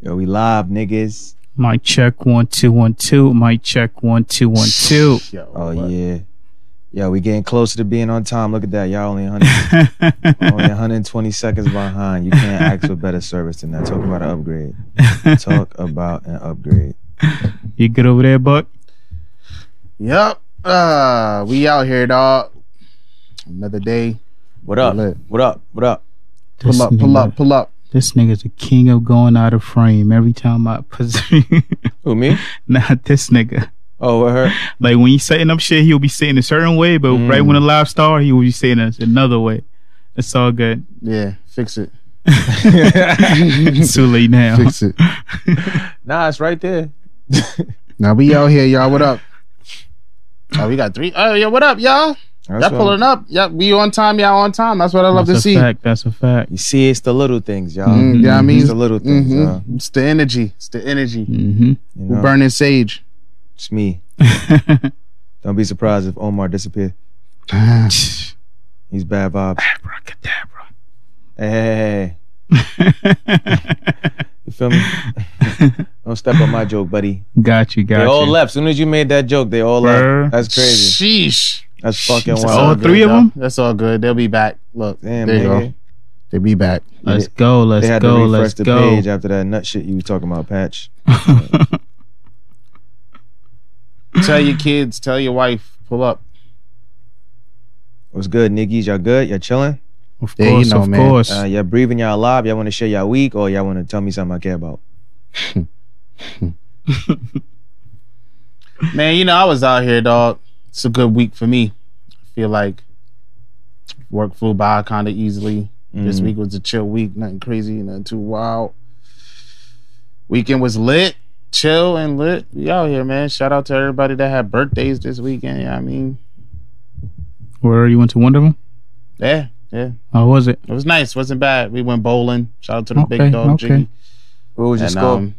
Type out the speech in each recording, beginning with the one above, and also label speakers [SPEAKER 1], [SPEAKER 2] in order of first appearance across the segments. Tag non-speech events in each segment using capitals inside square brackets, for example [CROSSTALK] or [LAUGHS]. [SPEAKER 1] Yo, we live, niggas.
[SPEAKER 2] Mic check one two one two. Mic check one two one two.
[SPEAKER 3] Yo,
[SPEAKER 1] Oh
[SPEAKER 3] what?
[SPEAKER 1] yeah. Yo, we getting closer to being on time. Look at that. Y'all only 100, [LAUGHS] only 120 seconds behind. You can't ask for better service than that. Talk about an [LAUGHS] upgrade. Talk about an upgrade.
[SPEAKER 2] you good over there, Buck?
[SPEAKER 3] Yep. Uh, we out here, dog. Another day.
[SPEAKER 1] What up?
[SPEAKER 3] Lit.
[SPEAKER 1] What up? What up?
[SPEAKER 3] Pull
[SPEAKER 2] This
[SPEAKER 3] up, pull
[SPEAKER 2] nigga-
[SPEAKER 3] up, pull up.
[SPEAKER 2] This nigga's the king of going out of frame. Every time I [LAUGHS] position,
[SPEAKER 1] Who me?
[SPEAKER 2] not this nigga.
[SPEAKER 1] Oh, with her.
[SPEAKER 2] Like when he's setting up shit, he'll be sitting a certain way, but right when the
[SPEAKER 3] Mm.
[SPEAKER 2] live star, he will be sitting a- another way. It's all
[SPEAKER 3] [LAUGHS]
[SPEAKER 2] good.
[SPEAKER 3] Yeah,
[SPEAKER 2] [LAUGHS]
[SPEAKER 3] fix it.
[SPEAKER 2] It's too late now.
[SPEAKER 3] Fix it.
[SPEAKER 1] Nah, it's right [LAUGHS] there.
[SPEAKER 3] Now we out here, y'all.
[SPEAKER 2] [LAUGHS]
[SPEAKER 3] What up? Oh, we got three. Oh, yeah, what up, y'all?
[SPEAKER 1] That's
[SPEAKER 3] Y'all
[SPEAKER 1] what-
[SPEAKER 3] pulling up. Yep, we on time, y'all on time. That's what I love
[SPEAKER 2] That's a
[SPEAKER 3] to see.
[SPEAKER 2] fact. That's a fact.
[SPEAKER 1] You see, it's the little things, y'all.
[SPEAKER 3] Mm, yeah, I mean,
[SPEAKER 1] it's the little things,
[SPEAKER 3] mhm.
[SPEAKER 2] uh,
[SPEAKER 1] y'all.
[SPEAKER 3] It's the energy. It's the energy.
[SPEAKER 2] Mm-hmm. [LAUGHS]
[SPEAKER 1] You
[SPEAKER 3] We're
[SPEAKER 1] know,
[SPEAKER 3] burning sage.
[SPEAKER 1] it's me. Don't be surprised if Omar disappeared.
[SPEAKER 3] [SIGHS]
[SPEAKER 1] He's bad vibes.
[SPEAKER 3] [LAUGHS]
[SPEAKER 1] Hey, hey, hey, you feel [LAUGHS] me? Don't step on my joke, buddy.
[SPEAKER 2] got you. Got
[SPEAKER 1] They
[SPEAKER 2] you.
[SPEAKER 1] all left. As soon as you made that joke, they all
[SPEAKER 2] Bruh.
[SPEAKER 1] left. That's crazy.
[SPEAKER 3] Sheesh.
[SPEAKER 1] That's fucking
[SPEAKER 2] It's
[SPEAKER 1] wild.
[SPEAKER 2] all
[SPEAKER 3] good,
[SPEAKER 2] three of
[SPEAKER 3] though.
[SPEAKER 2] them?
[SPEAKER 3] That's all good. They'll be back. Look,
[SPEAKER 1] Damn,
[SPEAKER 3] there you
[SPEAKER 1] nigga.
[SPEAKER 3] go. They'll
[SPEAKER 2] [LAUGHS]
[SPEAKER 3] be back.
[SPEAKER 2] Let's go. Let's
[SPEAKER 1] They had
[SPEAKER 2] go.
[SPEAKER 1] to refresh
[SPEAKER 2] Let's
[SPEAKER 1] the
[SPEAKER 2] go.
[SPEAKER 1] page after that nut shit you was talking about, Patch.
[SPEAKER 3] tell your kids. Tell your wife. Pull up.
[SPEAKER 1] What's good, niggas? Y'all good? Y'all chilling?
[SPEAKER 2] [LAUGHS] Of course.
[SPEAKER 3] Yeah, you know,
[SPEAKER 2] of
[SPEAKER 3] man.
[SPEAKER 2] course.
[SPEAKER 1] Uh, y'all breathing? Y'all alive? Y'all want to share y'all week or y'all want to tell me something I care about?
[SPEAKER 3] Man, you know, I was out here, dog. It's a good week for me. I feel like work flew by kind of easily. This
[SPEAKER 1] Mm.
[SPEAKER 3] week was a chill week. Nothing crazy, nothing too wild. Weekend was lit, chill and lit. We out here, man. Shout out to everybody that had birthdays this weekend. You know what I mean,
[SPEAKER 2] Where you went to one of them?
[SPEAKER 3] yeah, yeah.
[SPEAKER 2] How was it?
[SPEAKER 3] It was nice. Wasn't bad. We went bowling. Shout out to the
[SPEAKER 2] Okay,
[SPEAKER 3] big dog,
[SPEAKER 2] okay.
[SPEAKER 3] Jiggy.
[SPEAKER 1] What was your
[SPEAKER 3] And,
[SPEAKER 1] score?
[SPEAKER 3] um,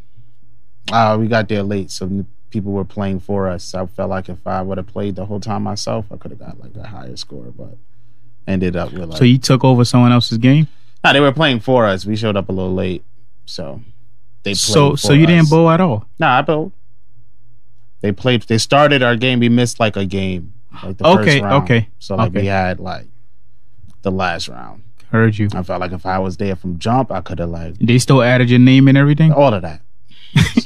[SPEAKER 3] uh, we got there late, so n- people were playing for us. I felt like if I would have played the whole time myself, I could have got like a higher score, but ended up with like.
[SPEAKER 2] So you took over someone else's game.
[SPEAKER 3] nah, they were playing for us. We showed up a little late, so they played.
[SPEAKER 2] So
[SPEAKER 3] for
[SPEAKER 2] so you
[SPEAKER 3] us.
[SPEAKER 2] didn't bowl at all.
[SPEAKER 3] Nah, I bowled. They played. They started our game. We missed like a game, like the
[SPEAKER 2] Okay,
[SPEAKER 3] first round.
[SPEAKER 2] okay,
[SPEAKER 3] So like
[SPEAKER 2] okay.
[SPEAKER 3] we had like the last round.
[SPEAKER 2] Heard you.
[SPEAKER 3] I felt like if I was there from jump, I could have like
[SPEAKER 2] They still added your name and everything.
[SPEAKER 1] Oh,
[SPEAKER 3] all of that.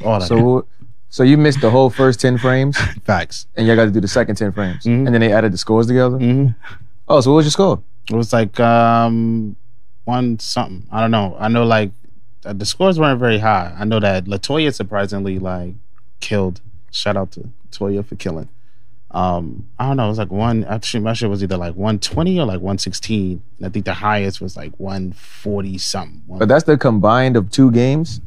[SPEAKER 3] All
[SPEAKER 2] [LAUGHS]
[SPEAKER 3] of that.
[SPEAKER 1] So, so you missed the whole first ten frames,
[SPEAKER 3] Facts.
[SPEAKER 1] and y'all got to do the second ten frames,
[SPEAKER 3] Mhm.
[SPEAKER 1] and then they added the scores together.
[SPEAKER 3] Mm-hmm.
[SPEAKER 1] Oh, so what was your score?
[SPEAKER 3] It was like um one something. I don't know. I know like uh, the scores weren't very high. I know that Latoya surprisingly like killed. Shout out to Latoya for killing. Um, I don't know. It was like one. Actually, my shit was either like one twenty or like one sixteen. And I think the highest was like one forty something.
[SPEAKER 1] But that's the combined of two games.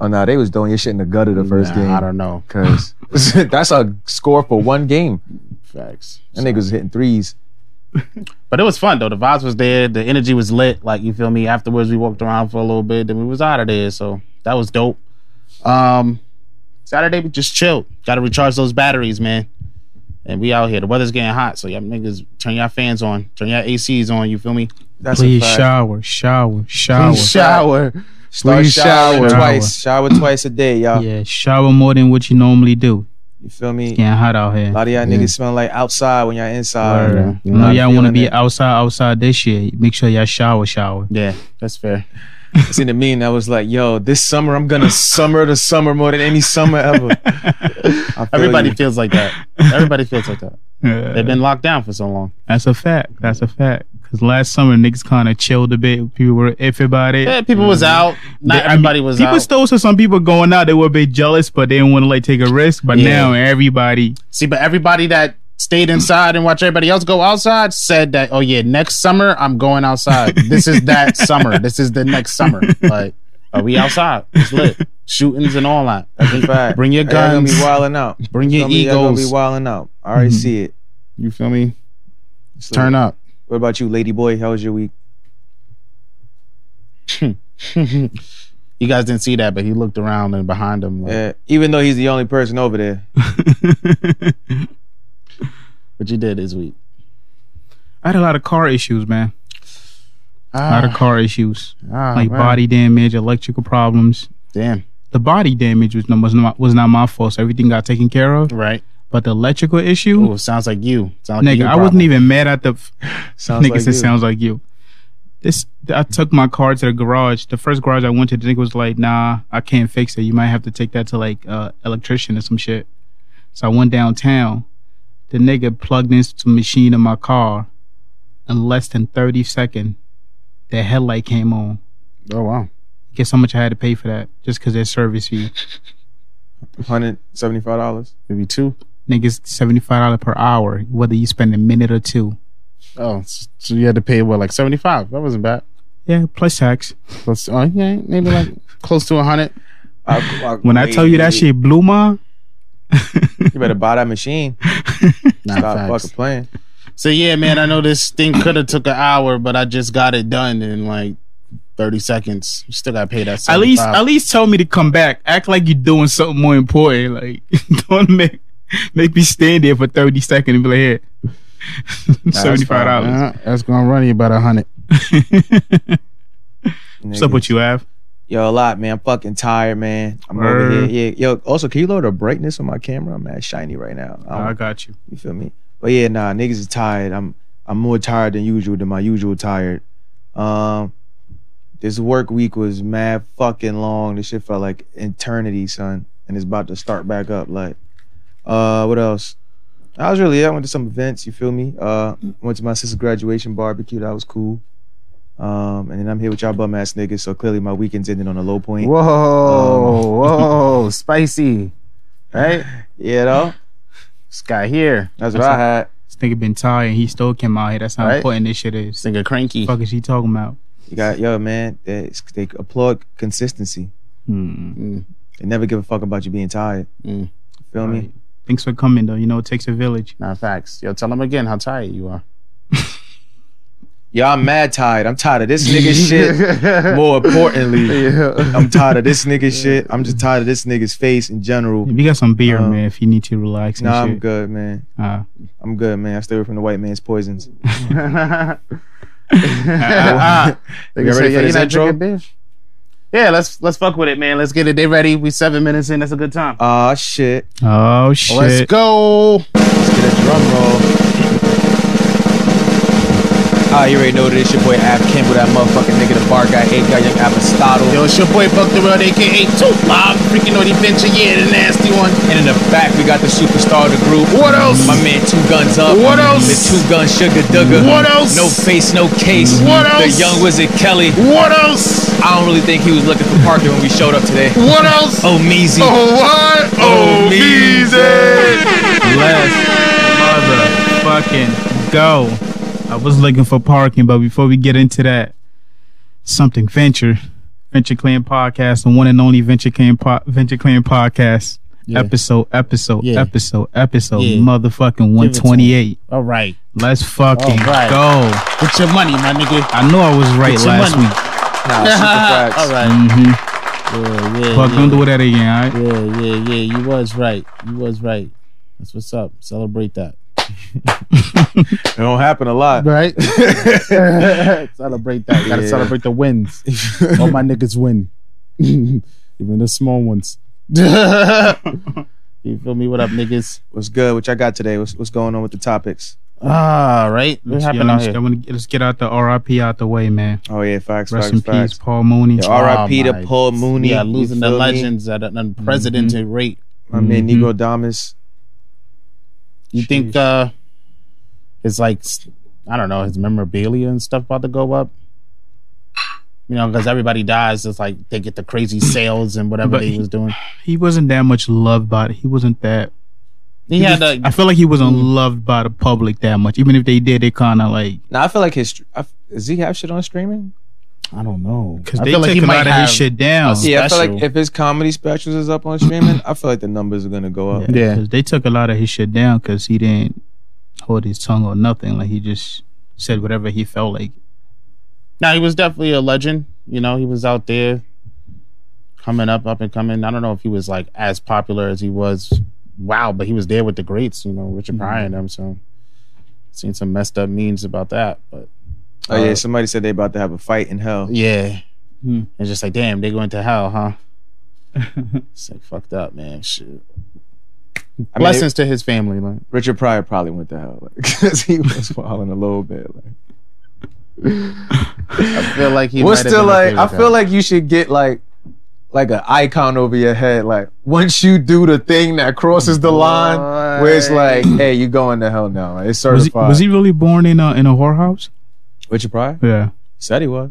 [SPEAKER 1] Oh no, they was doing your shit in the gutter the first
[SPEAKER 3] Nah, I
[SPEAKER 1] game.
[SPEAKER 3] don't know.
[SPEAKER 1] Cause [LAUGHS] that's a score for one game.
[SPEAKER 3] Facts.
[SPEAKER 1] That nigga was hitting threes.
[SPEAKER 3] But it was fun though. The vibes was there. The energy was lit. Like you feel me. Afterwards, we walked around for a little bit. Then we was out of there. So that was dope. Um, Saturday we just chilled. Got to recharge those batteries, man. And we out here. The weather's getting hot, so y'all niggas turn y'all fans on, turn y'all ACs on. You feel me?
[SPEAKER 1] That's
[SPEAKER 2] Please
[SPEAKER 1] a fact.
[SPEAKER 2] shower, shower, shower.
[SPEAKER 1] Please
[SPEAKER 3] Shower.
[SPEAKER 1] Start
[SPEAKER 3] please
[SPEAKER 1] showering
[SPEAKER 2] shower.
[SPEAKER 1] twice. Shower twice a day, y'all.
[SPEAKER 2] Yeah, shower more than what you normally do.
[SPEAKER 1] You feel me?
[SPEAKER 2] Getting hot out here.
[SPEAKER 1] A lot of y'all
[SPEAKER 3] Yeah.
[SPEAKER 1] niggas smell like outside when y'all inside.
[SPEAKER 2] Word.
[SPEAKER 3] yeah.
[SPEAKER 2] You know
[SPEAKER 1] Not
[SPEAKER 2] y'all want to
[SPEAKER 1] feeling
[SPEAKER 2] be
[SPEAKER 1] it.
[SPEAKER 2] outside, outside this year. Make sure y'all shower, shower.
[SPEAKER 3] Yeah, that's fair.
[SPEAKER 1] I seen a meme that was like, "Yo, this summer I'm gonna summer the summer more than any summer ever." I feel
[SPEAKER 3] Everybody
[SPEAKER 1] you.
[SPEAKER 3] feels like
[SPEAKER 2] [LAUGHS]
[SPEAKER 3] that. Everybody feels like that. They've
[SPEAKER 2] Yeah.
[SPEAKER 3] been locked down for so long.
[SPEAKER 2] That's a fact. That's a fact. Cause last summer niggas kind of chilled a bit. People were iffy about it.
[SPEAKER 3] Yeah, people was out. Not
[SPEAKER 2] Mm-hmm. They- I mean,
[SPEAKER 3] everybody was
[SPEAKER 2] people
[SPEAKER 3] out.
[SPEAKER 2] still so some people going out. They were a bit jealous, but they didn't want to like take a risk. But
[SPEAKER 3] Yeah.
[SPEAKER 2] now everybody,
[SPEAKER 3] See, but everybody that stayed inside and watched everybody else go outside said that, oh yeah, next summer I'm going outside. this
[SPEAKER 1] [LAUGHS]
[SPEAKER 3] is that summer. This is the next summer. Like, are we outside? It's lit. Shootings and all that.
[SPEAKER 1] That's a fact.
[SPEAKER 3] Bring your
[SPEAKER 1] Y'all gonna
[SPEAKER 3] guns.
[SPEAKER 1] be wilding out.
[SPEAKER 3] Bring
[SPEAKER 1] Y'all
[SPEAKER 3] your
[SPEAKER 1] gonna be- y'all gonna be
[SPEAKER 3] egos.
[SPEAKER 1] wilding out. I already
[SPEAKER 2] Mhm.
[SPEAKER 1] see it.
[SPEAKER 3] You
[SPEAKER 2] [LAUGHS]
[SPEAKER 3] feel me?
[SPEAKER 1] So,
[SPEAKER 3] Turn up. [LAUGHS]
[SPEAKER 1] What about you, lady boy? How was your week?
[SPEAKER 3] you guys didn't see that, but he looked around and behind him. Like,
[SPEAKER 1] Yeah, even though he's the only person over there.
[SPEAKER 3] What you did this week?
[SPEAKER 2] I had a lot of car issues, man. A lot of car issues,
[SPEAKER 3] ah,
[SPEAKER 2] like
[SPEAKER 3] man.
[SPEAKER 2] body damage, electrical problems.
[SPEAKER 3] Damn.
[SPEAKER 2] the body damage was not was not, was not my fault. So everything got taken care of.
[SPEAKER 3] Right.
[SPEAKER 2] But the electrical issue,
[SPEAKER 3] Ooh, sounds like you. Sounds like
[SPEAKER 2] nigga,
[SPEAKER 3] you
[SPEAKER 2] I
[SPEAKER 3] problem.
[SPEAKER 2] wasn't even mad at the
[SPEAKER 1] Sounds
[SPEAKER 2] nigga
[SPEAKER 1] like
[SPEAKER 2] said
[SPEAKER 1] you.
[SPEAKER 2] sounds like you. This I took my car to the garage. The first garage I went to, the nigga was like, "Nah, I can't fix it. You might have to take that to like uh electrician or some shit." So I went downtown. The nigga plugged into the machine in my car. In less than thirty second, the headlight came on.
[SPEAKER 3] Oh wow.
[SPEAKER 2] Guess how much I had to pay for that? Just because their service fee,
[SPEAKER 1] Hundred seventy-five dollars.
[SPEAKER 3] Maybe two.
[SPEAKER 2] niggas seventy five dollar per hour, whether you spend a minute or two.
[SPEAKER 3] Oh, s- so you had to pay what, like seventy five? That wasn't bad.
[SPEAKER 2] Yeah, plus tax.
[SPEAKER 3] Plus, oh, yeah, maybe like close to a hundred.
[SPEAKER 2] When I tell you that shit blew my,
[SPEAKER 1] you better buy that machine.
[SPEAKER 3] Nah,
[SPEAKER 1] Stop
[SPEAKER 3] facts.
[SPEAKER 1] fucking playing.
[SPEAKER 3] So yeah, man, I know this thing could have took an hour, but I just got it done in like thirty seconds. You still got to pay that.
[SPEAKER 2] at least
[SPEAKER 3] 75.
[SPEAKER 2] at least tell me to come back. Act like you're doing something more important. Like [LAUGHS] don't make make me stand there for thirty seconds and be like, here. [LAUGHS]
[SPEAKER 3] Nah,
[SPEAKER 2] Seventy
[SPEAKER 3] that's fine.
[SPEAKER 2] five dollars.
[SPEAKER 3] Nah, Uh, that's gonna run you about a hundred.
[SPEAKER 2] [LAUGHS] What's up
[SPEAKER 1] Niggas.
[SPEAKER 2] with you, Av?
[SPEAKER 1] Yo, a lot, man. I'm fucking tired, man. I'm over
[SPEAKER 2] Word.
[SPEAKER 1] here. Yeah. Yo, also, can you lower the brightness on my camera? I'm mad shiny right now. I don't-
[SPEAKER 2] Oh, I got you.
[SPEAKER 1] you feel me? But yeah, nah, niggas is tired. I'm I'm more tired than usual than my usual tired. Um this work week was mad fucking long. This shit felt like eternity, son. And it's about to start back up. Like, uh, what else? I was really, I went to some events, you feel me? Uh went to my sister's graduation barbecue, that was cool. Um, and then I'm here with y'all bum ass niggas, so clearly my weekend's ended on a low point.
[SPEAKER 3] Whoa, whoa, spicy, right?
[SPEAKER 1] Yeah, though.
[SPEAKER 3] This guy here,
[SPEAKER 1] That's what I had.
[SPEAKER 2] This nigga been tired and he still came out here. That's how
[SPEAKER 3] Right.
[SPEAKER 2] important this shit is.
[SPEAKER 3] this nigga cranky.
[SPEAKER 2] fuck is he talking about?
[SPEAKER 1] You got yo, man. They, they applaud consistency.
[SPEAKER 2] Hmm.
[SPEAKER 3] Mm,
[SPEAKER 1] They never give a fuck about you being tired.
[SPEAKER 3] Mm.
[SPEAKER 1] Feel me?
[SPEAKER 2] Right. Thanks for coming though. You know it takes a village.
[SPEAKER 3] nah, facts. Yo, tell him again how tired you [LAUGHS] are.
[SPEAKER 1] Yo, I'm mad tired. I'm tired of this nigga
[SPEAKER 3] [LAUGHS]
[SPEAKER 1] shit. More importantly,
[SPEAKER 3] yeah.
[SPEAKER 1] I'm tired of this nigga shit. I'm just tired of this nigga's face in general.
[SPEAKER 2] We got some beer,
[SPEAKER 1] Um,
[SPEAKER 2] man. If you need to relax and
[SPEAKER 1] Nah, I'm
[SPEAKER 2] shit.
[SPEAKER 1] good, man.
[SPEAKER 2] Uh,
[SPEAKER 1] I'm good, man. I stay away from the white man's poisons.
[SPEAKER 3] [LAUGHS] Ah,
[SPEAKER 1] You ready
[SPEAKER 3] say,
[SPEAKER 1] for
[SPEAKER 3] "Yeah,
[SPEAKER 1] this
[SPEAKER 3] you not
[SPEAKER 1] intro?"
[SPEAKER 3] drinking beer? Yeah, let's let's fuck with it, man. Let's get it. They ready. We seven minutes in. That's a good time.
[SPEAKER 1] Ah, shit.
[SPEAKER 2] oh shit!
[SPEAKER 3] Let's go.
[SPEAKER 1] Let's get a drum roll. Ah, you already know that it's your boy Ab Campbell, that motherfucking nigga, the bar guy, eight guy, young Aristotle.
[SPEAKER 3] Yo, it's your boy Buck the World, aka Two Bob. Freaking on the bench, yeah, the nasty one.
[SPEAKER 1] And in the back, we got the superstar of the group.
[SPEAKER 3] What else?
[SPEAKER 1] My man, two guns up.
[SPEAKER 3] What
[SPEAKER 1] The
[SPEAKER 3] else?
[SPEAKER 1] two gun sugar dugger.
[SPEAKER 3] What else?
[SPEAKER 1] No face, no case.
[SPEAKER 3] What
[SPEAKER 1] The
[SPEAKER 3] else?
[SPEAKER 1] young wizard Kelly.
[SPEAKER 3] What else?
[SPEAKER 1] I don't really think he was looking for parking when we showed up today.
[SPEAKER 3] What else?
[SPEAKER 1] Oh, Meezy.
[SPEAKER 3] what?
[SPEAKER 1] Oh,
[SPEAKER 3] Meezy.
[SPEAKER 2] Let's motherfucking go. I was looking for parking, but before we get into that, something venture, Venture Clan podcast, the one and only Venture Clan po- Venture Clan podcast.
[SPEAKER 3] Yeah.
[SPEAKER 2] Episode, episode,
[SPEAKER 3] Yeah.
[SPEAKER 2] episode, episode,
[SPEAKER 3] Yeah.
[SPEAKER 2] motherfucking one
[SPEAKER 3] it to me.
[SPEAKER 2] twenty eight.
[SPEAKER 3] All right,
[SPEAKER 2] Let's fucking
[SPEAKER 3] All right.
[SPEAKER 2] go.
[SPEAKER 3] with your money, my nigga.
[SPEAKER 2] I know I was right
[SPEAKER 3] Get your
[SPEAKER 2] last
[SPEAKER 3] money.
[SPEAKER 2] week.
[SPEAKER 1] Nah, super facts.
[SPEAKER 3] All right.
[SPEAKER 2] Mm-hmm.
[SPEAKER 3] Yeah, yeah,
[SPEAKER 2] Fuck,
[SPEAKER 3] yeah.
[SPEAKER 2] don't do that again. All right.
[SPEAKER 3] Yeah, yeah, yeah. You was right. You was right. That's what's up. Celebrate that.
[SPEAKER 1] It don't happen a lot.
[SPEAKER 3] Right? [LAUGHS] celebrate that. Gotta
[SPEAKER 1] Yeah.
[SPEAKER 3] celebrate the wins. [LAUGHS] All my niggas win. Even the small [LAUGHS] ones. you feel me? What up, niggas?
[SPEAKER 1] [LAUGHS] What's good? What y'all got today? What's, what's going on with the topics?
[SPEAKER 3] Ah, right. What happened out
[SPEAKER 2] let's,
[SPEAKER 3] here?
[SPEAKER 2] wanna, let's get out the RIP out the way, man.
[SPEAKER 1] Oh, yeah, facts,
[SPEAKER 2] Rest in
[SPEAKER 1] facts, facts.
[SPEAKER 2] peace, Paul Mooney.
[SPEAKER 1] Yeah, R.I.P.
[SPEAKER 3] Oh,
[SPEAKER 1] to
[SPEAKER 3] my
[SPEAKER 1] Paul Mooney.
[SPEAKER 3] Yeah,
[SPEAKER 1] you
[SPEAKER 3] losing the
[SPEAKER 1] feel me?
[SPEAKER 3] legends at an unprecedented rate.
[SPEAKER 1] My
[SPEAKER 3] Mm-hmm.
[SPEAKER 1] man,
[SPEAKER 2] Mhm.
[SPEAKER 1] Negro Damas.
[SPEAKER 3] You think
[SPEAKER 2] Sheesh.
[SPEAKER 3] uh his like s- I don't know, his memorabilia and stuff about to go up? You know, because everybody dies, it's like they get the crazy sales and whatever
[SPEAKER 2] But
[SPEAKER 3] they
[SPEAKER 2] he-
[SPEAKER 3] was [SIGHS] doing.
[SPEAKER 2] he wasn't that much loved by it. He wasn't that.
[SPEAKER 3] He had a Mm.
[SPEAKER 2] I feel like he wasn't loved by the public that much. Even if they did, they kind of like
[SPEAKER 1] Now, I feel like his. I, does he have shit on streaming?
[SPEAKER 3] I don't know.
[SPEAKER 2] because
[SPEAKER 3] I
[SPEAKER 2] they
[SPEAKER 3] feel
[SPEAKER 2] took
[SPEAKER 3] like he
[SPEAKER 2] a
[SPEAKER 3] might
[SPEAKER 2] lot of
[SPEAKER 3] have.
[SPEAKER 2] his shit down.
[SPEAKER 3] a-
[SPEAKER 2] Yeah,
[SPEAKER 1] Yeah, I feel like
[SPEAKER 3] Special.
[SPEAKER 1] if his comedy specials is up on streaming, I feel like the numbers are going to go up.
[SPEAKER 2] 'cause they took a lot of his shit down because he didn't hold his tongue or nothing. Like he just said whatever he felt like.
[SPEAKER 3] Now he was definitely a legend. You know, he was out there coming up, up and coming. I don't know if he was like as popular as he was. Wow, but he was there with the greats. You know, Richard
[SPEAKER 1] Mm-hmm.
[SPEAKER 3] Pryor and them. So seen some messed up memes about that, but
[SPEAKER 1] Oh, yeah,
[SPEAKER 3] Uh,
[SPEAKER 1] somebody said they about to have a fight in hell.
[SPEAKER 3] Yeah.
[SPEAKER 2] Hmm.
[SPEAKER 1] [LAUGHS]
[SPEAKER 3] It's just like, damn, they going to hell, huh? It's like fucked up, man. Shit.
[SPEAKER 1] I mean,
[SPEAKER 3] Blessings to his family, like.
[SPEAKER 1] Richard Pryor probably went to hell [LAUGHS] because he was falling a little bit. Like.
[SPEAKER 3] I feel like he.
[SPEAKER 1] We're
[SPEAKER 3] might have
[SPEAKER 1] still
[SPEAKER 3] been
[SPEAKER 1] like,
[SPEAKER 3] okay
[SPEAKER 1] I
[SPEAKER 3] with
[SPEAKER 1] feel
[SPEAKER 3] that.
[SPEAKER 1] like you should get like, like an icon over your head. Like once you do the thing that crosses the line, where it's like, hey, you going to hell now? It's
[SPEAKER 2] Was he,
[SPEAKER 1] certified.
[SPEAKER 2] was he really born in a in a whorehouse?
[SPEAKER 1] Richard Pryor
[SPEAKER 2] Yeah.
[SPEAKER 1] said he was.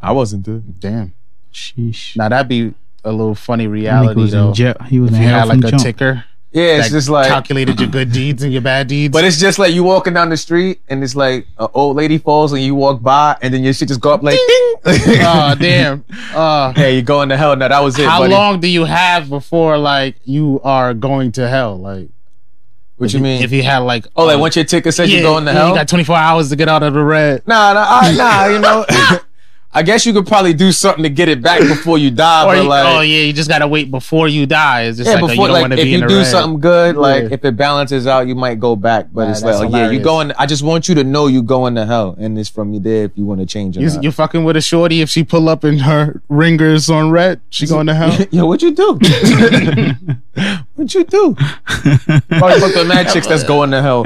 [SPEAKER 1] I wasn't there.
[SPEAKER 3] damn.
[SPEAKER 2] Sheesh.
[SPEAKER 3] Now that'd be a little
[SPEAKER 2] I
[SPEAKER 3] funny
[SPEAKER 2] think he
[SPEAKER 3] reality
[SPEAKER 2] was
[SPEAKER 3] though.
[SPEAKER 2] in jail. He was
[SPEAKER 3] If
[SPEAKER 2] in
[SPEAKER 3] you
[SPEAKER 2] hell
[SPEAKER 3] had
[SPEAKER 2] from
[SPEAKER 3] like
[SPEAKER 2] the
[SPEAKER 3] a
[SPEAKER 2] jump.
[SPEAKER 3] ticker
[SPEAKER 1] Yeah, it's
[SPEAKER 3] that
[SPEAKER 1] just like
[SPEAKER 3] calculated your good deeds and your bad deeds.
[SPEAKER 1] But it's just like you walking down the street and it's like an old lady falls and you walk by and then your shit just go up like ding.
[SPEAKER 3] oh damn.
[SPEAKER 1] [LAUGHS]
[SPEAKER 3] Uh,
[SPEAKER 1] hey, you going to hell? No, that was it.
[SPEAKER 3] how
[SPEAKER 1] buddy.
[SPEAKER 3] long do you have before like you are going to hell? Like
[SPEAKER 1] What
[SPEAKER 3] if
[SPEAKER 1] you mean?
[SPEAKER 3] If you had like
[SPEAKER 1] oh, like
[SPEAKER 3] uh,
[SPEAKER 1] once your ticket says
[SPEAKER 3] yeah,
[SPEAKER 1] you're going to
[SPEAKER 3] yeah,
[SPEAKER 1] hell.
[SPEAKER 3] You got 24 hours to get out of the red.
[SPEAKER 1] nah, nah, I, nah. You know, [LAUGHS] I guess you could probably do something to get it back before you die.
[SPEAKER 3] Or
[SPEAKER 1] but
[SPEAKER 3] you-
[SPEAKER 1] like,
[SPEAKER 3] oh yeah, you just gotta wait before you die. It's just
[SPEAKER 1] yeah,
[SPEAKER 3] like a, you
[SPEAKER 1] before
[SPEAKER 3] don't
[SPEAKER 1] like
[SPEAKER 3] want to
[SPEAKER 1] if
[SPEAKER 3] be in
[SPEAKER 1] you
[SPEAKER 3] the
[SPEAKER 1] do
[SPEAKER 3] red.
[SPEAKER 1] something good, like
[SPEAKER 3] Yeah.
[SPEAKER 1] if it balances out, you might go back. But
[SPEAKER 3] Nah,
[SPEAKER 1] it's like, oh,
[SPEAKER 3] that's
[SPEAKER 1] yeah, you
[SPEAKER 3] hilarious.
[SPEAKER 1] going. I just want you to know you going to hell, and it's from you there if you want to change it.
[SPEAKER 3] You, you fucking with a shorty if she pull up in her ringers on red, she going
[SPEAKER 1] [LAUGHS]
[SPEAKER 3] to hell.
[SPEAKER 1] Yo, what you do? what you do? Probably fuck the mad chicks that's going to hell.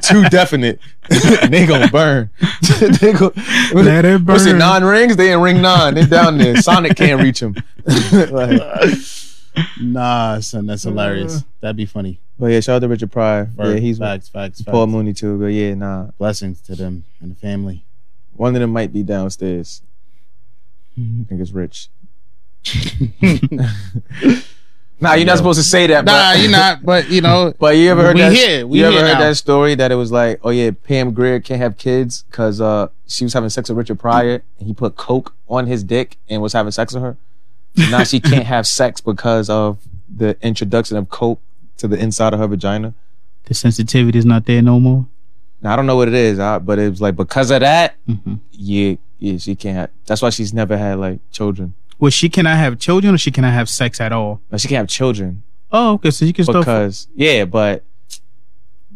[SPEAKER 1] [LAUGHS] Too definite. [LAUGHS] they gonna burn. [LAUGHS] they go,
[SPEAKER 2] Let it
[SPEAKER 1] What's it?
[SPEAKER 2] burn.
[SPEAKER 1] Nine rings? They in ring nine. They down there. Sonic can't reach [LAUGHS] them.
[SPEAKER 3] nah, son, that's hilarious. That'd be funny.
[SPEAKER 1] but yeah, shout out to Richard Pryor. Uh. yeah,
[SPEAKER 3] Word.
[SPEAKER 1] he's
[SPEAKER 3] facts, facts, facts.
[SPEAKER 1] Paul Mooney too. But yeah, nah.
[SPEAKER 3] Blessings to them and the family.
[SPEAKER 1] One of them might be downstairs. Niggas rich. nah, you're not supposed to say that.
[SPEAKER 3] Nah,
[SPEAKER 1] but-
[SPEAKER 3] you're not, but [LAUGHS] you know,
[SPEAKER 1] But you ever heard
[SPEAKER 3] We
[SPEAKER 1] that?
[SPEAKER 3] here. We
[SPEAKER 1] you ever
[SPEAKER 3] here
[SPEAKER 1] heard
[SPEAKER 3] now.
[SPEAKER 1] that story that it was like, oh yeah, Pam Grier can't have kids because uh, she was having sex with Richard Pryor and he put coke on his dick and was having sex with her. Now
[SPEAKER 3] [LAUGHS]
[SPEAKER 1] she can't have sex because of the introduction of coke to the inside of her vagina.
[SPEAKER 2] The sensitivity is not there no more.
[SPEAKER 1] Now I don't know what it is, uh, but it was like because of that,
[SPEAKER 3] Mm-hmm.
[SPEAKER 2] Mhm.
[SPEAKER 1] yeah, yeah, she can't. Have, that's why she's never had like children.
[SPEAKER 2] Well, she cannot have children, or she cannot have sex at all.
[SPEAKER 1] No, she can't have children
[SPEAKER 2] Oh, okay. So you can still.
[SPEAKER 1] because yeah, but.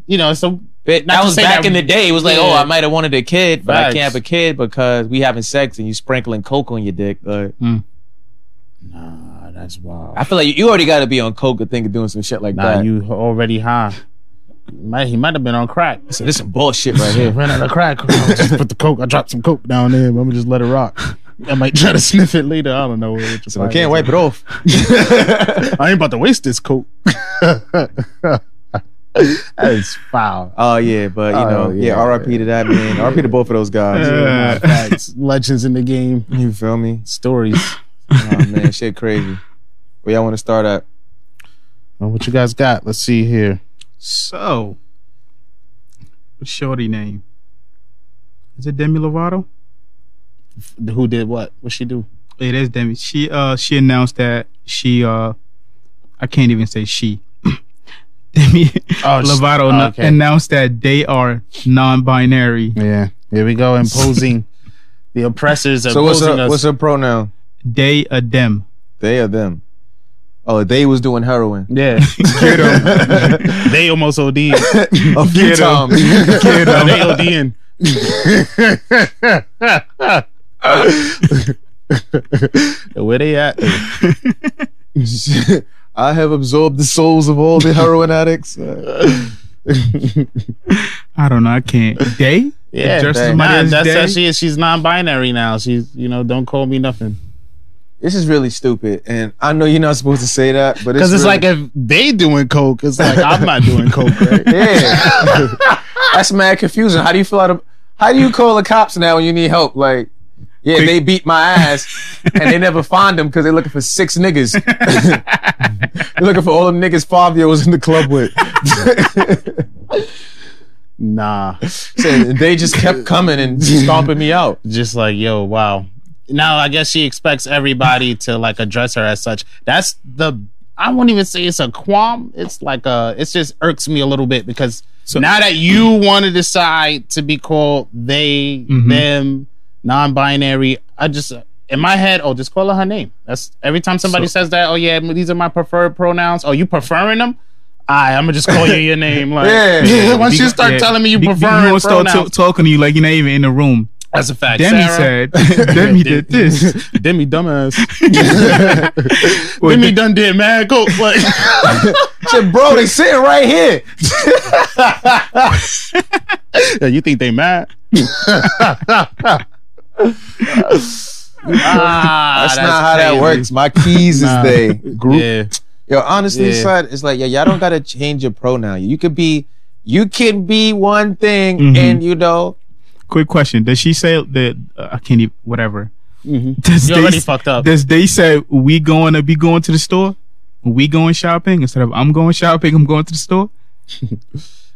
[SPEAKER 3] you know, so
[SPEAKER 1] But
[SPEAKER 3] Not
[SPEAKER 1] that
[SPEAKER 3] to
[SPEAKER 1] was
[SPEAKER 3] say
[SPEAKER 1] back
[SPEAKER 3] that-
[SPEAKER 1] in the day. It was like, oh,
[SPEAKER 3] Yeah.
[SPEAKER 1] I might have wanted a kid, but I
[SPEAKER 3] Facts.
[SPEAKER 1] can't have a kid because we having sex and you sprinkling coke on your dick. Like,
[SPEAKER 3] nah, Ah, that's wild.
[SPEAKER 1] I feel like you already got to be on coke to think of doing some shit like
[SPEAKER 3] nah,
[SPEAKER 1] that.
[SPEAKER 3] you already high. Might, he might have been on [LAUGHS] crack.
[SPEAKER 1] so this some bullshit right here.
[SPEAKER 3] ran out of crack. just put the coke. I dropped some coke down there. I'm gonna just let it rock. I might try to sniff it later. [LAUGHS] I don't know. what your
[SPEAKER 1] So I
[SPEAKER 3] problem
[SPEAKER 1] can't
[SPEAKER 3] is.
[SPEAKER 1] wipe it off.
[SPEAKER 3] I ain't about to waste this coke. [LAUGHS] that is foul.
[SPEAKER 1] Oh yeah, but you know,
[SPEAKER 3] Oh,
[SPEAKER 1] yeah,
[SPEAKER 3] yeah,
[SPEAKER 1] R.I.P. to that man. R.I.P. to both of those guys.
[SPEAKER 2] Yeah.
[SPEAKER 3] Uh, Facts. Legends in the game.
[SPEAKER 1] You feel me?
[SPEAKER 3] Stories.
[SPEAKER 1] Oh man, shit crazy. Where y'all want to start at?
[SPEAKER 3] Well, what you guys got? Let's see here.
[SPEAKER 2] So, what's shorty name? Is it Demi Lovato?
[SPEAKER 3] Who did what? What she do?
[SPEAKER 2] It is Demi. She uh she announced that she uh I can't even say she. [LAUGHS] Demi
[SPEAKER 3] Oh, she-
[SPEAKER 2] Lovato
[SPEAKER 3] oh,
[SPEAKER 2] no-
[SPEAKER 3] okay.
[SPEAKER 2] announced that they are non-binary.
[SPEAKER 3] Yeah. Here we go. Imposing the oppressors.
[SPEAKER 1] So what's
[SPEAKER 3] imposing
[SPEAKER 1] her,
[SPEAKER 3] us.
[SPEAKER 1] what's her pronoun?
[SPEAKER 2] They a them.
[SPEAKER 1] They or them? Oh, they was doing heroin
[SPEAKER 3] Yeah. Get 'em. they almost OD. [LAUGHS]
[SPEAKER 1] a few
[SPEAKER 3] Get 'em.
[SPEAKER 1] times.
[SPEAKER 3] Get them. They ODing. [LAUGHS] Where they at?
[SPEAKER 1] [LAUGHS] I have absorbed the souls of all the heroin addicts.
[SPEAKER 2] I don't know. I can't.
[SPEAKER 3] [LAUGHS]
[SPEAKER 2] They?
[SPEAKER 3] [LAUGHS] Yeah,
[SPEAKER 2] Just
[SPEAKER 3] they-
[SPEAKER 2] somebody
[SPEAKER 3] nah,
[SPEAKER 2] else's
[SPEAKER 3] that's
[SPEAKER 2] day?
[SPEAKER 3] how she is. She's non-binary now. She's you know, don't call me nothing.
[SPEAKER 1] this is really stupid, and I know you're not supposed to say that, but
[SPEAKER 3] Because it's,
[SPEAKER 1] really-
[SPEAKER 3] like if they doing coke, it's like I'm not doing coke. Right?
[SPEAKER 1] [LAUGHS] yeah, that's mad confusing. How do you feel out of? How do you call the cops now when you need help? Like, yeah,
[SPEAKER 2] Quick.
[SPEAKER 1] they beat my ass, and they never find them because they're looking for six niggas. they're looking for all them niggas Fabio was in the club with.
[SPEAKER 3] [LAUGHS] Nah,
[SPEAKER 1] So they just kept coming and stomping me out.
[SPEAKER 3] just like yo, wow. Now I guess she expects everybody to like address her as such. That's the I won't even say it's a qualm. It's like a it's just irks me a little bit because now that you want to decide to be called they,
[SPEAKER 2] Mm-hmm.
[SPEAKER 3] them, non-binary, I just in my head, oh, just call her her name. That's every time somebody says that, oh yeah, these are my preferred pronouns. Oh, you preferring them? I, I'm gonna just call you your name. Like,
[SPEAKER 1] Yeah.
[SPEAKER 3] [LAUGHS] once
[SPEAKER 2] Be-
[SPEAKER 3] you start
[SPEAKER 2] yeah.
[SPEAKER 3] telling me you
[SPEAKER 2] Be- be-
[SPEAKER 3] preferring
[SPEAKER 2] gonna start
[SPEAKER 3] pronouns,
[SPEAKER 2] to- talking to you like you're not even in the room.
[SPEAKER 3] That's a fact.
[SPEAKER 2] Demi
[SPEAKER 3] Sarah-
[SPEAKER 1] [LAUGHS]
[SPEAKER 2] said,
[SPEAKER 3] [LAUGHS]
[SPEAKER 2] Demi did this.
[SPEAKER 3] Demi dumbass.
[SPEAKER 2] [LAUGHS] Wait,
[SPEAKER 3] Demi
[SPEAKER 2] Dem-
[SPEAKER 3] done did mad coke. But
[SPEAKER 1] [LAUGHS] Shit, bro, they sitting right here.
[SPEAKER 3] Yeah, you think they mad?
[SPEAKER 1] [LAUGHS]
[SPEAKER 3] ah,
[SPEAKER 1] That's, not how that works. My keys
[SPEAKER 3] Nah.
[SPEAKER 1] is they group.
[SPEAKER 3] Yeah.
[SPEAKER 1] Yo, honestly,
[SPEAKER 3] Yeah.
[SPEAKER 1] son, it's like yeah, y'all don't gotta change your pronoun. You could be, you can be one thing,
[SPEAKER 3] Mm-hmm.
[SPEAKER 2] Mhm.
[SPEAKER 1] and you know,
[SPEAKER 2] Quick question: Does she say that uh, I can't even whatever? [LAUGHS] Does
[SPEAKER 3] You
[SPEAKER 2] they,
[SPEAKER 3] already fucked up.
[SPEAKER 2] Does they say we going to be going to the store? We going shopping instead of I'm going shopping. I'm going to the store.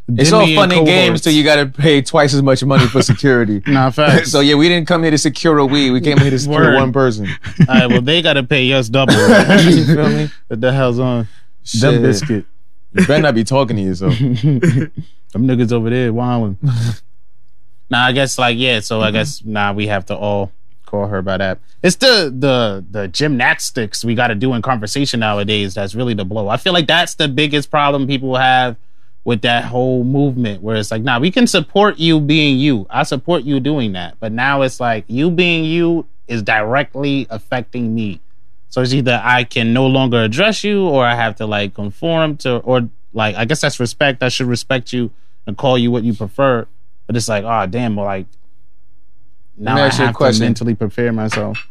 [SPEAKER 1] it's
[SPEAKER 3] Demi
[SPEAKER 1] all fun and games
[SPEAKER 3] cohorts.
[SPEAKER 1] till you gotta pay twice as much money for security.
[SPEAKER 3] [LAUGHS] Nah,
[SPEAKER 1] [LAUGHS]
[SPEAKER 3] facts.
[SPEAKER 1] so yeah, we didn't come here to secure a weed. We came here to secure
[SPEAKER 3] Word.
[SPEAKER 1] one
[SPEAKER 3] [LAUGHS]
[SPEAKER 1] person.
[SPEAKER 3] All right, well, they gotta pay us
[SPEAKER 1] [LAUGHS]
[SPEAKER 3] double.
[SPEAKER 1] You feel me?
[SPEAKER 3] what the hell's on?
[SPEAKER 1] Shit.
[SPEAKER 3] Them biscuit.
[SPEAKER 1] You better not be talking to
[SPEAKER 3] [LAUGHS]
[SPEAKER 1] yourself.
[SPEAKER 3] Them niggas over there wilding. [LAUGHS] nah, I guess like yeah. So I guess nah, we have to all call her by that. It's the the the gymnastics we got to do in conversation nowadays. That's really the blow. I feel like that's the biggest problem people have with that whole movement, where it's like, nah, we can support you being you. I support you doing that, but now it's like you being you is directly affecting me. So it's either I can no longer address you or I have to like conform to or like I guess that's respect. I should respect you and call you what you prefer. But it's like, oh damn, well like now
[SPEAKER 1] Let me
[SPEAKER 3] I
[SPEAKER 1] ask you a
[SPEAKER 3] have to
[SPEAKER 1] question.
[SPEAKER 3] mentally prepare myself.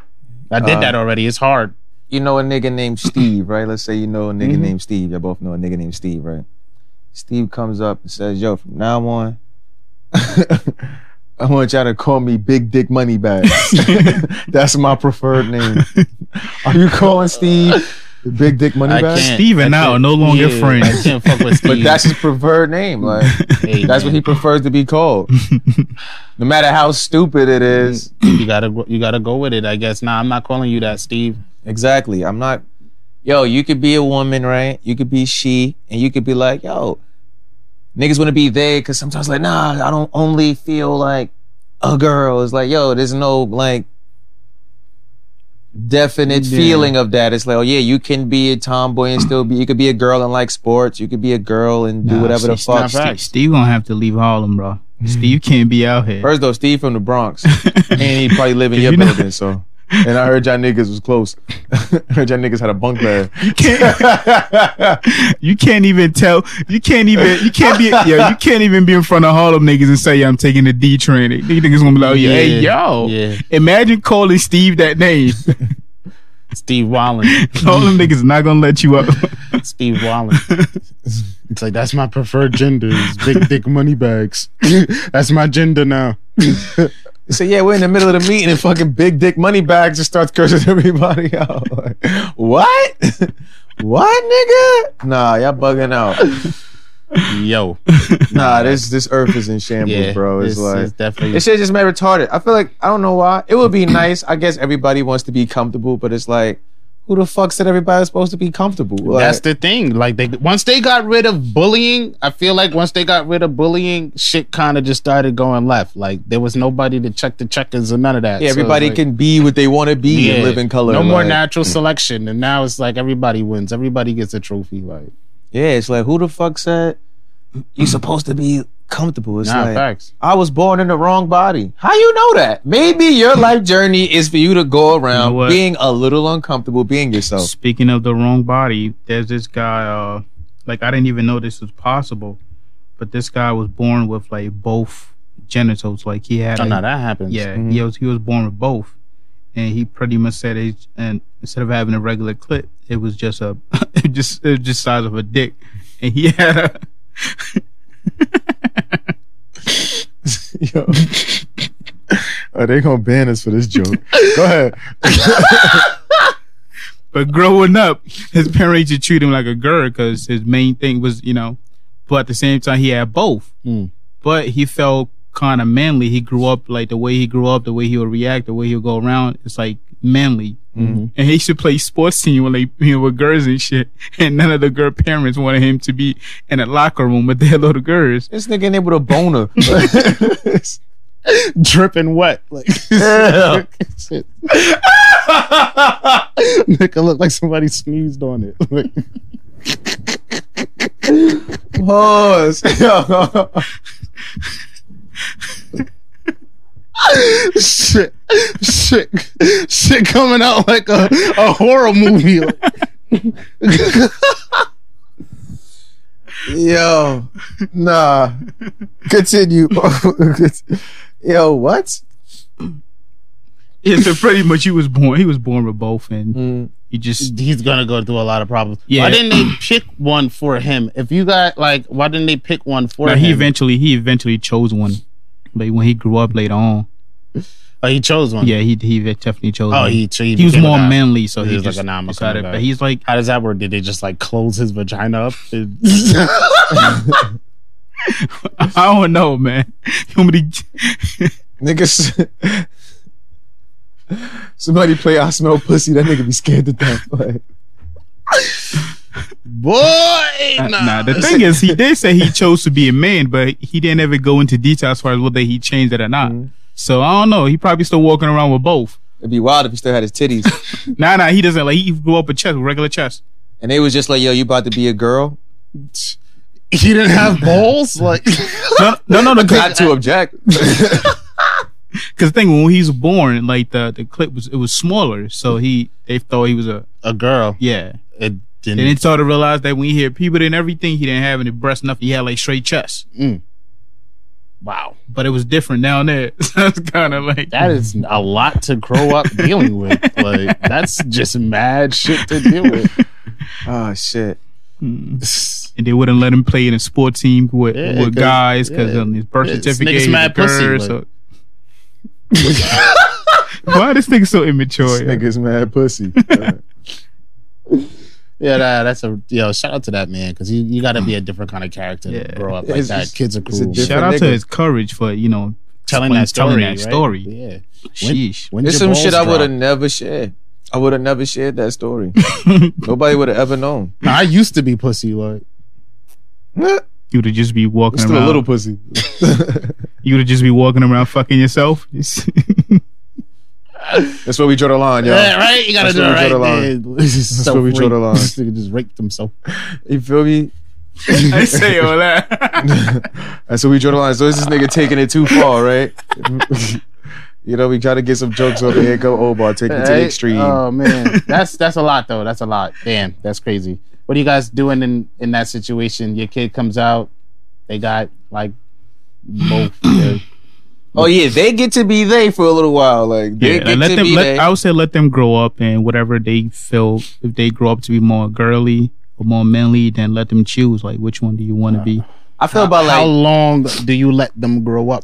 [SPEAKER 3] I did
[SPEAKER 1] Uh,
[SPEAKER 3] that already. It's hard.
[SPEAKER 1] you know a nigga named Steve, right? Let's say you know a nigga
[SPEAKER 3] Mhm.
[SPEAKER 1] named Steve. Y'all both know a nigga named Steve, right? Steve comes up and says, "Yo, from now on, [LAUGHS] I want y'all to call me Big Dick Money Bag.
[SPEAKER 3] [LAUGHS]
[SPEAKER 1] That's my preferred name. Are you calling Steve Big Dick Money
[SPEAKER 3] I
[SPEAKER 1] Bag?
[SPEAKER 3] can't.
[SPEAKER 2] Steve
[SPEAKER 3] I
[SPEAKER 2] and I
[SPEAKER 3] can't-
[SPEAKER 2] are no longer
[SPEAKER 3] yeah, I
[SPEAKER 2] friends.
[SPEAKER 3] can't fuck with
[SPEAKER 1] [LAUGHS]
[SPEAKER 3] Steve.
[SPEAKER 1] But that's his preferred name. Like
[SPEAKER 3] Hey,
[SPEAKER 1] that's what he
[SPEAKER 3] man,
[SPEAKER 1] prefers to be
[SPEAKER 3] [LAUGHS]
[SPEAKER 1] called. no matter how stupid it is.
[SPEAKER 3] you gotta you gotta go with it. I guess. Nah, I'm not calling you that, Steve.
[SPEAKER 1] Exactly. I'm not. Yo, you could be a woman, right? You could be she, and you could be like, yo, niggas want to be they, because sometimes like, nah, I don't only feel like a girl. It's like, yo, there's no like definite
[SPEAKER 2] Yeah.
[SPEAKER 1] feeling of that. It's like, oh yeah, you can be a tomboy and still be. You could be a girl and like sports. You could be a girl and do
[SPEAKER 2] Nah,
[SPEAKER 1] whatever the
[SPEAKER 3] it's not
[SPEAKER 1] fuck.
[SPEAKER 3] right.
[SPEAKER 2] Steve, Steve gonna have to leave Harlem, bro. Steve can't be out here.
[SPEAKER 1] First though, Steve from the
[SPEAKER 2] [LAUGHS]
[SPEAKER 1] Bronx, and he probably live in
[SPEAKER 2] If
[SPEAKER 1] your
[SPEAKER 2] you know-
[SPEAKER 1] building, so. And I heard y'all niggas was close. [LAUGHS] heard y'all niggas had a bunk bed.
[SPEAKER 2] You can't. [LAUGHS] you can't even tell. You can't even. You can't be. Yo, you can't even be in front of Harlem niggas and say, "Yeah, I'm taking the D train." These niggas gonna be like, yeah, "Hey, yo."
[SPEAKER 3] yeah,
[SPEAKER 2] Imagine calling Steve that name.
[SPEAKER 1] [LAUGHS]
[SPEAKER 3] Steve Wallen.
[SPEAKER 2] [LAUGHS] Harlem niggas not gonna let you up.
[SPEAKER 3] Steve
[SPEAKER 1] [LAUGHS]
[SPEAKER 3] Wallen. it's like that's my preferred gender. Is big dick money bags. [LAUGHS] that's my gender now.
[SPEAKER 1] They say, yeah, we're in the middle of the meeting and fucking big dick money bag just starts cursing [LAUGHS] everybody out. Like, what? what, nigga? Nah, y'all bugging out.
[SPEAKER 3] Yo,
[SPEAKER 1] Nah, this this earth is in shambles,
[SPEAKER 3] yeah,
[SPEAKER 1] bro. It's
[SPEAKER 3] this
[SPEAKER 1] like
[SPEAKER 3] is definitely.
[SPEAKER 1] this shit just mad retarded. I feel like I don't know why. It would be nice. I guess everybody wants to be comfortable, but it's like, who the fuck said everybody's supposed to be comfortable? Like,
[SPEAKER 3] that's the thing. Like they once they got rid of bullying, I feel like once they got rid of bullying, shit kind of just started going left. Like there was nobody to check the checkers or none of that.
[SPEAKER 1] yeah,
[SPEAKER 3] So
[SPEAKER 1] everybody
[SPEAKER 3] it's like-
[SPEAKER 1] can be what they want to be
[SPEAKER 3] Yeah,
[SPEAKER 1] and live in color.
[SPEAKER 3] No more
[SPEAKER 1] like-
[SPEAKER 3] natural selection, and now it's like everybody wins. Everybody gets a trophy. Like
[SPEAKER 1] Yeah, it's like who the fuck said you supposed to be comfortable? It's
[SPEAKER 3] nah,
[SPEAKER 1] like
[SPEAKER 3] facts.
[SPEAKER 1] I was born in the wrong body. How you know that? Maybe
[SPEAKER 2] [LAUGHS]
[SPEAKER 1] your life journey is for you to go around
[SPEAKER 2] You know what?
[SPEAKER 1] being a little uncomfortable being yourself.
[SPEAKER 2] [LAUGHS] Speaking of the wrong body, there's this guy. Uh, like I didn't even know this was possible, but this guy was born with like both genitals. Like he had.
[SPEAKER 3] Oh
[SPEAKER 2] like,
[SPEAKER 3] no, that happens.
[SPEAKER 2] [LAUGHS] Yeah,
[SPEAKER 1] Mhm.
[SPEAKER 2] he was he was born with both, and he pretty much said it. And instead of having a regular clip, it was just a [LAUGHS] it just it was just size of a dick, and he had a.
[SPEAKER 3] [LAUGHS]
[SPEAKER 1] Yo.
[SPEAKER 3] Oh,
[SPEAKER 1] Are they gonna ban us for this joke? Go
[SPEAKER 3] [LAUGHS]
[SPEAKER 1] ahead.
[SPEAKER 2] But growing up, his parents used to treat him like a girl because his main thing was you know, but at the same time he had both.
[SPEAKER 3] Mm.
[SPEAKER 2] But he felt kind of manly. He grew up like the way he grew up, the way he would react, the way he would go around. It's like manly.
[SPEAKER 1] Mhm.
[SPEAKER 2] And he should play sports team with like [LAUGHS] you know, with girls and shit. And none of the girl parents wanted him to be in a locker room with their [LAUGHS] little girls.
[SPEAKER 1] This nigga named with a
[SPEAKER 2] [LAUGHS]
[SPEAKER 1] boner.
[SPEAKER 3] dripping wet. Like [LAUGHS]
[SPEAKER 1] Yeah.
[SPEAKER 3] shit. Nigga look like somebody sneezed on it. [LAUGHS] Like,
[SPEAKER 1] Pause. Yo.
[SPEAKER 3] shit, shit, shit coming out like a, a horror movie. [LAUGHS]
[SPEAKER 1] Yo, nah.
[SPEAKER 2] [LAUGHS]
[SPEAKER 1] Continue. [LAUGHS] Yo, what?
[SPEAKER 2] Yeah, so pretty much he was born. He was born with both, and he just
[SPEAKER 3] He's gonna go through a lot of problems.
[SPEAKER 2] Yeah.
[SPEAKER 3] Why didn't they [CLEARS THROAT] pick one for him? If you got like, why didn't they pick one for
[SPEAKER 2] now,
[SPEAKER 3] him?
[SPEAKER 2] he eventually he eventually chose one. Like when he grew up later on,
[SPEAKER 3] oh, he chose one.
[SPEAKER 2] yeah, he he definitely chose.
[SPEAKER 3] Oh,
[SPEAKER 2] one.
[SPEAKER 3] he so
[SPEAKER 2] he was
[SPEAKER 3] became a
[SPEAKER 2] more
[SPEAKER 3] guy.
[SPEAKER 2] manly, so
[SPEAKER 3] He
[SPEAKER 2] he,
[SPEAKER 3] was like
[SPEAKER 2] just
[SPEAKER 3] a nah, I'm a
[SPEAKER 2] decided.
[SPEAKER 3] guy.
[SPEAKER 2] But he's like, [LAUGHS]
[SPEAKER 3] How does that work? Did they just like close his vagina [LAUGHS] up? And-
[SPEAKER 2] I don't know, man. [LAUGHS] You want me to-
[SPEAKER 1] Niggas. [LAUGHS] Somebody play I Smell Pussy. That nigga be scared to death. Like,
[SPEAKER 3] Boy,
[SPEAKER 2] Uh,
[SPEAKER 3] nah.
[SPEAKER 2] nah, the thing is, he did say he chose to be a man, but he didn't ever go into detail as far as whether he changed it or not.
[SPEAKER 3] Mm.
[SPEAKER 1] Mhm.
[SPEAKER 2] So I don't know. He probably still walking around with both.
[SPEAKER 4] It'd be wild if he still had
[SPEAKER 2] [LAUGHS]
[SPEAKER 4] his titties.
[SPEAKER 2] Nah, nah, he doesn't like. He grew up with chest, with regular chest.
[SPEAKER 4] and they was just like, yo, you about to be a girl?
[SPEAKER 3] [LAUGHS] he didn't have [LAUGHS] balls. Like,
[SPEAKER 2] No,
[SPEAKER 1] [LAUGHS]
[SPEAKER 2] no, no. no, 'cause-
[SPEAKER 4] Not to
[SPEAKER 2] [LAUGHS]
[SPEAKER 4] object.
[SPEAKER 2] Because the thing when he was born, like the the clip was it was smaller, so he they thought he was a
[SPEAKER 3] a girl.
[SPEAKER 2] yeah.
[SPEAKER 3] It didn't.
[SPEAKER 2] Then they started to realize that when he had puberty and everything, he didn't have any breast enough. He had like straight chest,
[SPEAKER 3] wow,
[SPEAKER 2] but it was different down there. [LAUGHS] So it's kind of like
[SPEAKER 3] that is a lot to grow up dealing with. Like, that's just mad shit to deal with.
[SPEAKER 1] oh, shit.
[SPEAKER 3] [LAUGHS]
[SPEAKER 2] and they wouldn't let him play in a sport team with,
[SPEAKER 3] Yeah,
[SPEAKER 2] with
[SPEAKER 3] 'cause-
[SPEAKER 2] guys because
[SPEAKER 3] yeah,
[SPEAKER 2] on his birth
[SPEAKER 3] yeah, this
[SPEAKER 2] certificate
[SPEAKER 3] nigga's
[SPEAKER 2] he's a
[SPEAKER 3] mad
[SPEAKER 2] girl,
[SPEAKER 3] pussy, like-
[SPEAKER 2] so- [LAUGHS] Why this nigga so immature?
[SPEAKER 1] This nigga's mad pussy.
[SPEAKER 3] [LAUGHS] yeah, nah, that's a yo. Shout out to that man because you, you got to be a different kind of character
[SPEAKER 2] Yeah.
[SPEAKER 3] to grow up like
[SPEAKER 1] It's-
[SPEAKER 3] that.
[SPEAKER 1] it's-
[SPEAKER 3] Kids are
[SPEAKER 1] it's a
[SPEAKER 3] cool.
[SPEAKER 1] different-
[SPEAKER 2] Shout out to
[SPEAKER 1] nigga.
[SPEAKER 2] his courage for you know
[SPEAKER 3] telling
[SPEAKER 2] when
[SPEAKER 3] that story.
[SPEAKER 2] telling that
[SPEAKER 3] right?
[SPEAKER 2] story.
[SPEAKER 3] Yeah.
[SPEAKER 2] Sheesh.
[SPEAKER 3] When
[SPEAKER 4] There's
[SPEAKER 3] your
[SPEAKER 4] some shit
[SPEAKER 3] balls
[SPEAKER 4] I would have
[SPEAKER 3] drop.
[SPEAKER 4] never shared. I would have never shared that story.
[SPEAKER 3] [LAUGHS]
[SPEAKER 4] Nobody would have ever known.
[SPEAKER 3] Nah, I used to be pussy. Like,
[SPEAKER 2] You would just be walking
[SPEAKER 1] Still
[SPEAKER 2] around.
[SPEAKER 1] a little
[SPEAKER 4] [LAUGHS]
[SPEAKER 1] pussy.
[SPEAKER 2] you would just be walking around fucking yourself. [LAUGHS] Just-
[SPEAKER 1] That's where we draw the line, y'all.
[SPEAKER 3] yeah, right. You gotta
[SPEAKER 1] That's
[SPEAKER 3] do it
[SPEAKER 1] where we
[SPEAKER 3] right.
[SPEAKER 1] draw the line.
[SPEAKER 3] there. [LAUGHS] That's
[SPEAKER 1] where we draw the line.
[SPEAKER 3] This nigga just raped himself.
[SPEAKER 1] [LAUGHS] You feel me?
[SPEAKER 2] I say all that.
[SPEAKER 1] That's where we draw the line. So is this nigga taking it too far, right?
[SPEAKER 4] [LAUGHS]
[SPEAKER 1] you know, we gotta get some jokes over here. Go Obar, take it to the
[SPEAKER 3] Right?
[SPEAKER 1] extreme. [LAUGHS]
[SPEAKER 3] Oh man, that's that's a lot though. That's a lot. Damn, that's crazy. What are you guys doing in in that situation? Your kid comes out, they got like
[SPEAKER 1] [CLEARS THROAT]
[SPEAKER 3] both. their-
[SPEAKER 4] Oh yeah, they get to be they for a little while. Like they
[SPEAKER 2] yeah,
[SPEAKER 4] get
[SPEAKER 2] and let
[SPEAKER 4] to
[SPEAKER 2] them.
[SPEAKER 4] be
[SPEAKER 2] Let,
[SPEAKER 4] they.
[SPEAKER 2] I would say let them grow up and whatever they feel. If they grow up to be more girly or more manly, then let them choose. Like which one do you want to be?
[SPEAKER 4] I feel about
[SPEAKER 3] How
[SPEAKER 4] like
[SPEAKER 3] long do you let them grow up?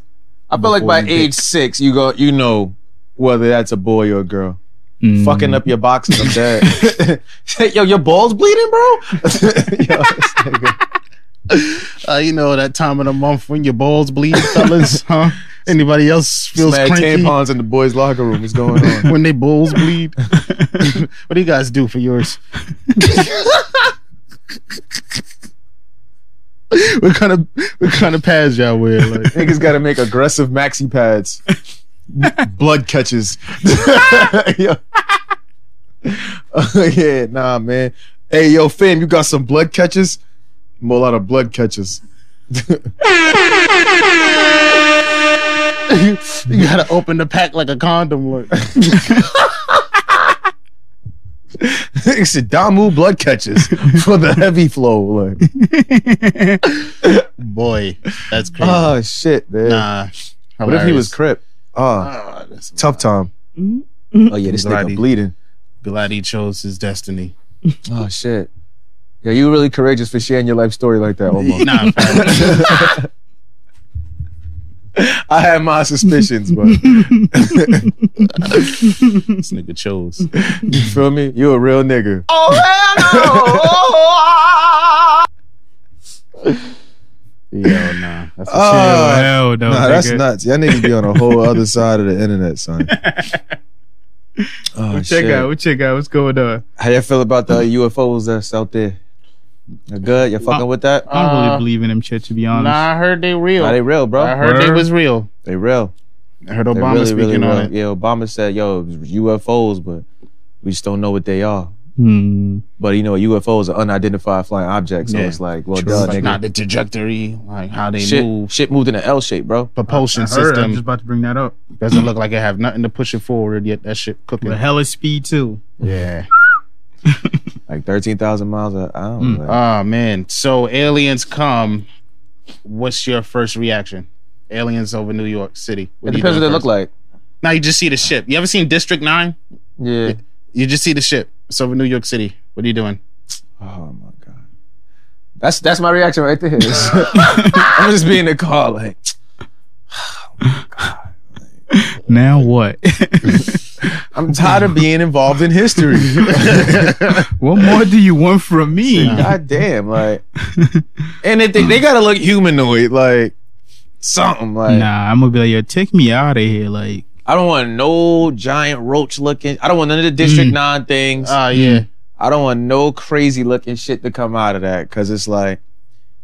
[SPEAKER 4] I feel like by
[SPEAKER 3] before you
[SPEAKER 4] age six, you go you know whether that's a boy or a girl.
[SPEAKER 2] Mm.
[SPEAKER 4] Fucking up your boxes, I'm dead. [LAUGHS] Yo, your balls bleeding,
[SPEAKER 1] [LAUGHS]
[SPEAKER 4] bro?
[SPEAKER 3] Uh, you know that time of the month when your balls [LAUGHS] bleed, fellas, huh? Anybody else feels
[SPEAKER 1] Smack
[SPEAKER 3] cranky
[SPEAKER 1] tampons in the boys' locker room. What's going on?
[SPEAKER 3] [LAUGHS] when they balls [LAUGHS] bleed? what do you guys do for yours? [LAUGHS] what kind of what kind of pads y'all wear? [LAUGHS] Like,
[SPEAKER 1] Niggas gotta make aggressive maxi pads. Blood catches. [LAUGHS] Yo. [LAUGHS] Oh, yeah, nah, man. Hey, yo, fam, you got some blood catches? I'm a lot of blood catches. [LAUGHS]
[SPEAKER 3] you, you gotta open the pack like a condom. Look.
[SPEAKER 1] it's a Damu blood catches [LAUGHS] for the heavy flow. Like,
[SPEAKER 4] [LAUGHS]
[SPEAKER 3] Boy, that's crazy.
[SPEAKER 1] oh shit, man.
[SPEAKER 3] nah.
[SPEAKER 1] what if he was
[SPEAKER 3] hilarious.
[SPEAKER 1] crip? Oh,
[SPEAKER 3] Ah, that's-
[SPEAKER 1] tough time.
[SPEAKER 4] Oh yeah, this
[SPEAKER 3] Glad
[SPEAKER 4] nigga
[SPEAKER 3] he-
[SPEAKER 4] bleeding.
[SPEAKER 3] Glad he chose his [LAUGHS] destiny.
[SPEAKER 4] Oh shit.
[SPEAKER 1] Yeah, you really courageous for sharing your life story like that,
[SPEAKER 2] [LAUGHS]
[SPEAKER 1] Omar.
[SPEAKER 3] Nah, fam.
[SPEAKER 1] I had my suspicions,
[SPEAKER 2] [LAUGHS]
[SPEAKER 1] but you
[SPEAKER 3] this nigga chose.
[SPEAKER 1] feel me? You a real
[SPEAKER 2] [LAUGHS]
[SPEAKER 1] nigga.
[SPEAKER 3] Yo, nah. That's a
[SPEAKER 1] Oh,
[SPEAKER 2] Hell no,
[SPEAKER 1] Nah, that's
[SPEAKER 2] nigga.
[SPEAKER 1] nuts. Y'all niggas be on a whole other side of the internet,
[SPEAKER 2] [LAUGHS]
[SPEAKER 1] son. Oh,
[SPEAKER 2] What check
[SPEAKER 1] shit.
[SPEAKER 2] out. What check out. What's going on?
[SPEAKER 4] How you feel about the UFOs that's out there? You good? You fucking with that?
[SPEAKER 2] I don't really
[SPEAKER 3] Uh,
[SPEAKER 2] believe in them shit to be honest.
[SPEAKER 3] Nah, I heard they real.
[SPEAKER 4] Are they real, bro?
[SPEAKER 3] I heard they
[SPEAKER 2] Word.
[SPEAKER 3] was real.
[SPEAKER 4] They real.
[SPEAKER 3] I heard
[SPEAKER 4] They
[SPEAKER 3] Obama
[SPEAKER 4] really,
[SPEAKER 3] speaking
[SPEAKER 4] really
[SPEAKER 3] on
[SPEAKER 4] real.
[SPEAKER 3] it.
[SPEAKER 4] Yeah, Obama said, "Yo, it was UFOs, but we just don't know what they are."
[SPEAKER 2] Hmm.
[SPEAKER 1] But you know, a UFO is an unidentified flying object, so
[SPEAKER 3] Yeah.
[SPEAKER 1] it's like, well,
[SPEAKER 2] True.
[SPEAKER 1] duh,
[SPEAKER 2] It's
[SPEAKER 3] like
[SPEAKER 1] nigga.
[SPEAKER 3] not the trajectory, like how they
[SPEAKER 1] shit,
[SPEAKER 3] move,
[SPEAKER 1] shit moved in an L shape, bro.
[SPEAKER 3] propulsion
[SPEAKER 2] I heard, I'm
[SPEAKER 3] system
[SPEAKER 2] just about to bring that up.
[SPEAKER 3] doesn't look like it have nothing to push it forward. Yet that shit cooking.
[SPEAKER 2] But hella speed too.
[SPEAKER 3] Yeah.
[SPEAKER 1] Like thirteen thousand miles an hour. Like,
[SPEAKER 3] Oh man. So aliens come. What's your first reaction? Aliens over New York City.
[SPEAKER 4] It depends what they look like.
[SPEAKER 3] Now you just see the ship. You ever seen District Nine?
[SPEAKER 4] Yeah.
[SPEAKER 3] You just see the ship. It's over New York City. What are
[SPEAKER 2] [LAUGHS]
[SPEAKER 3] you doing?
[SPEAKER 1] oh my god.
[SPEAKER 4] That's that's my reaction
[SPEAKER 1] [LAUGHS]
[SPEAKER 4] right there. I'm just being the car like
[SPEAKER 2] Now what? [LAUGHS]
[SPEAKER 1] I'm tired of being involved in history.
[SPEAKER 2] what more do you want from me?
[SPEAKER 1] god damn, like, and they they gotta look humanoid, like something. Like
[SPEAKER 2] Nah, I'm gonna be like, yo, take me out of here. Like,
[SPEAKER 1] I don't want no giant roach looking. I don't want none of the District
[SPEAKER 2] Mm.
[SPEAKER 1] Nine things.
[SPEAKER 3] Oh yeah.
[SPEAKER 1] I don't want no crazy looking shit to come out of that because it's like,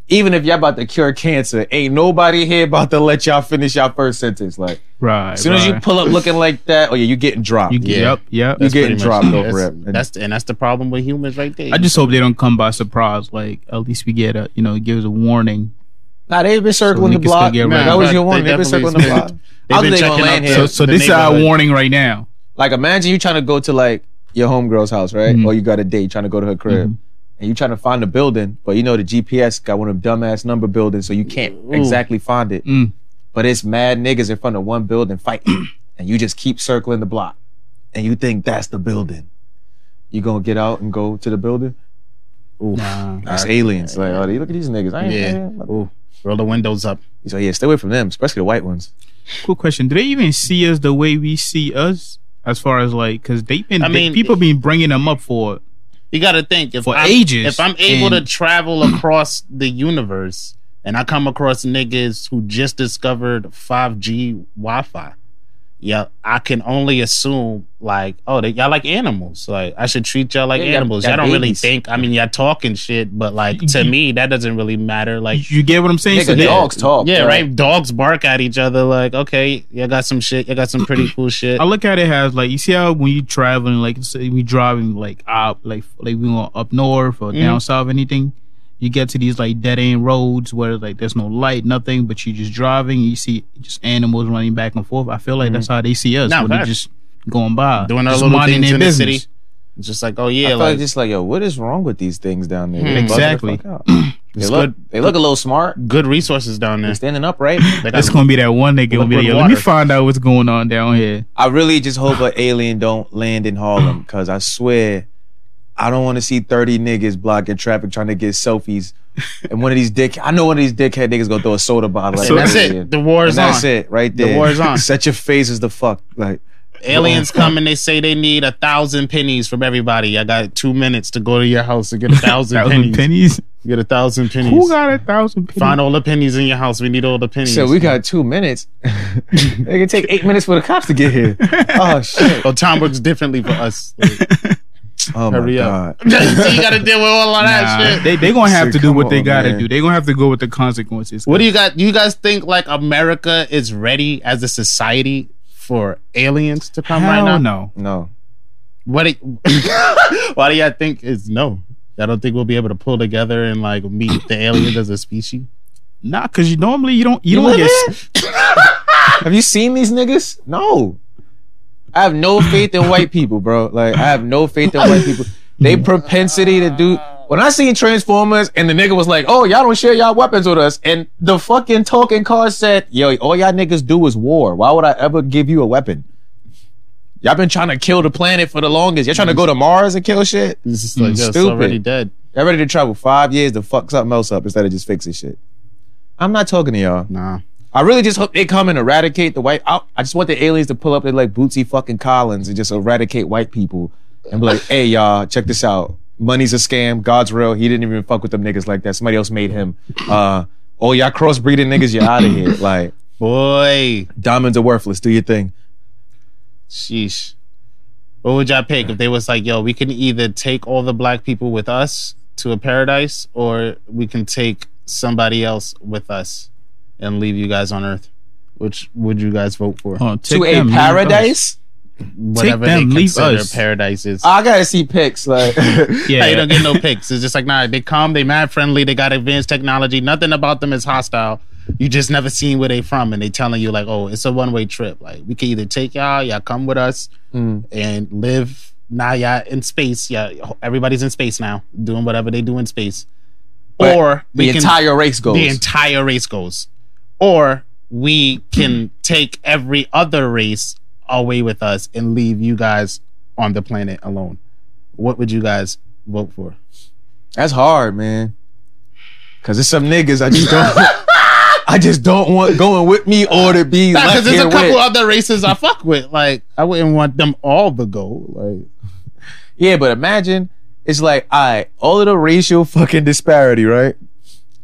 [SPEAKER 1] even if y'all about to cure cancer, ain't nobody here about to let y'all finish y'all first sentence. Like,
[SPEAKER 2] right.
[SPEAKER 1] as soon as you
[SPEAKER 2] right.
[SPEAKER 1] pull up looking like that, oh yeah, you getting dropped.
[SPEAKER 2] You-
[SPEAKER 3] Yeah.
[SPEAKER 2] Yep, yep.
[SPEAKER 1] You getting
[SPEAKER 3] pretty much-
[SPEAKER 1] dropped over
[SPEAKER 3] that's,
[SPEAKER 1] it.
[SPEAKER 3] That's and that's the problem with humans right there.
[SPEAKER 2] I just hope they don't come by surprise. Like, at least we get a, you know, give us a warning.
[SPEAKER 1] nah, they've been circling
[SPEAKER 2] So
[SPEAKER 1] the
[SPEAKER 2] niggas
[SPEAKER 1] block.
[SPEAKER 2] can get
[SPEAKER 1] Man,
[SPEAKER 2] around.
[SPEAKER 1] that was
[SPEAKER 3] They
[SPEAKER 1] your one. They've been
[SPEAKER 3] definitely
[SPEAKER 1] circling the
[SPEAKER 3] been-
[SPEAKER 1] block.
[SPEAKER 3] They've
[SPEAKER 1] How
[SPEAKER 3] been
[SPEAKER 1] they gonna
[SPEAKER 3] checking out
[SPEAKER 1] land
[SPEAKER 3] the-
[SPEAKER 1] here?
[SPEAKER 2] So, so
[SPEAKER 3] the
[SPEAKER 2] this is our
[SPEAKER 3] neighborhood.
[SPEAKER 2] warning right now.
[SPEAKER 1] Like, imagine you trying to go to like your homegirl's house, right?
[SPEAKER 3] Mm-hmm.
[SPEAKER 1] Or you got a date trying to go to her crib. And you trying to find the building, but you know the GPS got one of them dumbass number buildings, so you can't exactly find it.
[SPEAKER 2] Mm.
[SPEAKER 1] But it's mad niggas in front of one building
[SPEAKER 3] [CLEARS THROAT]
[SPEAKER 1] fighting, and you just keep circling the block, and you think that's the building. You gonna get out and go to the building?
[SPEAKER 2] Nah.
[SPEAKER 1] That's aliens. Like, oh, look at these niggas. I ain't,
[SPEAKER 3] yeah. Ooh, roll the windows up.
[SPEAKER 1] So yeah, stay away from them, especially the white ones.
[SPEAKER 2] Cool question. Do they even see us the way we see us? As far as like, because they've been,
[SPEAKER 3] I
[SPEAKER 2] they-
[SPEAKER 3] mean-
[SPEAKER 2] people been bringing them up for it.
[SPEAKER 3] You got to think if
[SPEAKER 2] For
[SPEAKER 3] I'm,
[SPEAKER 2] ages,
[SPEAKER 3] If I'm able
[SPEAKER 2] and- [CLEARS THROAT]
[SPEAKER 3] to travel across the universe and I come across niggas who just discovered 5G Wi-Fi, yeah, I can only assume like, oh, they, y'all like animals. Like I should treat y'all like
[SPEAKER 1] Yeah, y'all-
[SPEAKER 3] animals.
[SPEAKER 1] y'all
[SPEAKER 3] Y'all, don't really
[SPEAKER 1] babies.
[SPEAKER 3] think. I mean, y'all talking shit, but like to me, that doesn't really matter. Like.
[SPEAKER 2] You get what I'm saying?
[SPEAKER 1] Nigga,
[SPEAKER 2] they-
[SPEAKER 1] dogs talk.
[SPEAKER 3] Yeah,
[SPEAKER 1] bro.
[SPEAKER 3] right. Dogs bark at each other. Like, okay, y'all got some shit. Y'all got some pretty cool shit.
[SPEAKER 2] I look at it as like you see how when you traveling, like say we driving like up, like like we going up north or
[SPEAKER 3] Mm-hmm.
[SPEAKER 2] down south, anything. You get to these like dead end roads where like there's no light, nothing, but you just driving. you see just animals running back and forth. I feel like that's how they see us.
[SPEAKER 3] Mm-hmm. Nah,
[SPEAKER 2] when they
[SPEAKER 3] facts.
[SPEAKER 2] just going by,
[SPEAKER 3] Doing our
[SPEAKER 2] just
[SPEAKER 3] little
[SPEAKER 2] minding
[SPEAKER 3] things
[SPEAKER 2] their
[SPEAKER 3] in the city.
[SPEAKER 2] business.
[SPEAKER 3] It's just like, oh
[SPEAKER 1] I
[SPEAKER 3] yeah,
[SPEAKER 1] feel
[SPEAKER 3] like
[SPEAKER 1] like just like yo, what is wrong with these things down there? They bugging the
[SPEAKER 2] Exactly.
[SPEAKER 1] fuck
[SPEAKER 3] [CLEARS THROAT]
[SPEAKER 1] out. They look,
[SPEAKER 3] good.
[SPEAKER 1] they look a little smart.
[SPEAKER 3] good resources down there.
[SPEAKER 1] They're standing
[SPEAKER 3] [CLEARS THROAT]
[SPEAKER 1] upright.
[SPEAKER 3] They got
[SPEAKER 2] That's gonna be that one nigga. Gonna be like,
[SPEAKER 3] Liquid
[SPEAKER 2] "Yo, Let me
[SPEAKER 3] water.
[SPEAKER 2] find out what's going on down here.
[SPEAKER 1] I really just hope an alien don't land in Harlem because I swear I don't want to see 30 niggas blocking traffic trying to get selfies. And one of these dick, I know one of these dickhead niggas gonna throw a soda bottle at
[SPEAKER 3] And that's
[SPEAKER 1] an
[SPEAKER 3] it.
[SPEAKER 1] alien.
[SPEAKER 3] The war is
[SPEAKER 1] And that's
[SPEAKER 3] on.
[SPEAKER 1] it, right
[SPEAKER 3] The
[SPEAKER 1] there.
[SPEAKER 3] war is
[SPEAKER 1] [LAUGHS]
[SPEAKER 3] on.
[SPEAKER 1] Set your faces the fuck. Like,
[SPEAKER 3] Aliens come and they say they need a thousand pennies from everybody. I got two minutes to go to your house and get a thousand
[SPEAKER 2] Thousand
[SPEAKER 3] pennies.
[SPEAKER 2] pennies.
[SPEAKER 3] Get a thousand pennies.
[SPEAKER 2] Who got a thousand pennies?
[SPEAKER 3] Find all the pennies in your house. We need all the pennies.
[SPEAKER 1] so we got two minutes. [LAUGHS] it can take eight minutes for the cops to get
[SPEAKER 3] [LAUGHS]
[SPEAKER 1] here. Oh shit.
[SPEAKER 3] Oh, time works differently for us. [LAUGHS]
[SPEAKER 1] Oh my
[SPEAKER 3] Hurry
[SPEAKER 1] god.
[SPEAKER 3] up. so you got to deal with all of that
[SPEAKER 2] Nah,
[SPEAKER 3] shit.
[SPEAKER 2] they they gonna have
[SPEAKER 1] Shit,
[SPEAKER 2] to do
[SPEAKER 1] come
[SPEAKER 2] what they
[SPEAKER 1] on,
[SPEAKER 2] gotta
[SPEAKER 1] man.
[SPEAKER 2] do. They gonna have to go with the consequences.
[SPEAKER 3] what do you got? You guys think like America is ready as a society for aliens to come
[SPEAKER 2] Hell
[SPEAKER 3] right now?
[SPEAKER 2] no.
[SPEAKER 1] No.
[SPEAKER 3] What? Do [LAUGHS] why do y'all think is no? I don't think we'll be able to pull together and like meet the aliens as a species.
[SPEAKER 2] Nah, because you normally you don't you, don't
[SPEAKER 1] live
[SPEAKER 2] get
[SPEAKER 1] there? Have you seen these niggas? No. I have no faith in white people, bro. Like I have no faith in white people. They propensity to do when I seen Transformers and the nigga was like, "Oh, y'all don't share y'all weapons with us," and the fucking talking car said, "Yo, all y'all niggas do is war. Why would I ever give you a weapon? Y'all been trying to kill the planet for the longest. Y'all trying to go to Mars and kill shit.
[SPEAKER 3] It's just
[SPEAKER 2] Mm,
[SPEAKER 3] like yo, it's
[SPEAKER 1] Stupid.
[SPEAKER 3] already dead.
[SPEAKER 1] Y'all ready to travel five years to fuck something else up instead of just fixing shit. I'm not talking to y'all.
[SPEAKER 3] Nah.
[SPEAKER 1] I really just hope they come and eradicate the white. I, I just want the aliens to pull up their like Bootsy fucking Collins and just eradicate white people and
[SPEAKER 2] [LAUGHS]
[SPEAKER 1] be like, hey, y'all, check this out. Money's a scam. God's real. He didn't even fuck with them niggas like that. Somebody else made him. Uh, oh, y'all crossbreeding niggas, you're out of
[SPEAKER 2] [LAUGHS]
[SPEAKER 1] here. Like,
[SPEAKER 3] Boy,
[SPEAKER 1] diamonds are worthless. Do your thing.
[SPEAKER 3] sheesh. What would y'all pick if they was like, yo, we can either take all the black people with us to a paradise, or we can take somebody else with us and leave you guys on Earth? Which would you guys vote for?
[SPEAKER 2] Oh,
[SPEAKER 1] to
[SPEAKER 2] take
[SPEAKER 1] a
[SPEAKER 2] them, man.
[SPEAKER 1] paradise?
[SPEAKER 3] whatever
[SPEAKER 2] them,
[SPEAKER 3] they
[SPEAKER 2] leave
[SPEAKER 3] consider
[SPEAKER 2] us.
[SPEAKER 3] paradise is.
[SPEAKER 4] I gotta see pics. Like,
[SPEAKER 2] Yeah.
[SPEAKER 3] [LAUGHS] Like, you don't get no pics. It's just like nah. They come. They mad friendly. They got advanced technology. Nothing about them is hostile. You just never seen where they from, and they telling you like, oh, it's a one way trip. Like we can either take y'all, y'all come with us,
[SPEAKER 4] Mm.
[SPEAKER 3] and live. Now y'all in space. Yeah, everybody's in space now, doing whatever they do in space.
[SPEAKER 4] But
[SPEAKER 3] or we
[SPEAKER 4] the
[SPEAKER 3] can-
[SPEAKER 4] entire race goes.
[SPEAKER 3] the entire race goes. Or we
[SPEAKER 1] Hmm.
[SPEAKER 3] can take every other race away with us and leave you guys on the planet alone. What would you guys vote for?
[SPEAKER 1] [LAUGHS] That's hard, man. Cause there's some niggas I just
[SPEAKER 2] [LAUGHS]
[SPEAKER 1] don't I just don't want going with me or to be
[SPEAKER 3] Because
[SPEAKER 1] left
[SPEAKER 3] there's
[SPEAKER 1] here
[SPEAKER 3] a couple
[SPEAKER 1] with.
[SPEAKER 3] other races I fuck with. Like I wouldn't want them all to go. Like
[SPEAKER 1] Yeah, but imagine it's like, all right, all of the racial fucking disparity, right?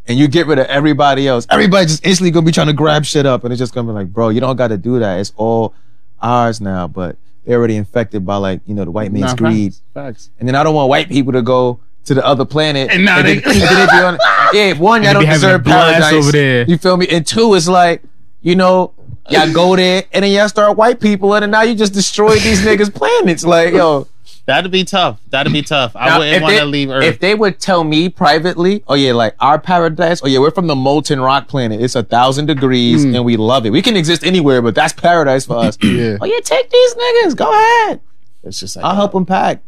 [SPEAKER 1] And you get rid of everybody else. Everybody just instantly gonna be trying to grab shit up, and it's just gonna be like, bro, you don't got to do that. It's all ours now. But they're already infected by like, you know, the white man's
[SPEAKER 3] nah,
[SPEAKER 1] greed.
[SPEAKER 3] facts, facts.
[SPEAKER 1] And then I don't want white people to go to the other planet.
[SPEAKER 3] And now they-
[SPEAKER 1] then- then they be
[SPEAKER 2] [LAUGHS]
[SPEAKER 1] on- yeah, one, y'all
[SPEAKER 2] And
[SPEAKER 1] don't
[SPEAKER 2] they be having a
[SPEAKER 1] deserve
[SPEAKER 2] blast
[SPEAKER 1] paradise
[SPEAKER 2] over there.
[SPEAKER 1] You feel me? And two, it's like, you know, y'all go there, and then y'all start white people, and then now you just destroyed
[SPEAKER 2] [LAUGHS]
[SPEAKER 1] these niggas' planets. Like, yo.
[SPEAKER 3] That'd be tough. That'd be tough. I
[SPEAKER 1] Now,
[SPEAKER 3] wouldn't
[SPEAKER 1] if
[SPEAKER 3] want
[SPEAKER 1] they-
[SPEAKER 3] to leave Earth.
[SPEAKER 1] If they would tell me privately, oh yeah, like our paradise, oh yeah, we're from the molten rock planet. It's a thousand degrees
[SPEAKER 3] Hmm.
[SPEAKER 1] and we love it. We can exist anywhere, but that's paradise for us.
[SPEAKER 3] [CLEARS THROAT] Yeah.
[SPEAKER 1] Oh yeah, take these niggas. Go ahead.
[SPEAKER 3] it's just like
[SPEAKER 1] I'll help them
[SPEAKER 3] [LAUGHS]
[SPEAKER 1] pack.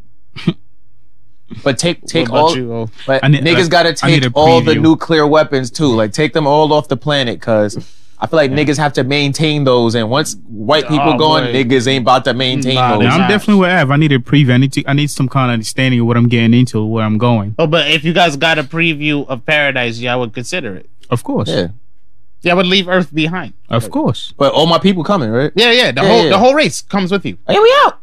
[SPEAKER 1] but take
[SPEAKER 3] What
[SPEAKER 1] take
[SPEAKER 3] about
[SPEAKER 1] all.
[SPEAKER 3] you? Oh,
[SPEAKER 1] But
[SPEAKER 2] I need-
[SPEAKER 1] niggas
[SPEAKER 2] like,
[SPEAKER 1] gotta
[SPEAKER 2] I need
[SPEAKER 1] take
[SPEAKER 2] a
[SPEAKER 1] all the
[SPEAKER 2] preview.
[SPEAKER 1] nuclear weapons too. Like take them all off the planet, cause. I feel like niggas have to maintain those, and once white people
[SPEAKER 3] Oh,
[SPEAKER 1] gone,
[SPEAKER 3] boy.
[SPEAKER 1] niggas ain't about to maintain
[SPEAKER 3] Nah,
[SPEAKER 1] those.
[SPEAKER 2] Now, I'm
[SPEAKER 3] Nah.
[SPEAKER 2] definitely with Av. I need a preview. I need to. I need some kind of understanding of what I'm getting into, where I'm going.
[SPEAKER 3] oh, but if you guys got a preview of paradise, yeah, I would consider it.
[SPEAKER 2] Of course.
[SPEAKER 1] Yeah,
[SPEAKER 3] Yeah, I would leave Earth behind.
[SPEAKER 2] Of course.
[SPEAKER 1] but all my people coming, right?
[SPEAKER 3] Yeah, yeah. The
[SPEAKER 1] Yeah,
[SPEAKER 3] whole
[SPEAKER 1] yeah.
[SPEAKER 3] the whole race comes with you.
[SPEAKER 1] Hey, we out.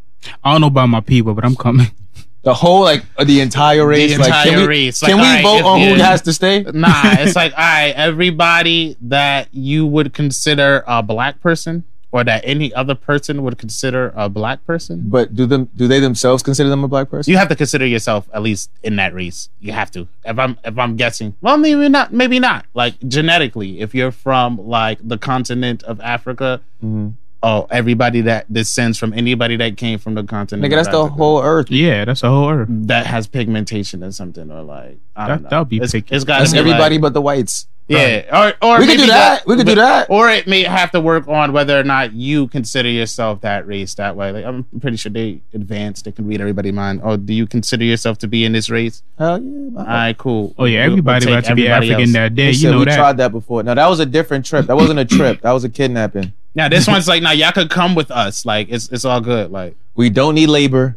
[SPEAKER 2] I don't know about my people, but I'm coming. [LAUGHS]
[SPEAKER 1] The whole like uh, the entire race. like, can
[SPEAKER 3] entire
[SPEAKER 1] we,
[SPEAKER 3] race,
[SPEAKER 1] Can
[SPEAKER 3] like,
[SPEAKER 1] we
[SPEAKER 3] alright,
[SPEAKER 1] vote
[SPEAKER 3] if-
[SPEAKER 1] on who
[SPEAKER 3] yeah.
[SPEAKER 1] has to stay?
[SPEAKER 3] Nah, it's like all right, everybody that you would consider a black person or that any other person would consider a black person.
[SPEAKER 1] But do them do they themselves consider them a black person?
[SPEAKER 3] You have to consider yourself at least in that race. You have to. If I'm if I'm guessing, well, maybe not. Maybe not. Like genetically, if you're from like the continent of Africa,
[SPEAKER 1] Mm-hmm.
[SPEAKER 3] oh, everybody that descends from anybody that came from the continent.
[SPEAKER 1] Nigga,
[SPEAKER 3] of
[SPEAKER 1] that's the
[SPEAKER 3] Africa.
[SPEAKER 1] whole earth.
[SPEAKER 2] Yeah, that's the whole earth.
[SPEAKER 3] that has pigmentation or something, or like I
[SPEAKER 2] That-
[SPEAKER 3] don't know.
[SPEAKER 2] that would be
[SPEAKER 3] It's-
[SPEAKER 2] picky.
[SPEAKER 3] It's got
[SPEAKER 1] That's everybody but the whites.
[SPEAKER 3] Yeah, or or
[SPEAKER 1] We could
[SPEAKER 3] maybe
[SPEAKER 1] do that. We could do
[SPEAKER 3] but-
[SPEAKER 1] that.
[SPEAKER 3] Or it may have to work on whether or not you consider yourself that race that way. Like I'm pretty sure they advanced. They can read everybody's mind. Oh, do you consider yourself to be in this race?
[SPEAKER 1] Hell yeah.
[SPEAKER 3] All right, cool.
[SPEAKER 2] Oh yeah,
[SPEAKER 3] We'll- we'll
[SPEAKER 2] everybody
[SPEAKER 3] take
[SPEAKER 2] about to be
[SPEAKER 3] everybody
[SPEAKER 2] African
[SPEAKER 3] else.
[SPEAKER 2] that day.
[SPEAKER 1] Listen,
[SPEAKER 2] You know
[SPEAKER 1] we
[SPEAKER 2] that.
[SPEAKER 1] tried that before. No, that was a different trip. That wasn't a trip. That was a kidnapping. [LAUGHS]
[SPEAKER 3] Now this one's like, now y'all could come with us. Like it's it's all good. Like
[SPEAKER 1] We don't need labor.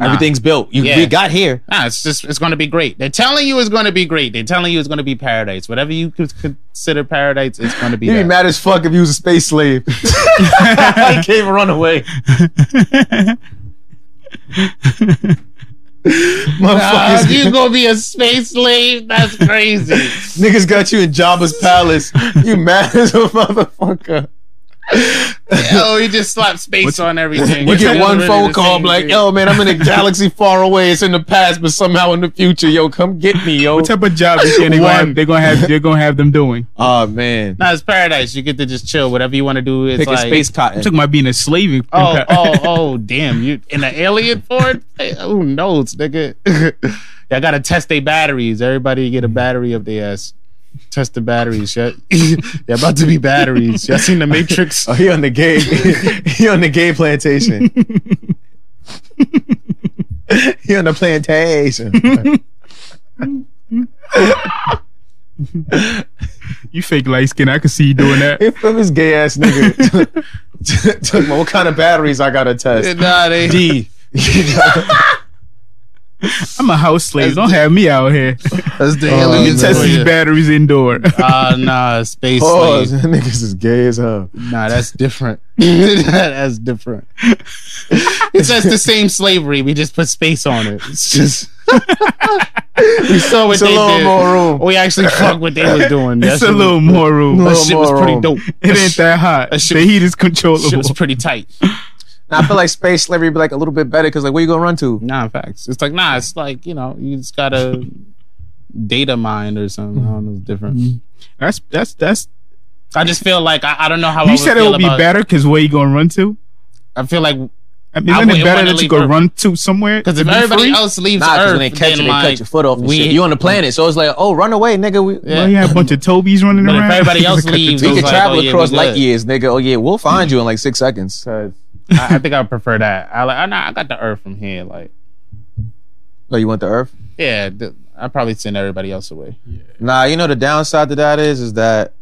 [SPEAKER 1] Everything's built. You,
[SPEAKER 3] Yeah.
[SPEAKER 1] We got here.
[SPEAKER 3] nah, it's just it's going to be great. They're telling you it's going to be great. They're telling you it's going to be paradise. Whatever you could consider paradise, it's going to be.
[SPEAKER 1] You'd be
[SPEAKER 3] that.
[SPEAKER 1] mad as fuck if you was a space slave. [LAUGHS] I can't run away.
[SPEAKER 3] Nah,
[SPEAKER 1] Motherfuckers, [LAUGHS]
[SPEAKER 3] you gonna be a space slave? That's crazy.
[SPEAKER 1] niggas got you in Jabba's palace. You mad as a motherfucker.
[SPEAKER 3] oh, he just slapped space on everything.
[SPEAKER 1] You
[SPEAKER 3] It's
[SPEAKER 1] get one
[SPEAKER 3] literally
[SPEAKER 1] phone
[SPEAKER 3] the
[SPEAKER 1] call,
[SPEAKER 3] same
[SPEAKER 1] be like,
[SPEAKER 3] thing.
[SPEAKER 1] yo, man, I'm in a
[SPEAKER 3] [LAUGHS]
[SPEAKER 1] galaxy far away. It's in the past, but somehow in the future, yo, come get me, yo.
[SPEAKER 2] What type of job you think they're gonna
[SPEAKER 3] [LAUGHS] One.
[SPEAKER 2] have, they're gonna have they're gonna have them doing?
[SPEAKER 1] Oh, man.
[SPEAKER 3] Nah, it's paradise. You get to just chill, whatever you want to do. It's
[SPEAKER 1] Pick
[SPEAKER 3] like
[SPEAKER 1] a space
[SPEAKER 2] I'm
[SPEAKER 1] cotton.
[SPEAKER 2] talking about being a slave. in-
[SPEAKER 3] Oh,
[SPEAKER 2] in- [LAUGHS]
[SPEAKER 3] oh, oh, damn! You in an alien form? Hey, Who knows, nigga? [LAUGHS] I gotta test their batteries. Everybody get a battery up their ass. Test the batteries. [LAUGHS] Yeah, They're about to be batteries. Y'all seen the
[SPEAKER 1] [LAUGHS]
[SPEAKER 3] Matrix?
[SPEAKER 1] Oh, he on the gay, he on the gay [LAUGHS] plantation. he on the [LAUGHS] plantation.
[SPEAKER 2] you fake light skin. I can see you
[SPEAKER 1] [LAUGHS]
[SPEAKER 2] doing that.
[SPEAKER 1] if this gay ass nigga [LAUGHS] took my, what kind of batteries I gotta test?
[SPEAKER 3] nah, they.
[SPEAKER 1] D.
[SPEAKER 2] I'm a house slave. Don't have me out here.
[SPEAKER 3] That's the
[SPEAKER 1] Oh,
[SPEAKER 2] Let me
[SPEAKER 1] man.
[SPEAKER 2] test these batteries indoor.
[SPEAKER 3] Ah, nah, space.
[SPEAKER 1] Pause. [LAUGHS]
[SPEAKER 3] slave.
[SPEAKER 1] Niggas is gay as hell.
[SPEAKER 3] Nah, that's different. [LAUGHS] that's different. It's just the same slavery. We just put space on it. It's just [LAUGHS] we saw what
[SPEAKER 1] It's a
[SPEAKER 3] they
[SPEAKER 1] little
[SPEAKER 3] did.
[SPEAKER 1] more room.
[SPEAKER 3] We actually fucked what they was
[SPEAKER 2] [LAUGHS]
[SPEAKER 3] doing.
[SPEAKER 2] it's a
[SPEAKER 3] That shit
[SPEAKER 2] little more room.
[SPEAKER 1] No.
[SPEAKER 3] Was,
[SPEAKER 1] little
[SPEAKER 3] that shit was
[SPEAKER 1] more
[SPEAKER 3] pretty
[SPEAKER 1] room.
[SPEAKER 3] dope.
[SPEAKER 2] It ain't that hot. the heat is
[SPEAKER 3] That shit was
[SPEAKER 2] controllable.
[SPEAKER 3] pretty tight.
[SPEAKER 1] Now, I feel like space slavery be like a little bit better because like where you gonna run to?
[SPEAKER 3] Nah, facts. It's like nah. It's like you know, you just gotta data mine or something. I don't know. It's
[SPEAKER 2] Mm-hmm.
[SPEAKER 3] different.
[SPEAKER 2] That's that's that's.
[SPEAKER 3] I just feel like I, I don't know how I
[SPEAKER 2] You
[SPEAKER 3] would
[SPEAKER 2] said it
[SPEAKER 3] feel
[SPEAKER 2] would be
[SPEAKER 3] about-
[SPEAKER 2] better because where you gonna run to?
[SPEAKER 3] I feel like
[SPEAKER 2] I mean,
[SPEAKER 3] I
[SPEAKER 2] isn't it
[SPEAKER 3] wouldn't
[SPEAKER 2] better
[SPEAKER 3] wanna
[SPEAKER 2] that you
[SPEAKER 3] leave
[SPEAKER 2] could
[SPEAKER 3] Earth.
[SPEAKER 2] run to somewhere?
[SPEAKER 3] because if
[SPEAKER 2] to be
[SPEAKER 3] everybody
[SPEAKER 2] free?
[SPEAKER 3] else leaves
[SPEAKER 1] Nah, because when
[SPEAKER 3] Earth,
[SPEAKER 1] they catch
[SPEAKER 3] then
[SPEAKER 1] you, they
[SPEAKER 3] like,
[SPEAKER 1] cut your foot off. And
[SPEAKER 3] we-
[SPEAKER 1] shit. You on the planet, so it's like, oh, run away, nigga. We,
[SPEAKER 2] Well, yeah, a bunch of Tobys running
[SPEAKER 3] But if
[SPEAKER 2] around.
[SPEAKER 3] everybody else
[SPEAKER 1] [LAUGHS]
[SPEAKER 2] Cut the
[SPEAKER 3] leaves,
[SPEAKER 1] we
[SPEAKER 3] those
[SPEAKER 1] can
[SPEAKER 2] toes.
[SPEAKER 3] like,
[SPEAKER 1] travel
[SPEAKER 3] oh, yeah,
[SPEAKER 1] across
[SPEAKER 3] we
[SPEAKER 1] light
[SPEAKER 3] good.
[SPEAKER 1] years, nigga. Oh yeah, we'll
[SPEAKER 3] [LAUGHS]
[SPEAKER 1] find you in like six seconds.
[SPEAKER 3] Cause I, I think I would prefer that. I like, I know I got the Earth from here. Like,
[SPEAKER 1] Oh, you want the Earth?
[SPEAKER 3] yeah, th- I probably send everybody else away.
[SPEAKER 1] Nah, you know the downside to that is, is that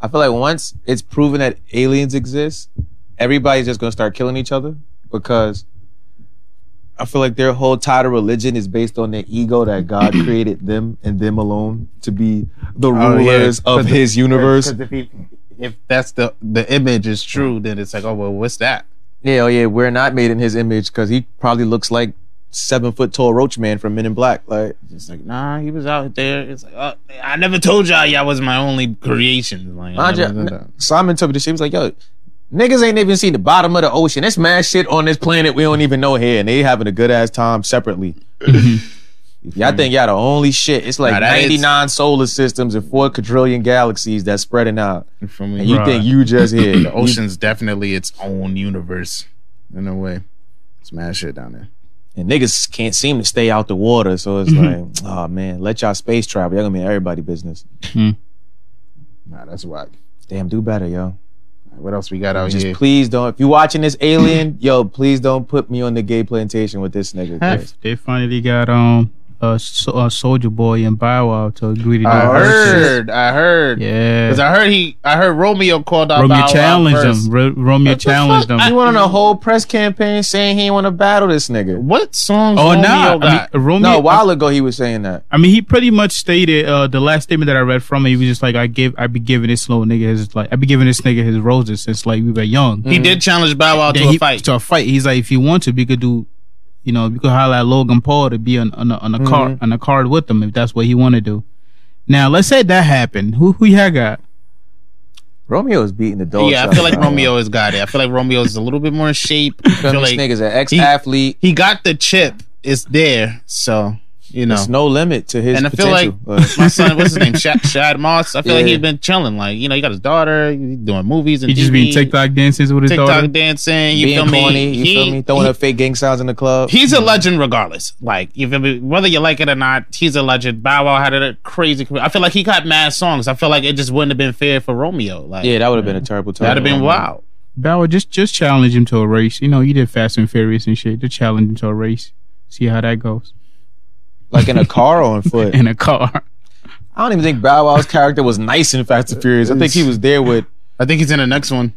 [SPEAKER 1] I feel like once it's proven that aliens exist, everybody's just gonna start killing each other because I feel like their whole title religion is based on their ego that
[SPEAKER 3] [CLEARS THROAT]
[SPEAKER 1] God created them and them alone to be the
[SPEAKER 3] Oh, yeah.
[SPEAKER 1] rulers of His universe.
[SPEAKER 3] Because if, he- if that's the the image is true, then it's like, oh well, what's that?
[SPEAKER 1] Yeah, oh yeah, we're not made in His image because He probably looks like seven foot tall Roach Man from Men in Black. Like,
[SPEAKER 3] It's like, nah, he was out there. It's like, oh, I never told y'all y'all was my only creation. Like, I
[SPEAKER 1] Mind you,
[SPEAKER 3] never did that.
[SPEAKER 1] n- Simon told me this shit. He was like, yo, niggas ain't even seen the bottom of the ocean. There's mad shit on this planet we don't even know here. And they having a good ass time separately. [LAUGHS] y'all think y'all the only shit. It's like
[SPEAKER 3] Mm-hmm. Nah, that is-
[SPEAKER 1] 99 solar systems and four quadrillion galaxies that's spreading out.
[SPEAKER 3] From
[SPEAKER 1] And you
[SPEAKER 2] Right.
[SPEAKER 1] think you
[SPEAKER 3] [CLEARS THROAT]
[SPEAKER 1] just here.
[SPEAKER 3] the ocean's definitely its own universe in a way. It's mad shit down there.
[SPEAKER 1] and niggas can't seem to stay out the water. So it's
[SPEAKER 3] Mm-hmm.
[SPEAKER 1] like, oh man, let y'all space travel. Y'all gonna be in everybody business.
[SPEAKER 3] Nah, that's whack.
[SPEAKER 1] Damn, do better, yo.
[SPEAKER 3] What else we got out
[SPEAKER 1] Just
[SPEAKER 3] here?
[SPEAKER 1] please don't. If you watching this alien, yo, please don't put me on the gay plantation with this nigga.
[SPEAKER 3] Huh?
[SPEAKER 1] please.
[SPEAKER 2] They finally got um a, so- a soldier boy and Bow Wow to agree to do
[SPEAKER 3] I
[SPEAKER 2] her shit.
[SPEAKER 3] heard. I heard. Because
[SPEAKER 2] Yeah,
[SPEAKER 3] I heard he, I heard Romeo called out
[SPEAKER 2] Romeo
[SPEAKER 3] Bow Wow
[SPEAKER 2] challenged
[SPEAKER 3] first.
[SPEAKER 2] him. Ro- Romeo challenged him.
[SPEAKER 1] He went on a whole press campaign saying he want to battle this nigga.
[SPEAKER 3] What songs?
[SPEAKER 2] Oh
[SPEAKER 3] Romeo
[SPEAKER 2] no! I
[SPEAKER 3] got?
[SPEAKER 2] mean, Romeo.
[SPEAKER 1] No, a while ago he was saying that.
[SPEAKER 2] I mean, he pretty much stated uh, the last statement that I read from him. He was just like, "I give, I be giving this little nigga his like, I be giving this nigga his roses since like we were young."
[SPEAKER 3] he did challenge Bow Wow
[SPEAKER 2] Then
[SPEAKER 3] Mm. to a
[SPEAKER 2] he-
[SPEAKER 3] fight.
[SPEAKER 2] To a fight. He's like, if you want to, we could do, you know, we could holler at Logan Paul to be on on a, on a
[SPEAKER 3] Mm-hmm.
[SPEAKER 2] card on a card with them if that's what he want to do. Now, let's say that happened. Who who y'all got?
[SPEAKER 1] Romeo is beating the dog.
[SPEAKER 3] yeah, I feel like Romeo has got it. I feel like Romeo is a little bit more in shape. I feel
[SPEAKER 1] This
[SPEAKER 3] like
[SPEAKER 1] nigga's an ex-athlete.
[SPEAKER 3] he got the chip. It's there. So you know.
[SPEAKER 1] There's no limit to his
[SPEAKER 3] And I feel
[SPEAKER 1] potential. Uh,
[SPEAKER 3] like [LAUGHS]
[SPEAKER 1] Like,
[SPEAKER 3] my son, what's his name?
[SPEAKER 1] [LAUGHS]
[SPEAKER 3] Shad, Shad Moss. I feel like
[SPEAKER 1] Yeah.
[SPEAKER 3] he's been chilling. Like, you know, he got his daughter, he's doing movies and
[SPEAKER 2] He just
[SPEAKER 3] TV,
[SPEAKER 2] been TikTok dancing with his
[SPEAKER 3] TikTok
[SPEAKER 2] daughter.
[SPEAKER 3] dancing. You
[SPEAKER 1] being
[SPEAKER 3] feel me?
[SPEAKER 1] corny, you
[SPEAKER 3] He-
[SPEAKER 1] feel me? Throwing up fake gang signs in the club.
[SPEAKER 3] He's a legend regardless. Like, you feel me? Whether you like it or not, he's a legend. Bow Wow had a crazy career. I feel like he got mad songs. I feel like it just wouldn't have been fair for Romeo. Like,
[SPEAKER 1] yeah, that would have been a terrible time.
[SPEAKER 3] that'd have been wild.
[SPEAKER 2] Bauer just just challenge him to a race. You know, you did Fast and Furious and shit. Just challenge him to a race. See how that goes [LAUGHS]
[SPEAKER 1] Like in a car
[SPEAKER 3] [LAUGHS]
[SPEAKER 1] or on foot.
[SPEAKER 2] in a car.
[SPEAKER 1] I don't even think Bow Wow's character was nice in Fast and Furious. I think he was there with.
[SPEAKER 3] I think he's in the next one.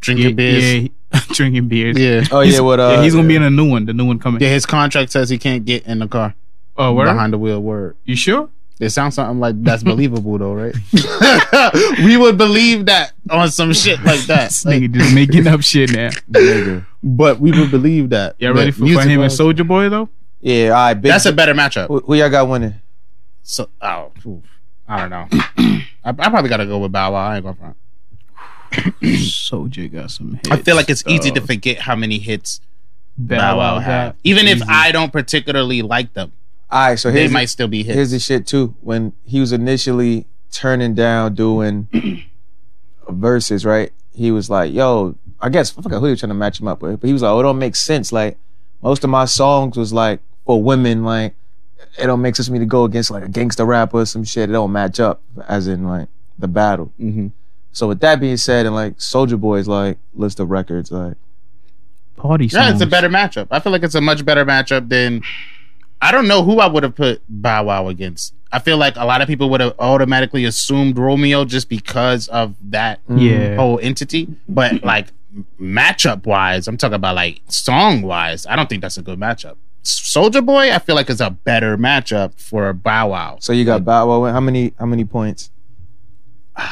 [SPEAKER 3] Drinking beers.
[SPEAKER 2] yeah, [LAUGHS] drinking beers.
[SPEAKER 3] Yeah.
[SPEAKER 1] Oh yeah, with uh,
[SPEAKER 2] yeah, he's gonna be in a new one. The new one coming.
[SPEAKER 3] Yeah, his contract says he can't get in the car
[SPEAKER 2] Oh, word?
[SPEAKER 3] behind the wheel. Word.
[SPEAKER 2] You sure?
[SPEAKER 3] It sounds something
[SPEAKER 2] [LAUGHS]
[SPEAKER 3] like that's believable though, right? [LAUGHS] we would believe that on some shit like
[SPEAKER 2] [LAUGHS]
[SPEAKER 3] that.
[SPEAKER 2] This
[SPEAKER 3] Like,
[SPEAKER 2] nigga
[SPEAKER 3] [LAUGHS]
[SPEAKER 2] just making up shit now.
[SPEAKER 1] nigga.
[SPEAKER 3] but we would believe that.
[SPEAKER 2] Y'all
[SPEAKER 3] But
[SPEAKER 2] ready for, for
[SPEAKER 3] music
[SPEAKER 2] him and
[SPEAKER 3] was-
[SPEAKER 2] Soldier Boy though?
[SPEAKER 1] Yeah, all right. Big,
[SPEAKER 3] That's a better matchup.
[SPEAKER 1] who, who y'all got winning?
[SPEAKER 3] So, oh, oof. I don't know. I, I probably gotta go with Bow Wow. I ain't gonna front.
[SPEAKER 2] Soldier got some hits.
[SPEAKER 3] I feel like it's easy to forget how many hits
[SPEAKER 2] Bow Wow had.
[SPEAKER 3] even if I don't particularly like them.
[SPEAKER 1] All right, so
[SPEAKER 3] They
[SPEAKER 1] here's
[SPEAKER 3] might still be hits.
[SPEAKER 1] here's the shit too. When he was initially turning down doing [CLEARS THROAT] verses, right? He was like, "Yo, I guess I forgot who he was trying to match him up with, but he was like, oh, it don't make sense. Like most of my songs was like for women, like it don't make sense for me to go against like a gangster rapper or some shit. It don't match up, as in like the battle."
[SPEAKER 3] mm-hmm.
[SPEAKER 1] So with that being said, and like Soldier Boy's like list of records, like
[SPEAKER 2] Party songs.
[SPEAKER 3] Yeah, it's a better matchup. I feel like it's a much better matchup than. I don't know who I would have put Bow Wow against. I feel like a lot of people would have automatically assumed Romeo just because of that
[SPEAKER 2] Mm. Yeah.
[SPEAKER 3] whole entity. But like matchup wise, I'm talking about like song wise. I don't think that's a good matchup. Soldier Boy, I feel like is a better matchup for Bow Wow.
[SPEAKER 1] so you got Bow Wow. win- How many how many points?
[SPEAKER 3] I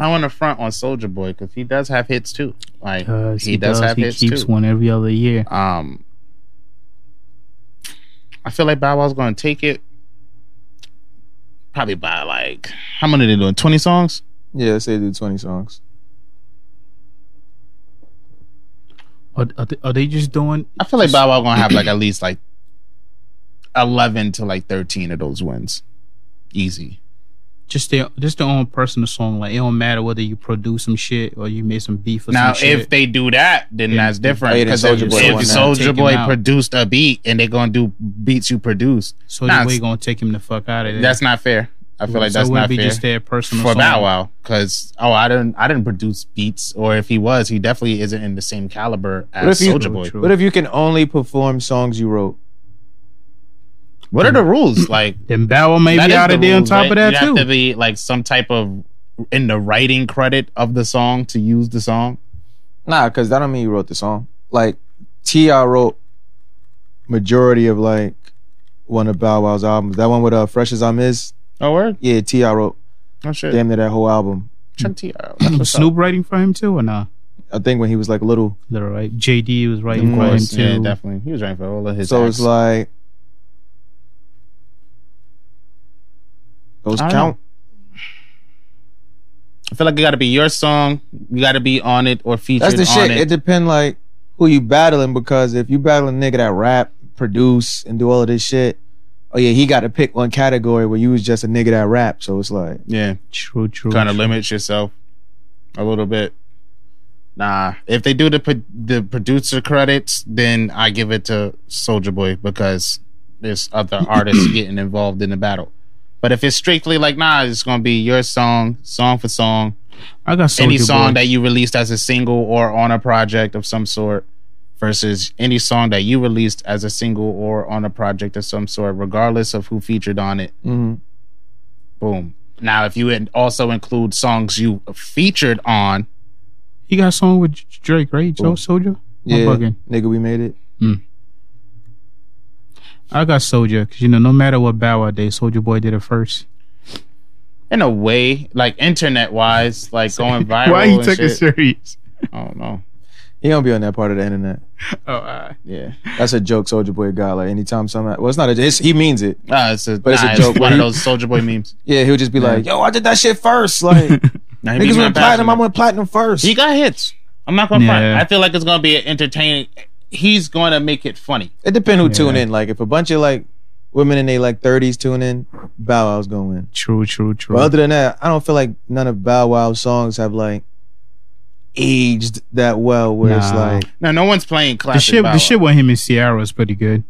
[SPEAKER 3] don't want to front on Soldier Boy because he does have hits too. Like
[SPEAKER 2] Because
[SPEAKER 3] he, does, have
[SPEAKER 2] he
[SPEAKER 3] hits
[SPEAKER 2] keeps
[SPEAKER 3] too.
[SPEAKER 2] one every other year.
[SPEAKER 3] Um, I feel like Bow Wow's going to take it probably by like how many they doing? Twenty songs.
[SPEAKER 1] Yeah, let's say do twenty songs.
[SPEAKER 2] Are, are, they, are they just doing?
[SPEAKER 3] I feel like Bow Wow going to have like at least like eleven to like thirteen of those wins, easy.
[SPEAKER 2] just their just their own personal song. Like it don't matter whether you produce some shit or you made some beef or
[SPEAKER 3] Now,
[SPEAKER 2] some shit.
[SPEAKER 3] if they do that, then
[SPEAKER 2] Yeah.
[SPEAKER 3] that's different.
[SPEAKER 1] Oh, yeah, then
[SPEAKER 3] Because
[SPEAKER 1] Soulja
[SPEAKER 3] if,
[SPEAKER 1] Boy won that.
[SPEAKER 3] Soldier
[SPEAKER 2] Take
[SPEAKER 3] Boy
[SPEAKER 2] him out.
[SPEAKER 3] produced a beat and they're gonna do beats you produced,
[SPEAKER 2] so
[SPEAKER 3] Nah,
[SPEAKER 2] then we
[SPEAKER 3] it's-
[SPEAKER 2] gonna take him the fuck out of there.
[SPEAKER 3] that's not fair. I feel like
[SPEAKER 2] so
[SPEAKER 3] that's
[SPEAKER 2] it wouldn't
[SPEAKER 3] not
[SPEAKER 2] be
[SPEAKER 3] fair
[SPEAKER 2] just their personal
[SPEAKER 3] for
[SPEAKER 2] song.
[SPEAKER 3] Bow Wow. Because oh, I didn't, I didn't produce beats, or if he was, he definitely isn't in the same caliber as
[SPEAKER 1] if you-
[SPEAKER 3] Soldier Boy.
[SPEAKER 2] True.
[SPEAKER 1] What if you can only perform songs you wrote?
[SPEAKER 3] What are
[SPEAKER 2] [CLEARS THROAT]
[SPEAKER 3] the rules? Like
[SPEAKER 2] Then Bow Wow may
[SPEAKER 3] that
[SPEAKER 2] be
[SPEAKER 3] is
[SPEAKER 2] out
[SPEAKER 3] the
[SPEAKER 2] of there on
[SPEAKER 3] rules,
[SPEAKER 2] top
[SPEAKER 3] right?
[SPEAKER 2] of that
[SPEAKER 3] you
[SPEAKER 2] too.
[SPEAKER 3] have to be like some type of in the writing credit of the song to use the song.
[SPEAKER 1] Nah, because that don't mean you wrote the song. Like T.I. wrote majority of like one of Bow Wow's albums. That one with uh, Fresh as I'm Is.
[SPEAKER 3] Oh word,
[SPEAKER 1] Yeah, T.I. wrote
[SPEAKER 3] oh shit,
[SPEAKER 1] damn near that whole album.
[SPEAKER 3] Chuck T. R. That's what's up.
[SPEAKER 2] Mm-hmm. Snoop writing for him too or nah?
[SPEAKER 1] I think when he was like little.
[SPEAKER 2] Little right. JD was writing
[SPEAKER 1] Of
[SPEAKER 2] for him
[SPEAKER 1] course,
[SPEAKER 2] too.
[SPEAKER 3] Yeah, definitely. He was writing for all of his.
[SPEAKER 1] so
[SPEAKER 3] acts.
[SPEAKER 1] it's like those
[SPEAKER 3] I don't
[SPEAKER 1] count.
[SPEAKER 3] I feel like it got to be your song. You got to be on it or featured
[SPEAKER 1] That's the
[SPEAKER 3] on
[SPEAKER 1] shit. It.
[SPEAKER 3] it.
[SPEAKER 1] depend like who you battling because if you battling a nigga that rap, produce, and do all of this shit, oh yeah, he got to pick one category where you was just a nigga that rap. So it's like
[SPEAKER 3] yeah,
[SPEAKER 2] True, true.
[SPEAKER 3] kind of
[SPEAKER 2] true.
[SPEAKER 3] limits yourself a little bit. Nah, if they do the pro- the producer credits, then I give it to Soldier Boy because there's
[SPEAKER 2] [CLEARS THROAT]
[SPEAKER 3] other artists getting involved in the battle. But if it's strictly like, nah, it's gonna be your song, song for song,
[SPEAKER 2] I got Soulja
[SPEAKER 3] any song
[SPEAKER 2] Boy.
[SPEAKER 3] that you released as a single or on a project of some sort versus any song that you released as a single or on a project of some sort regardless of who featured on it
[SPEAKER 1] mhm.
[SPEAKER 3] boom now if you in- also include songs you featured on
[SPEAKER 2] he got a song with Drake, right? Joe Soldier?
[SPEAKER 1] yeah,
[SPEAKER 2] bugging.
[SPEAKER 1] nigga, we made it.
[SPEAKER 2] I got Soldier because you know no matter what Bow Wow did, Soldier Boy did it first.
[SPEAKER 3] in a way like internet wise like going viral
[SPEAKER 2] Why he
[SPEAKER 3] and
[SPEAKER 2] took it
[SPEAKER 3] shit.
[SPEAKER 2] serious?
[SPEAKER 3] i don't know
[SPEAKER 1] He don't be on that part of the internet.
[SPEAKER 2] [LAUGHS] Oh, uh,
[SPEAKER 3] yeah
[SPEAKER 1] That's a joke, Soldier Boy guy. Like anytime something, well, it's not a. It's, he means it.
[SPEAKER 3] uh, it's a,
[SPEAKER 1] But it's a
[SPEAKER 3] nah,
[SPEAKER 1] joke,
[SPEAKER 3] one of
[SPEAKER 1] right?
[SPEAKER 3] those soldier boy memes
[SPEAKER 1] Yeah, he'll just be like, "Yo, I did that shit first.
[SPEAKER 2] [LAUGHS]
[SPEAKER 1] Like
[SPEAKER 3] Nah, he beat
[SPEAKER 1] niggas
[SPEAKER 3] my
[SPEAKER 1] went platinum, I
[SPEAKER 3] passion.
[SPEAKER 1] went platinum first.
[SPEAKER 3] he got hits i'm not gonna front.
[SPEAKER 2] Yeah.
[SPEAKER 3] i feel like it's gonna be an entertaining he's gonna make it funny
[SPEAKER 1] It depends who tune
[SPEAKER 2] Yeah.
[SPEAKER 1] in. Like if a bunch of like women in their like 30s tune in, Bow Wow's gonna win.
[SPEAKER 2] true, true, true.
[SPEAKER 1] But other than that, I don't feel like none of Bow Wow's songs have like aged that well where it's
[SPEAKER 2] Nah.
[SPEAKER 1] like
[SPEAKER 3] no no one's playing
[SPEAKER 2] the
[SPEAKER 3] classic
[SPEAKER 2] shit,
[SPEAKER 3] Bow
[SPEAKER 2] the
[SPEAKER 3] Wow.
[SPEAKER 2] shit with him and Ciara was pretty good,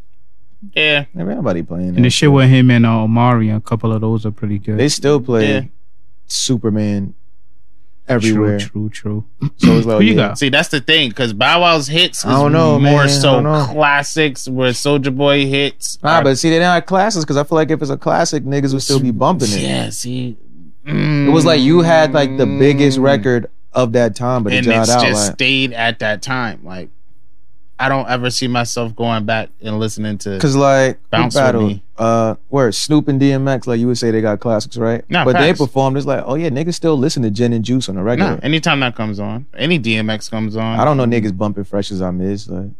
[SPEAKER 3] yeah
[SPEAKER 1] man, nobody playing
[SPEAKER 2] and the
[SPEAKER 1] that.
[SPEAKER 2] shit with him and uh, Omari, a couple of those are pretty good.
[SPEAKER 1] They still play
[SPEAKER 3] Yeah.
[SPEAKER 1] Superman everywhere.
[SPEAKER 2] True, true, true.
[SPEAKER 1] So it's like,
[SPEAKER 2] Who you
[SPEAKER 1] yeah.
[SPEAKER 2] got?
[SPEAKER 3] See, that's the thing, because Bow Wow's hits is
[SPEAKER 1] I don't know,
[SPEAKER 3] more
[SPEAKER 1] man. I
[SPEAKER 3] so
[SPEAKER 1] don't know.
[SPEAKER 3] classics, where Soldier Boy hits.
[SPEAKER 1] Nah,
[SPEAKER 3] are-
[SPEAKER 1] but see, they're not classics because I feel like if it's a classic, niggas would still be bumping it.
[SPEAKER 3] yeah, see, mm,
[SPEAKER 1] It was like you had like the biggest record of that time, but it
[SPEAKER 3] and
[SPEAKER 1] died
[SPEAKER 3] it's
[SPEAKER 1] out.
[SPEAKER 3] just
[SPEAKER 1] like-
[SPEAKER 3] stayed at that time. Like, I don't ever see myself going back and listening to.
[SPEAKER 1] Cause like Bounce
[SPEAKER 3] Bounce with
[SPEAKER 1] battle,
[SPEAKER 3] me.
[SPEAKER 1] uh, where Snoop and DMX, like you would say they got classics, right?
[SPEAKER 3] Nah,
[SPEAKER 1] but
[SPEAKER 3] facts.
[SPEAKER 1] they performed. It's like, oh yeah, niggas still listen to Gin and Juice on the regular.
[SPEAKER 3] Nah, anytime that comes on, any DMX comes on,
[SPEAKER 1] I don't know niggas bumping Fresh as I miss. Like,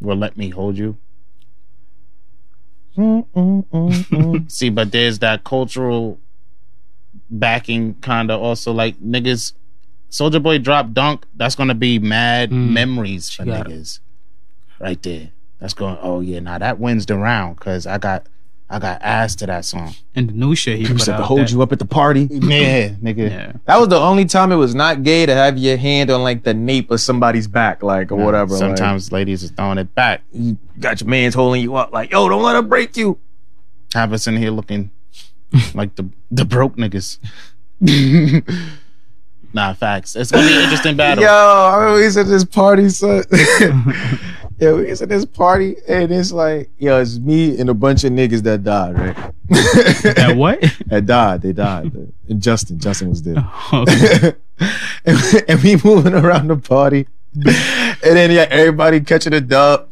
[SPEAKER 3] will let me hold you.
[SPEAKER 1] mm, mm, mm, [LAUGHS] mm.
[SPEAKER 3] See, but there's that cultural backing kinda also like niggas Soldier Boy drop dunk, that's gonna be mad
[SPEAKER 2] Mm.
[SPEAKER 3] memories for
[SPEAKER 2] got it.
[SPEAKER 3] niggas. Right there. That's going oh yeah, now that wins the round because I got I got ass to that song.
[SPEAKER 2] And the new shit he
[SPEAKER 1] you
[SPEAKER 2] put
[SPEAKER 1] said
[SPEAKER 2] out.
[SPEAKER 1] to hold
[SPEAKER 2] that-
[SPEAKER 1] you up at the party.
[SPEAKER 3] [LAUGHS] Yeah,
[SPEAKER 2] [LAUGHS]
[SPEAKER 3] nigga.
[SPEAKER 2] Yeah.
[SPEAKER 1] That was the only time it was not gay to have your hand on like the nape of somebody's back, like or
[SPEAKER 3] Nah,
[SPEAKER 1] whatever. like,
[SPEAKER 3] Sometimes ladies is throwing it back.
[SPEAKER 1] you got your man's holding you up, like, yo, don't let her break you.
[SPEAKER 3] Have us in here [LAUGHS] looking like the the broke niggas. [LAUGHS] nah, facts. It's gonna be an interesting battle.
[SPEAKER 1] Yo, I remember we was at this party, son. [LAUGHS] yeah, we was at this party, and it's like, yo, it's me and a bunch of niggas that died, right?
[SPEAKER 2] That what?
[SPEAKER 1] [LAUGHS]
[SPEAKER 2] [LAUGHS]
[SPEAKER 1] that died, they died. And Justin, Justin was there.
[SPEAKER 2] Okay.
[SPEAKER 1] [LAUGHS] and, and we moving around the party, and then yeah, everybody catching the dub.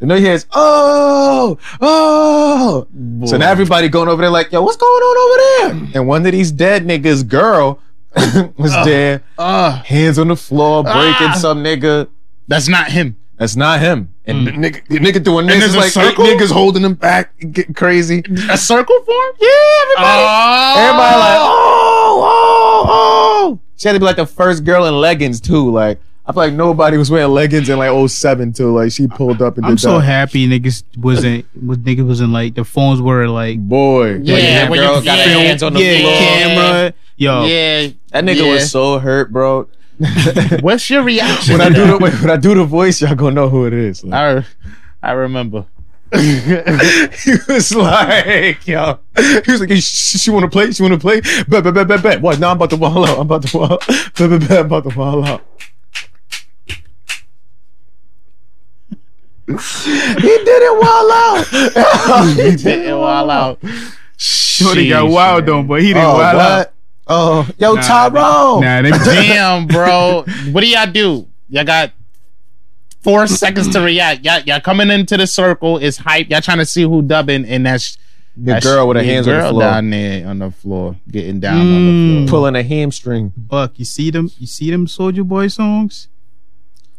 [SPEAKER 1] And then he hears, oh, oh. So now everybody going over there like, yo, what's going on over there? And one of these dead niggas' girl [LAUGHS] was there,
[SPEAKER 3] Ah,
[SPEAKER 1] hands on the floor, breaking
[SPEAKER 3] Uh, Ah.
[SPEAKER 1] some nigga.
[SPEAKER 3] that's not him.
[SPEAKER 1] That's not him. And the nigga, the nigga doing this
[SPEAKER 3] Mm. And
[SPEAKER 1] is
[SPEAKER 3] there's a
[SPEAKER 1] like
[SPEAKER 3] circle?
[SPEAKER 1] niggas holding him back, get crazy.
[SPEAKER 3] A circle form?
[SPEAKER 1] Yeah, everybody.
[SPEAKER 3] Oh.
[SPEAKER 1] Everybody oh. like, oh, oh, oh. She had to be like the first girl in leggings too. Like, I I feel like nobody was wearing leggings in like 07 till like she pulled up and did
[SPEAKER 2] I'm so
[SPEAKER 1] that.
[SPEAKER 2] happy niggas wasn't was niggas wasn't like the phones were like
[SPEAKER 1] Boy,
[SPEAKER 3] Yeah,
[SPEAKER 1] that
[SPEAKER 3] when
[SPEAKER 1] girl
[SPEAKER 3] you-
[SPEAKER 1] got
[SPEAKER 3] yeah,
[SPEAKER 1] her hands on the
[SPEAKER 2] yeah,
[SPEAKER 1] floor.
[SPEAKER 2] camera. Yo,
[SPEAKER 3] Oh. yeah.
[SPEAKER 1] That nigga
[SPEAKER 3] yeah.
[SPEAKER 1] was so hurt,
[SPEAKER 2] [LAUGHS]
[SPEAKER 1] bro. [LAUGHS]
[SPEAKER 3] What's your reaction?
[SPEAKER 1] when I do the wait, when I do the voice, y'all gonna know who it is. Like,
[SPEAKER 3] I, I remember.
[SPEAKER 1] [LAUGHS] he was like, yo, he was like, hey, she, she want to play, she want to play. Bet, bet, bet, bet, bet. What? Now I'm about to wall out. I'm about to wall. Bet, bet, bet. I'm about to wall out. he didn't wall [LAUGHS] out.
[SPEAKER 3] He did it all out.
[SPEAKER 2] Shorty got
[SPEAKER 3] Sheesh,
[SPEAKER 2] wild
[SPEAKER 3] man.
[SPEAKER 2] on, but he didn't
[SPEAKER 1] Oh,
[SPEAKER 2] wild out.
[SPEAKER 1] what? [LAUGHS] Oh, yo,
[SPEAKER 2] Nah,
[SPEAKER 1] Tyrone.
[SPEAKER 2] Nah, [LAUGHS] they
[SPEAKER 3] Damn, bro. What do y'all do? Y'all got four seconds to react. Y'all, y'all coming into the circle. It's hype. Y'all trying to see who dubbing, and that's
[SPEAKER 1] The girl with her hands on the floor,
[SPEAKER 3] down there on the floor, getting down on the
[SPEAKER 2] Mm.
[SPEAKER 3] floor.
[SPEAKER 1] pulling a hamstring.
[SPEAKER 2] Buck, you see them? You see them Soldier Boy songs?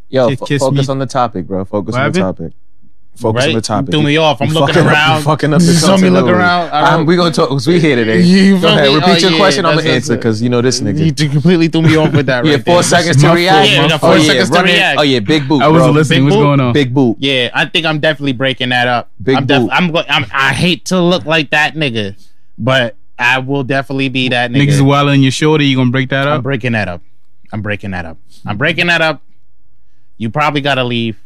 [SPEAKER 1] Yo,
[SPEAKER 2] Kiss-
[SPEAKER 1] fo-
[SPEAKER 2] kiss
[SPEAKER 1] focus
[SPEAKER 2] me.
[SPEAKER 1] on the topic, bro. Focus on the
[SPEAKER 2] What
[SPEAKER 1] topic. Focus on the topic.
[SPEAKER 3] Threw me off. I'm
[SPEAKER 1] You
[SPEAKER 3] looking
[SPEAKER 1] fucking up-
[SPEAKER 3] around.
[SPEAKER 1] you fucking up the
[SPEAKER 3] Saw me look
[SPEAKER 1] continuity.
[SPEAKER 3] around. I don't-
[SPEAKER 1] I'm, we gonna talk because we here today.
[SPEAKER 3] You
[SPEAKER 1] Go
[SPEAKER 3] feel
[SPEAKER 1] ahead,
[SPEAKER 3] me?
[SPEAKER 1] repeat
[SPEAKER 3] Oh,
[SPEAKER 1] your
[SPEAKER 3] yeah,
[SPEAKER 1] question. I'm
[SPEAKER 3] that's-
[SPEAKER 1] gonna
[SPEAKER 3] that's
[SPEAKER 1] answer
[SPEAKER 3] it.
[SPEAKER 1] because you know this nigga.
[SPEAKER 3] You completely threw me off with [LAUGHS] that.
[SPEAKER 1] yeah,
[SPEAKER 3] right
[SPEAKER 1] four
[SPEAKER 3] there.
[SPEAKER 1] seconds to
[SPEAKER 2] my
[SPEAKER 1] react.
[SPEAKER 2] fault, my
[SPEAKER 1] oh,
[SPEAKER 2] fault.
[SPEAKER 3] Four
[SPEAKER 1] yeah,
[SPEAKER 3] seconds to
[SPEAKER 1] run it.
[SPEAKER 3] react.
[SPEAKER 1] Oh yeah, big boot.
[SPEAKER 2] I wasn't
[SPEAKER 1] bro.
[SPEAKER 2] listening.
[SPEAKER 3] Big
[SPEAKER 2] What's
[SPEAKER 3] Boo?
[SPEAKER 2] going on?
[SPEAKER 1] Big boot.
[SPEAKER 3] Oh, Yeah, I think I'm definitely breaking that up.
[SPEAKER 1] Big
[SPEAKER 3] I'm, def-
[SPEAKER 1] boot.
[SPEAKER 3] I'm, go- I'm I hate to look like that nigga, but I will definitely be that nigga.
[SPEAKER 2] Niggas wild on your shoulder. You gonna break that
[SPEAKER 3] I'm
[SPEAKER 2] up?
[SPEAKER 3] breaking that up. I'm breaking that up. I'm breaking that up. You probably gotta leave.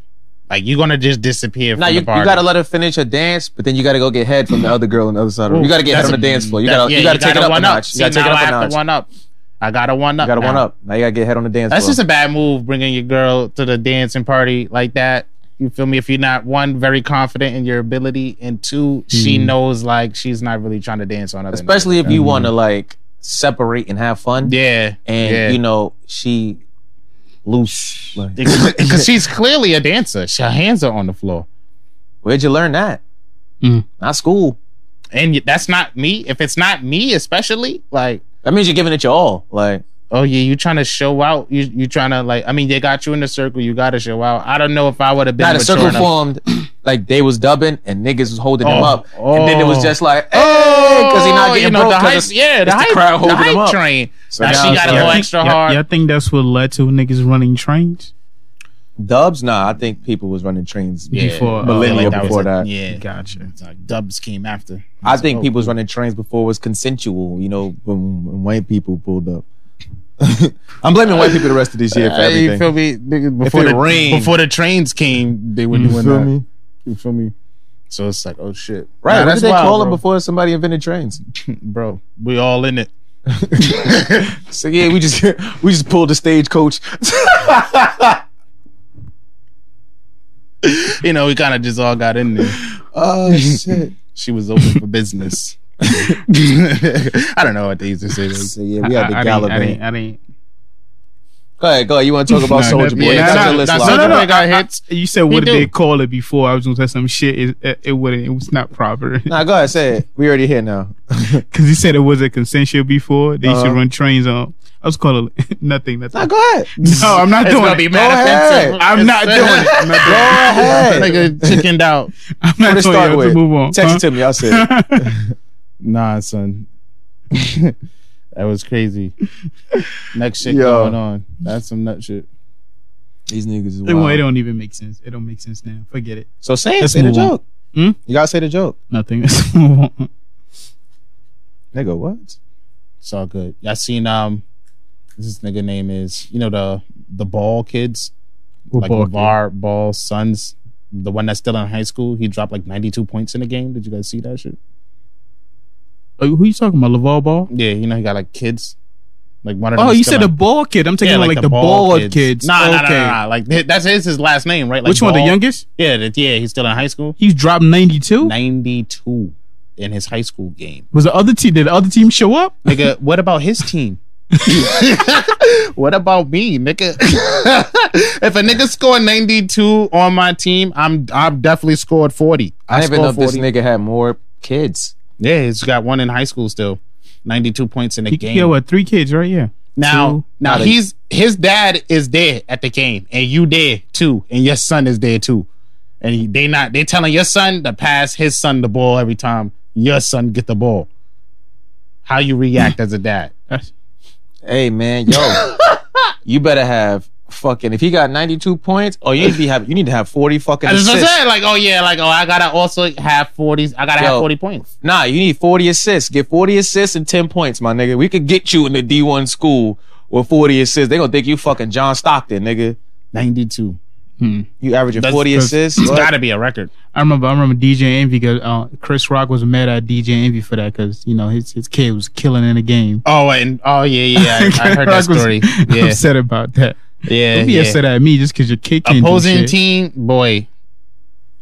[SPEAKER 3] Like you're gonna just disappear
[SPEAKER 1] Nah,
[SPEAKER 3] from
[SPEAKER 1] you,
[SPEAKER 3] the
[SPEAKER 1] you
[SPEAKER 3] party.
[SPEAKER 1] gotta let her finish her dance, but then you gotta go get head from the other girl on the other side of the room. You gotta get head
[SPEAKER 3] That's
[SPEAKER 1] on the
[SPEAKER 3] a-
[SPEAKER 1] dance floor. You
[SPEAKER 3] that-
[SPEAKER 1] gotta,
[SPEAKER 3] yeah,
[SPEAKER 1] you gotta take it up a
[SPEAKER 3] one
[SPEAKER 1] notch.
[SPEAKER 3] See,
[SPEAKER 1] You gotta take
[SPEAKER 3] now
[SPEAKER 1] it
[SPEAKER 3] I
[SPEAKER 1] up a
[SPEAKER 3] have
[SPEAKER 1] notch.
[SPEAKER 3] to one up. I got to one up.
[SPEAKER 1] You gotta
[SPEAKER 3] now.
[SPEAKER 1] one up. Now you gotta get head on the dance
[SPEAKER 3] That's
[SPEAKER 1] floor.
[SPEAKER 3] just a bad move, bringing your girl to the dancing party like that. You feel me? If you're not one very confident in your ability, and two, she knows like she's not really trying to dance on other.
[SPEAKER 1] Hmm. especially if you want to like separate and have fun.
[SPEAKER 3] Yeah,
[SPEAKER 1] and
[SPEAKER 3] yeah.
[SPEAKER 1] you know she loose. Like, [LAUGHS]
[SPEAKER 3] because she's clearly a dancer. She- Her hands are on the floor,
[SPEAKER 1] where'd you learn that?
[SPEAKER 2] Mm.
[SPEAKER 1] Not school.
[SPEAKER 3] and that's not me. If it's not me, especially like,
[SPEAKER 1] That means you're giving it your all. Like
[SPEAKER 3] oh yeah, you trying to show out. You you trying to like. I mean, they got you in the circle. You got to show out. I don't know if I would have been
[SPEAKER 1] not a
[SPEAKER 3] mature
[SPEAKER 1] circle
[SPEAKER 3] enough. [CLEARS THROAT]
[SPEAKER 1] formed. Like they was dubbing and niggas was holding them
[SPEAKER 3] Oh,
[SPEAKER 1] up, and then it was
[SPEAKER 3] oh.
[SPEAKER 1] just like, eh.
[SPEAKER 3] Oh,
[SPEAKER 1] hey, because he not getting
[SPEAKER 3] you know,
[SPEAKER 1] broke.
[SPEAKER 3] the
[SPEAKER 1] 'cause
[SPEAKER 3] hype,
[SPEAKER 1] it's-
[SPEAKER 3] yeah, the,
[SPEAKER 1] the
[SPEAKER 3] hype,
[SPEAKER 1] crowd holding
[SPEAKER 3] the hype
[SPEAKER 1] him up.
[SPEAKER 3] train.
[SPEAKER 1] So
[SPEAKER 3] now
[SPEAKER 1] now
[SPEAKER 3] she
[SPEAKER 1] it's
[SPEAKER 3] got to
[SPEAKER 1] like-
[SPEAKER 3] go extra
[SPEAKER 2] Y'all-
[SPEAKER 3] hard.
[SPEAKER 2] Y'all think that's what led to niggas running trains?
[SPEAKER 1] Dubs, nah. I think people was running trains.
[SPEAKER 3] Yeah.
[SPEAKER 2] Before, uh,
[SPEAKER 1] Millennial
[SPEAKER 3] Like that was
[SPEAKER 1] before
[SPEAKER 3] a-
[SPEAKER 1] that.
[SPEAKER 3] yeah,
[SPEAKER 2] Gotcha.
[SPEAKER 3] It's like dubs came after.
[SPEAKER 1] I think people was running trains before it was consensual. You know, when, when white people pulled up. I'm blaming white people the rest of this year for
[SPEAKER 3] Hey, you
[SPEAKER 1] everything.
[SPEAKER 3] feel me? Nigga, Before
[SPEAKER 1] it
[SPEAKER 3] the
[SPEAKER 1] rained.
[SPEAKER 3] before the trains came, they were
[SPEAKER 2] Mm.
[SPEAKER 3] doing
[SPEAKER 1] feel
[SPEAKER 3] that.
[SPEAKER 1] me?
[SPEAKER 3] You feel me? So it's like, oh shit,
[SPEAKER 1] Right?
[SPEAKER 3] Nah,
[SPEAKER 1] what
[SPEAKER 3] that's
[SPEAKER 1] did they
[SPEAKER 3] wild,
[SPEAKER 1] call them
[SPEAKER 3] bro.
[SPEAKER 1] before somebody invented trains?
[SPEAKER 3] bro? We all in it. [LAUGHS]
[SPEAKER 1] So yeah, we just [LAUGHS] we just pulled the stagecoach. [LAUGHS]
[SPEAKER 3] You know, we kind of just all got in there.
[SPEAKER 1] [LAUGHS] oh shit.
[SPEAKER 3] She was open for business. [LAUGHS] I don't know what they used to say.
[SPEAKER 1] So yeah, we had the
[SPEAKER 2] I, I, didn't, I, didn't,
[SPEAKER 1] gallivant.
[SPEAKER 2] I didn't.
[SPEAKER 1] Go ahead, go ahead. You want to talk about
[SPEAKER 2] [LAUGHS] Nah,
[SPEAKER 1] Soldier
[SPEAKER 2] that-
[SPEAKER 1] Boy?
[SPEAKER 2] yeah,
[SPEAKER 1] That's
[SPEAKER 2] nah,
[SPEAKER 1] your
[SPEAKER 2] nah,
[SPEAKER 1] list
[SPEAKER 3] nah,
[SPEAKER 1] line.
[SPEAKER 3] Soulja
[SPEAKER 2] No, no,
[SPEAKER 3] Boy
[SPEAKER 2] no.
[SPEAKER 3] got
[SPEAKER 2] I-
[SPEAKER 3] hits.
[SPEAKER 2] I- You said what did
[SPEAKER 3] do.
[SPEAKER 2] they call it before? I was gonna say some shit. It, it, it wouldn't. It was not proper [LAUGHS]
[SPEAKER 1] Nah, go ahead. Say it. We already here now.
[SPEAKER 2] because you said it was a consensual before. They used to
[SPEAKER 1] Uh-huh.
[SPEAKER 2] run trains on. I was calling it [LAUGHS]
[SPEAKER 1] [LAUGHS]
[SPEAKER 2] nothing.
[SPEAKER 1] Nah, [LAUGHS]
[SPEAKER 2] Nothing.
[SPEAKER 1] go ahead.
[SPEAKER 2] [LAUGHS] No, I'm not
[SPEAKER 3] It's
[SPEAKER 2] doing
[SPEAKER 3] gonna
[SPEAKER 2] it.
[SPEAKER 3] be
[SPEAKER 1] Go ahead.
[SPEAKER 3] manifested.
[SPEAKER 2] I'm not doing it. I'm not
[SPEAKER 1] Go
[SPEAKER 2] doing
[SPEAKER 1] ahead.
[SPEAKER 2] it.
[SPEAKER 3] [LAUGHS] Nigga chickened out.
[SPEAKER 2] I'm
[SPEAKER 1] What to
[SPEAKER 2] not doing it.
[SPEAKER 1] start
[SPEAKER 2] Let's
[SPEAKER 1] with?
[SPEAKER 2] Move on.
[SPEAKER 1] Text
[SPEAKER 2] huh? [LAUGHS]
[SPEAKER 1] it to me. I'll say it.
[SPEAKER 3] Nah, son. [LAUGHS] that was crazy. Next shit
[SPEAKER 1] Yo.
[SPEAKER 3] going on. That's some nut shit.
[SPEAKER 1] These niggas is
[SPEAKER 2] It won't- It
[SPEAKER 1] wild.
[SPEAKER 2] don't even make sense. It don't make sense now. Forget it.
[SPEAKER 1] So say it.
[SPEAKER 2] Let's
[SPEAKER 1] Say the
[SPEAKER 2] move on.
[SPEAKER 1] joke.
[SPEAKER 2] Hmm?
[SPEAKER 1] You gotta say the joke.
[SPEAKER 2] Nothing. [LAUGHS] Let's move on.
[SPEAKER 1] Nigga, what?
[SPEAKER 3] It's all good. I seen um this nigga name is you know the the ball kids
[SPEAKER 2] We're
[SPEAKER 3] like
[SPEAKER 2] balking.
[SPEAKER 3] Levar Ball sons. The one that's still in high school, he dropped like 92 points in a game. Did you guys see that shit?
[SPEAKER 2] Uh, Who you talking about? Laval Ball?
[SPEAKER 3] Yeah, you know he got like kids. Like one of them
[SPEAKER 2] Oh, you
[SPEAKER 3] still
[SPEAKER 2] said the
[SPEAKER 3] in-
[SPEAKER 2] ball kid. I'm taking like, the, ball, kids.
[SPEAKER 3] Nah, nah, nah,
[SPEAKER 2] Okay.
[SPEAKER 3] nah, nah. Like th- that's his, his last name, right? Like
[SPEAKER 2] Which one? The
[SPEAKER 3] Ball-
[SPEAKER 2] youngest?
[SPEAKER 3] Yeah, that- yeah. He's still in high school.
[SPEAKER 2] He's dropped 92.
[SPEAKER 3] 92 in his high school game.
[SPEAKER 2] Was the other team? Did the other team show up?
[SPEAKER 3] Nigga, what about his team? what about me, nigga? [LAUGHS] if a nigga scored 92 on my team, I'm I'm definitely scored 40.
[SPEAKER 1] I, didn't even know
[SPEAKER 3] scored
[SPEAKER 1] if this nigga had more kids.
[SPEAKER 3] Yeah, he's got one in high school still. 92 points in a
[SPEAKER 2] He,
[SPEAKER 3] game.
[SPEAKER 2] he had what? Three kids, right? Yeah.
[SPEAKER 3] now,
[SPEAKER 2] two,
[SPEAKER 3] now
[SPEAKER 1] not a-
[SPEAKER 3] he's his dad is there at the game and you there too and your son is there too. And he- they not they telling your son to pass his son the ball every time your son get the ball. How you react as a dad?
[SPEAKER 2] That's,
[SPEAKER 3] [LAUGHS]
[SPEAKER 1] Hey man, yo, you better have
[SPEAKER 4] fucking if he got 92 points, oh you need to be happy. You need to have 40 fucking
[SPEAKER 3] That's what I'm
[SPEAKER 4] assists.
[SPEAKER 3] saying. Like, oh yeah, like oh, I gotta also have forties. I gotta have
[SPEAKER 4] Yo.
[SPEAKER 3] forty points.
[SPEAKER 4] Nah, you need 40 assists. Get 40 assists and 10 points, my nigga. We could get you in the D1 school with 40 assists. They gonna think you fucking John Stockton, nigga.
[SPEAKER 3] Ninety-two.
[SPEAKER 4] You averaging
[SPEAKER 3] That's
[SPEAKER 4] 40
[SPEAKER 2] cause-
[SPEAKER 4] assists.
[SPEAKER 3] [CLEARS THROAT] It's
[SPEAKER 4] What?
[SPEAKER 3] gotta be a record.
[SPEAKER 2] I remember, I remember DJ Envy because uh, Chris Rock was mad at DJ Envy for that because you know his his kid was killing in the game.
[SPEAKER 3] Oh, and oh yeah, yeah. I, I heard that
[SPEAKER 2] [LAUGHS] Chris Rock
[SPEAKER 3] story.
[SPEAKER 2] Was
[SPEAKER 3] Yeah,
[SPEAKER 2] upset about that.
[SPEAKER 3] yeah,
[SPEAKER 2] Don't be
[SPEAKER 3] yeah.
[SPEAKER 2] upset at me just because your kid can't do
[SPEAKER 3] Opposing
[SPEAKER 2] shit.
[SPEAKER 3] team, boy.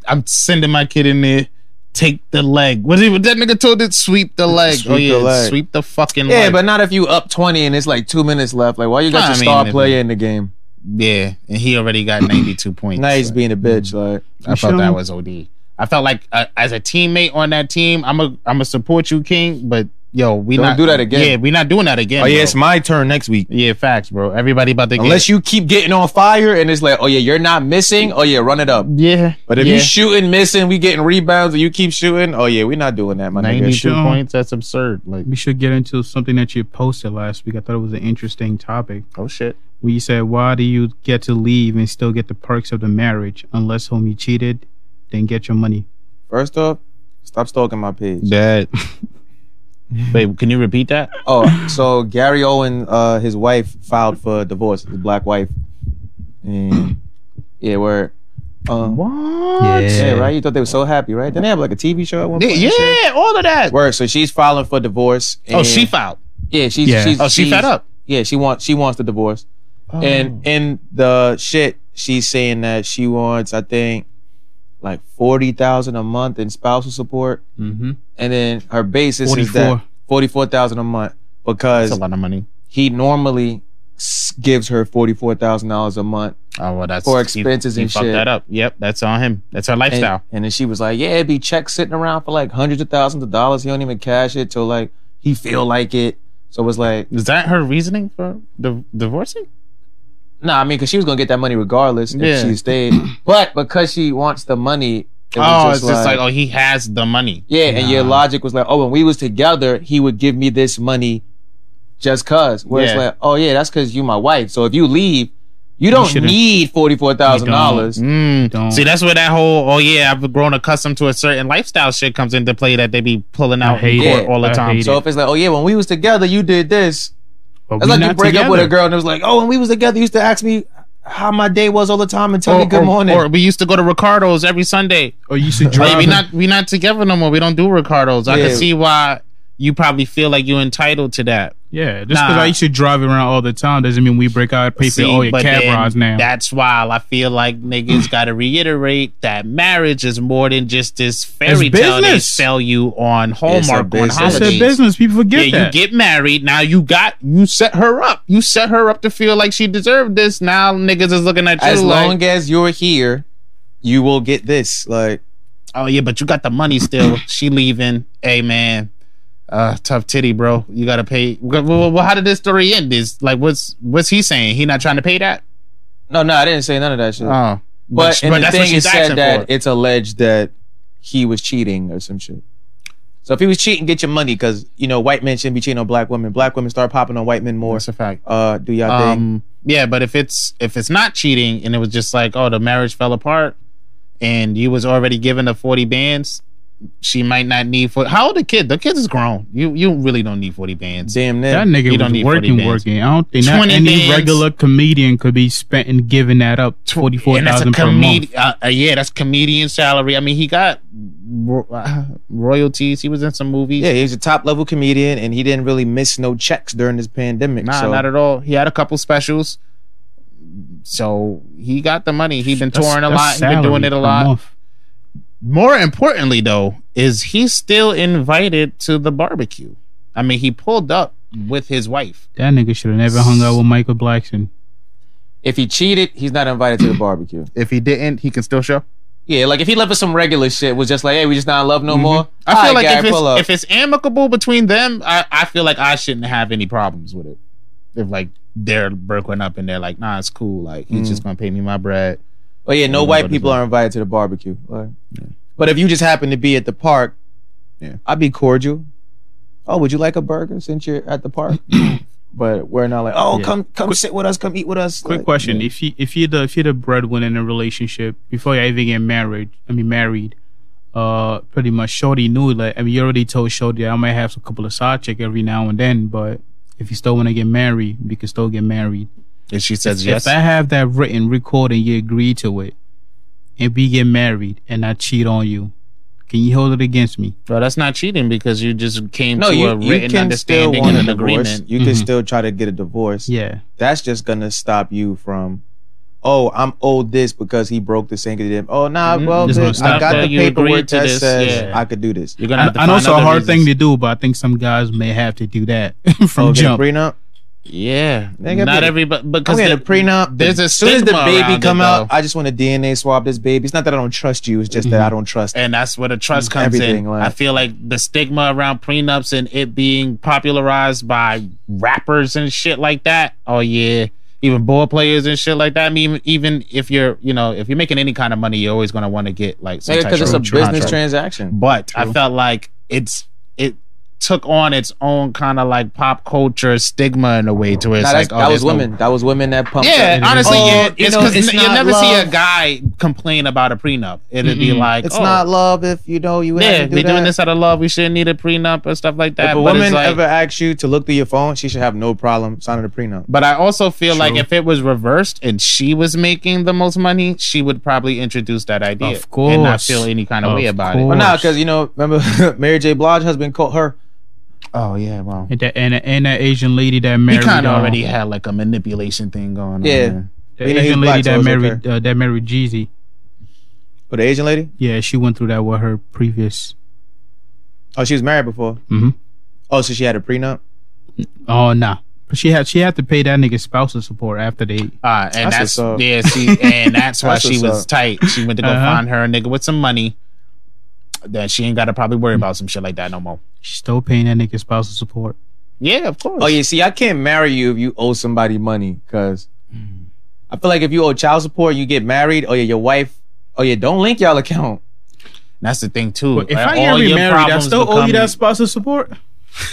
[SPEAKER 3] I'm sending my kid in there. Take the leg. What, is, what that nigga told it? Sweep the leg.
[SPEAKER 4] Sweep
[SPEAKER 3] oh
[SPEAKER 4] the
[SPEAKER 3] yeah,
[SPEAKER 4] leg.
[SPEAKER 3] sweep the fucking
[SPEAKER 4] Yeah,
[SPEAKER 3] leg.
[SPEAKER 4] but not if you up 20 and it's like two minutes left. Like why you
[SPEAKER 3] Nah,
[SPEAKER 4] got
[SPEAKER 3] I
[SPEAKER 4] your
[SPEAKER 3] mean,
[SPEAKER 4] star
[SPEAKER 3] if-
[SPEAKER 4] player in the game?
[SPEAKER 3] yeah, and he already
[SPEAKER 4] [CLEARS THROAT]
[SPEAKER 3] got 92 points.
[SPEAKER 4] Now he's
[SPEAKER 3] Like,
[SPEAKER 4] being a bitch. Like
[SPEAKER 3] I felt
[SPEAKER 2] sure?
[SPEAKER 3] that was OD. I felt like uh, as a teammate on that team, I'm a I'm a support you, King. But yo, we
[SPEAKER 4] Don't
[SPEAKER 3] not
[SPEAKER 4] do that again.
[SPEAKER 3] Yeah, we not doing that again.
[SPEAKER 4] Oh yeah,
[SPEAKER 3] bro.
[SPEAKER 4] it's my turn next week.
[SPEAKER 3] yeah, facts, bro. Everybody about to
[SPEAKER 4] Unless you keep getting on fire and it's like, oh yeah, you're not missing. Oh yeah, run it up.
[SPEAKER 3] get yeah.
[SPEAKER 4] But if
[SPEAKER 3] yeah.
[SPEAKER 4] you shooting, missing, we getting rebounds, and you keep shooting, oh yeah, we're not doing that, my nigga.
[SPEAKER 3] 92
[SPEAKER 2] Sure.
[SPEAKER 3] points, that's absurd. Like
[SPEAKER 2] We should get into something that you posted last week. I thought it was an interesting topic.
[SPEAKER 3] oh shit.
[SPEAKER 2] Where you said, "Why do you get to leave and still get the perks of the marriage unless homie cheated? Then get your money."
[SPEAKER 4] First off, stop stalking my page.
[SPEAKER 3] That. Wait, can you repeat that?
[SPEAKER 4] Oh, so Gary Owen, uh, his wife filed for divorce, his black wife, and yeah, we're um,
[SPEAKER 3] What?
[SPEAKER 4] yeah, right. You thought they were so happy, right? Then they have like a TV show at one
[SPEAKER 3] Yeah,
[SPEAKER 4] point. and shit.
[SPEAKER 3] yeah, all of that.
[SPEAKER 4] Word. So she's filing for divorce.
[SPEAKER 3] Oh,
[SPEAKER 4] and-
[SPEAKER 3] she filed.
[SPEAKER 4] Yeah, she's.
[SPEAKER 2] Yeah.
[SPEAKER 4] she's
[SPEAKER 3] Oh, she
[SPEAKER 4] she's-
[SPEAKER 3] fed up.
[SPEAKER 4] Yeah, she wants. She wants the divorce.
[SPEAKER 3] Oh.
[SPEAKER 4] And in the shit, she's saying that she wants, I think, like forty thousand a month in spousal support,
[SPEAKER 2] Mm-hmm.
[SPEAKER 4] and then her basis is
[SPEAKER 2] 44.
[SPEAKER 4] that forty four thousand a month
[SPEAKER 3] that's a
[SPEAKER 4] because
[SPEAKER 3] lot of money.
[SPEAKER 4] he normally s- gives her forty four thousand dollars a month,
[SPEAKER 3] Oh well, that's
[SPEAKER 4] For expenses
[SPEAKER 3] he, he
[SPEAKER 4] and
[SPEAKER 3] fucked
[SPEAKER 4] shit.
[SPEAKER 3] that up. Yep, that's on him. That's her
[SPEAKER 4] and,
[SPEAKER 3] lifestyle.
[SPEAKER 4] and then she was like, "Yeah, it'd be checks sitting around for like hundreds of thousands of dollars. He don't even cash it till like he feel like it." So it's like,
[SPEAKER 3] Is that her reasoning for div- divorcing?
[SPEAKER 4] No, I mean, because she was gonna get that money regardless
[SPEAKER 3] Yeah.
[SPEAKER 4] if
[SPEAKER 3] [CLEARS THROAT]
[SPEAKER 4] she stayed. But because she wants the money, it was
[SPEAKER 3] oh, it's just like, oh, he has the money.
[SPEAKER 4] yeah. And your logic was like, oh, when we was together, he would give me this money just cause. Where it's
[SPEAKER 3] Yeah.
[SPEAKER 4] like, oh yeah, that's because you my wife. So if you leave, you don't
[SPEAKER 2] shouldn't-
[SPEAKER 4] need forty four thousand dollars.
[SPEAKER 3] Mm.
[SPEAKER 2] Don't.
[SPEAKER 3] See, that's where that whole oh yeah, I've grown accustomed to a certain lifestyle shit comes into play that they be pulling out in
[SPEAKER 2] hate
[SPEAKER 3] court
[SPEAKER 4] it.
[SPEAKER 3] all the
[SPEAKER 2] I
[SPEAKER 3] time.
[SPEAKER 2] hate
[SPEAKER 3] So
[SPEAKER 4] So if it's like, oh yeah, when we was together, you did this.
[SPEAKER 2] But
[SPEAKER 4] It's
[SPEAKER 2] we
[SPEAKER 4] like you
[SPEAKER 2] not
[SPEAKER 4] break up with a
[SPEAKER 2] together.
[SPEAKER 4] girl and it was like, oh, when we was together, you used to ask me how my day was all the time and tell me
[SPEAKER 3] or,
[SPEAKER 4] good
[SPEAKER 3] or-
[SPEAKER 4] morning.
[SPEAKER 3] or we used to go to Ricardo's every Sunday.
[SPEAKER 2] Or Oh, you should drive.
[SPEAKER 3] Like, we
[SPEAKER 2] a-
[SPEAKER 3] not we not together no more. We don't do Ricardo's. I
[SPEAKER 4] Yeah.
[SPEAKER 3] can see why you probably feel like you're entitled to that.
[SPEAKER 2] Yeah, just because
[SPEAKER 3] Nah.
[SPEAKER 2] I used to drive around all the time doesn't mean we break out pay for
[SPEAKER 3] See,
[SPEAKER 2] all oh, your
[SPEAKER 3] but
[SPEAKER 2] cab
[SPEAKER 3] then
[SPEAKER 2] rides now.
[SPEAKER 3] That's why I feel like
[SPEAKER 2] [CLEARS THROAT]
[SPEAKER 3] niggas got to reiterate that marriage is more than just this fairy tale they
[SPEAKER 2] business.
[SPEAKER 3] sell you on Hallmark on
[SPEAKER 4] business.
[SPEAKER 2] It's a
[SPEAKER 3] holidays.
[SPEAKER 2] business. People forget
[SPEAKER 3] yeah,
[SPEAKER 2] that.
[SPEAKER 3] you get married. Now you got you set her up. You set her up to feel like she deserved this. Now niggas is looking at you
[SPEAKER 4] as
[SPEAKER 3] like,
[SPEAKER 4] long as you're here, you will get this. Like.
[SPEAKER 3] oh yeah, but you got the money
[SPEAKER 2] [CLEARS THROAT]
[SPEAKER 3] still. she leaving. Hey man, uh, tough titty, bro. You gotta pay. Well, well, well, how did this story end? Is like, what's what's he saying? He not trying to pay that?
[SPEAKER 4] No, no, I didn't say none of that shit.
[SPEAKER 3] Oh,
[SPEAKER 4] but and the
[SPEAKER 3] that's what
[SPEAKER 4] thing is
[SPEAKER 3] she's
[SPEAKER 4] said
[SPEAKER 3] asking
[SPEAKER 4] that
[SPEAKER 3] for.
[SPEAKER 4] it's alleged that he was cheating or some shit. So if he was cheating, get your money because you know white men shouldn't be cheating on black women. Black women start popping on white men more.
[SPEAKER 3] That's a fact.
[SPEAKER 4] Uh, do y'all think?
[SPEAKER 3] Um, yeah, but if it's if it's not cheating and it was just like, oh, the marriage fell apart, and you was already given the forty bands, she might not need for how old the kid? The kid is grown. You you really don't need forty bands.
[SPEAKER 4] Damn,
[SPEAKER 2] that
[SPEAKER 4] that
[SPEAKER 2] nigga
[SPEAKER 3] you
[SPEAKER 2] was
[SPEAKER 3] don't need 40
[SPEAKER 2] working,
[SPEAKER 3] bands.
[SPEAKER 2] working. I don't think not
[SPEAKER 3] 20
[SPEAKER 2] any
[SPEAKER 3] bands.
[SPEAKER 2] regular comedian could be spent and giving that up forty four
[SPEAKER 3] and that's a
[SPEAKER 2] thousand per month.
[SPEAKER 3] comedian. Uh, uh, yeah, that's comedian salary. I mean, he got ro- uh, royalties. He was in some movies.
[SPEAKER 4] yeah, he was a top level comedian and he didn't really miss no checks during this pandemic.
[SPEAKER 3] nah,
[SPEAKER 4] so
[SPEAKER 3] not at all. He had a couple specials. So he got the money. He been
[SPEAKER 2] That's-
[SPEAKER 3] touring a
[SPEAKER 2] that's
[SPEAKER 3] lot. He been doing
[SPEAKER 2] salary
[SPEAKER 3] it a
[SPEAKER 2] per
[SPEAKER 3] lot.
[SPEAKER 2] month.
[SPEAKER 3] More importantly, though, is he still invited to the barbecue? I mean, he pulled up with his wife.
[SPEAKER 2] That nigga should have never hung out with Michael Blackson.
[SPEAKER 4] if he cheated, he's not invited to the barbecue.
[SPEAKER 3] If he didn't, he can still show.
[SPEAKER 4] Yeah, like if he left with some regular shit, was just like, hey, we just not in love no more.
[SPEAKER 3] I feel like
[SPEAKER 4] Gary,
[SPEAKER 3] if, it's,
[SPEAKER 4] pull up.
[SPEAKER 3] if it's amicable between them, I, I feel like I shouldn't have any problems with it. If like they're broken up and they're like, nah, it's cool. Like he's just gonna pay me my bread.
[SPEAKER 4] Oh yeah, no
[SPEAKER 3] Mm,
[SPEAKER 4] white
[SPEAKER 3] but
[SPEAKER 4] people
[SPEAKER 3] it's-
[SPEAKER 4] are invited to the barbecue. Like, But if you just happen to be at the park,
[SPEAKER 3] Yeah. [CLEARS THROAT]
[SPEAKER 4] I'd be cordial. Oh, would you like a burger since you're at the park? but we're not like, oh,
[SPEAKER 2] Yeah.
[SPEAKER 4] come come sit with us, come eat with us.
[SPEAKER 2] Quick
[SPEAKER 4] Like,
[SPEAKER 2] question: If you if you're the if you're the breadwinner in a relationship before you even get married, I mean married, uh, pretty much Shorty knew. Like I mean, you already told Shorty I might have a couple of side chick every now and then, but if you still want to get married, we can still get married.
[SPEAKER 3] And she says
[SPEAKER 2] If
[SPEAKER 3] yes.
[SPEAKER 2] I have that written recording, you agree to it, and we get married, and I cheat on you, can you hold it against me?
[SPEAKER 3] Bro, that's not cheating because you just came
[SPEAKER 4] No,
[SPEAKER 3] to
[SPEAKER 4] you,
[SPEAKER 3] a
[SPEAKER 4] you
[SPEAKER 3] written
[SPEAKER 4] can still
[SPEAKER 3] understanding and
[SPEAKER 4] want a
[SPEAKER 3] an
[SPEAKER 4] divorce.
[SPEAKER 3] agreement. Mm-hmm.
[SPEAKER 4] You can
[SPEAKER 2] Mhm.
[SPEAKER 4] still try to get a divorce.
[SPEAKER 2] Yeah,
[SPEAKER 4] That's just gonna stop you from. Oh, I'm owed this because he broke the sink. Oh, nah,
[SPEAKER 3] Mhm.
[SPEAKER 4] well,
[SPEAKER 2] Just
[SPEAKER 4] then
[SPEAKER 2] gonna
[SPEAKER 4] I
[SPEAKER 2] stop
[SPEAKER 4] got
[SPEAKER 3] that.
[SPEAKER 4] the
[SPEAKER 3] You
[SPEAKER 4] paperwork
[SPEAKER 3] agreed to
[SPEAKER 4] that
[SPEAKER 3] this,
[SPEAKER 4] says
[SPEAKER 3] yeah.
[SPEAKER 4] I could do this.
[SPEAKER 3] You're gonna
[SPEAKER 2] I,
[SPEAKER 3] have to
[SPEAKER 2] I know it's
[SPEAKER 3] find
[SPEAKER 2] a
[SPEAKER 3] other
[SPEAKER 2] hard thing to
[SPEAKER 3] reasons.
[SPEAKER 2] do, but I think some guys may have to do that [LAUGHS] from
[SPEAKER 4] Oh, get a
[SPEAKER 2] jump.
[SPEAKER 4] prenup.
[SPEAKER 3] Yeah,
[SPEAKER 4] Nigga,
[SPEAKER 3] not
[SPEAKER 4] be-
[SPEAKER 3] everybody.
[SPEAKER 4] I'm
[SPEAKER 3] Because
[SPEAKER 4] getting a
[SPEAKER 3] the-
[SPEAKER 4] prenup.
[SPEAKER 3] there's a
[SPEAKER 4] as soon as the
[SPEAKER 3] stigma
[SPEAKER 4] baby
[SPEAKER 3] around
[SPEAKER 4] come
[SPEAKER 3] it,
[SPEAKER 4] out,
[SPEAKER 3] though.
[SPEAKER 4] I just want to DNA swab this baby. It's not that I don't trust you. It's just that I don't trust.
[SPEAKER 3] and that's where the trust comes
[SPEAKER 4] Mm, Everything,
[SPEAKER 3] in.
[SPEAKER 4] like-
[SPEAKER 3] I feel like the stigma around prenups and it being popularized by rappers and shit like that. Oh yeah, even ball players and shit like that. I mean, even if you're, you know, if you're making any kind of money, you're always gonna want to get like some type
[SPEAKER 4] Because it's a
[SPEAKER 3] of
[SPEAKER 4] business
[SPEAKER 3] contract.
[SPEAKER 4] transaction.
[SPEAKER 3] But I felt like it's it took on its own kind of like pop culture stigma in a way to where it's
[SPEAKER 4] Nah,
[SPEAKER 3] like
[SPEAKER 4] that's,
[SPEAKER 3] oh,
[SPEAKER 4] that
[SPEAKER 3] there's
[SPEAKER 4] was
[SPEAKER 3] no-
[SPEAKER 4] women. That was women that pumped.
[SPEAKER 3] yeah,
[SPEAKER 4] up.
[SPEAKER 3] honestly,
[SPEAKER 4] Oh,
[SPEAKER 3] yeah.
[SPEAKER 4] you
[SPEAKER 3] It's
[SPEAKER 4] know,
[SPEAKER 3] 'cause
[SPEAKER 4] it's
[SPEAKER 3] n- you
[SPEAKER 4] not
[SPEAKER 3] never see a
[SPEAKER 4] love.
[SPEAKER 3] guy complain about a prenup. It'd be like,
[SPEAKER 4] It's
[SPEAKER 3] oh,
[SPEAKER 4] not love if you know you.
[SPEAKER 3] yeah,
[SPEAKER 4] had to do
[SPEAKER 3] we doing
[SPEAKER 4] that.
[SPEAKER 3] this out of love. We shouldn't need a prenup or stuff like that.
[SPEAKER 4] If a
[SPEAKER 3] but
[SPEAKER 4] woman
[SPEAKER 3] it's like,
[SPEAKER 4] ever asks you to look through your phone, she should have no problem signing a prenup.
[SPEAKER 3] but I also feel like
[SPEAKER 2] True.
[SPEAKER 3] if it was reversed and she was making the most money, she would probably introduce that idea
[SPEAKER 2] Of course.
[SPEAKER 3] and not feel any kind of,
[SPEAKER 2] Of
[SPEAKER 3] way about
[SPEAKER 2] course.
[SPEAKER 4] Well,
[SPEAKER 3] it.
[SPEAKER 4] nah, because you know, remember [LAUGHS] Mary J. Blige husband caught her.
[SPEAKER 3] Oh yeah, well,
[SPEAKER 2] And that, and, that- and that Asian lady that
[SPEAKER 3] he
[SPEAKER 2] married
[SPEAKER 3] kind of
[SPEAKER 2] uh,
[SPEAKER 3] already had like a manipulation thing going
[SPEAKER 4] Yeah.
[SPEAKER 3] on.
[SPEAKER 2] the
[SPEAKER 4] you know, he's
[SPEAKER 2] Asian
[SPEAKER 4] black,
[SPEAKER 2] lady
[SPEAKER 4] so
[SPEAKER 2] that
[SPEAKER 4] it's
[SPEAKER 2] married uh, that married Jeezy.
[SPEAKER 4] But the Asian lady?
[SPEAKER 2] Yeah, she went through that with her previous.
[SPEAKER 4] Oh, she was married before.
[SPEAKER 2] Mhm.
[SPEAKER 4] Oh, so she had a prenup.
[SPEAKER 2] Oh nah, but she had she had to pay that nigga spousal support after they.
[SPEAKER 3] Uh, and
[SPEAKER 4] That's
[SPEAKER 3] that's,
[SPEAKER 4] what's up.
[SPEAKER 3] yeah, see, and that's why
[SPEAKER 4] That's
[SPEAKER 3] she
[SPEAKER 4] what's
[SPEAKER 3] was
[SPEAKER 4] up.
[SPEAKER 3] tight. She went to go
[SPEAKER 2] Uh-huh.
[SPEAKER 3] find her a nigga with some money. That she ain't got to probably worry about some shit like that no more.
[SPEAKER 2] She's still paying that nigga spousal support.
[SPEAKER 3] Yeah, of course.
[SPEAKER 4] Oh yeah, see, I can't marry you if you owe somebody money, cause
[SPEAKER 2] Hmm.
[SPEAKER 4] I feel like if you owe child support, you get married. Oh yeah, your wife. Oh yeah, don't link y'all account.
[SPEAKER 3] That's the thing too.
[SPEAKER 2] But if
[SPEAKER 3] Like,
[SPEAKER 2] I get
[SPEAKER 3] all your
[SPEAKER 2] remarried, I
[SPEAKER 3] problems
[SPEAKER 2] still owe you
[SPEAKER 3] become-
[SPEAKER 2] that spousal support.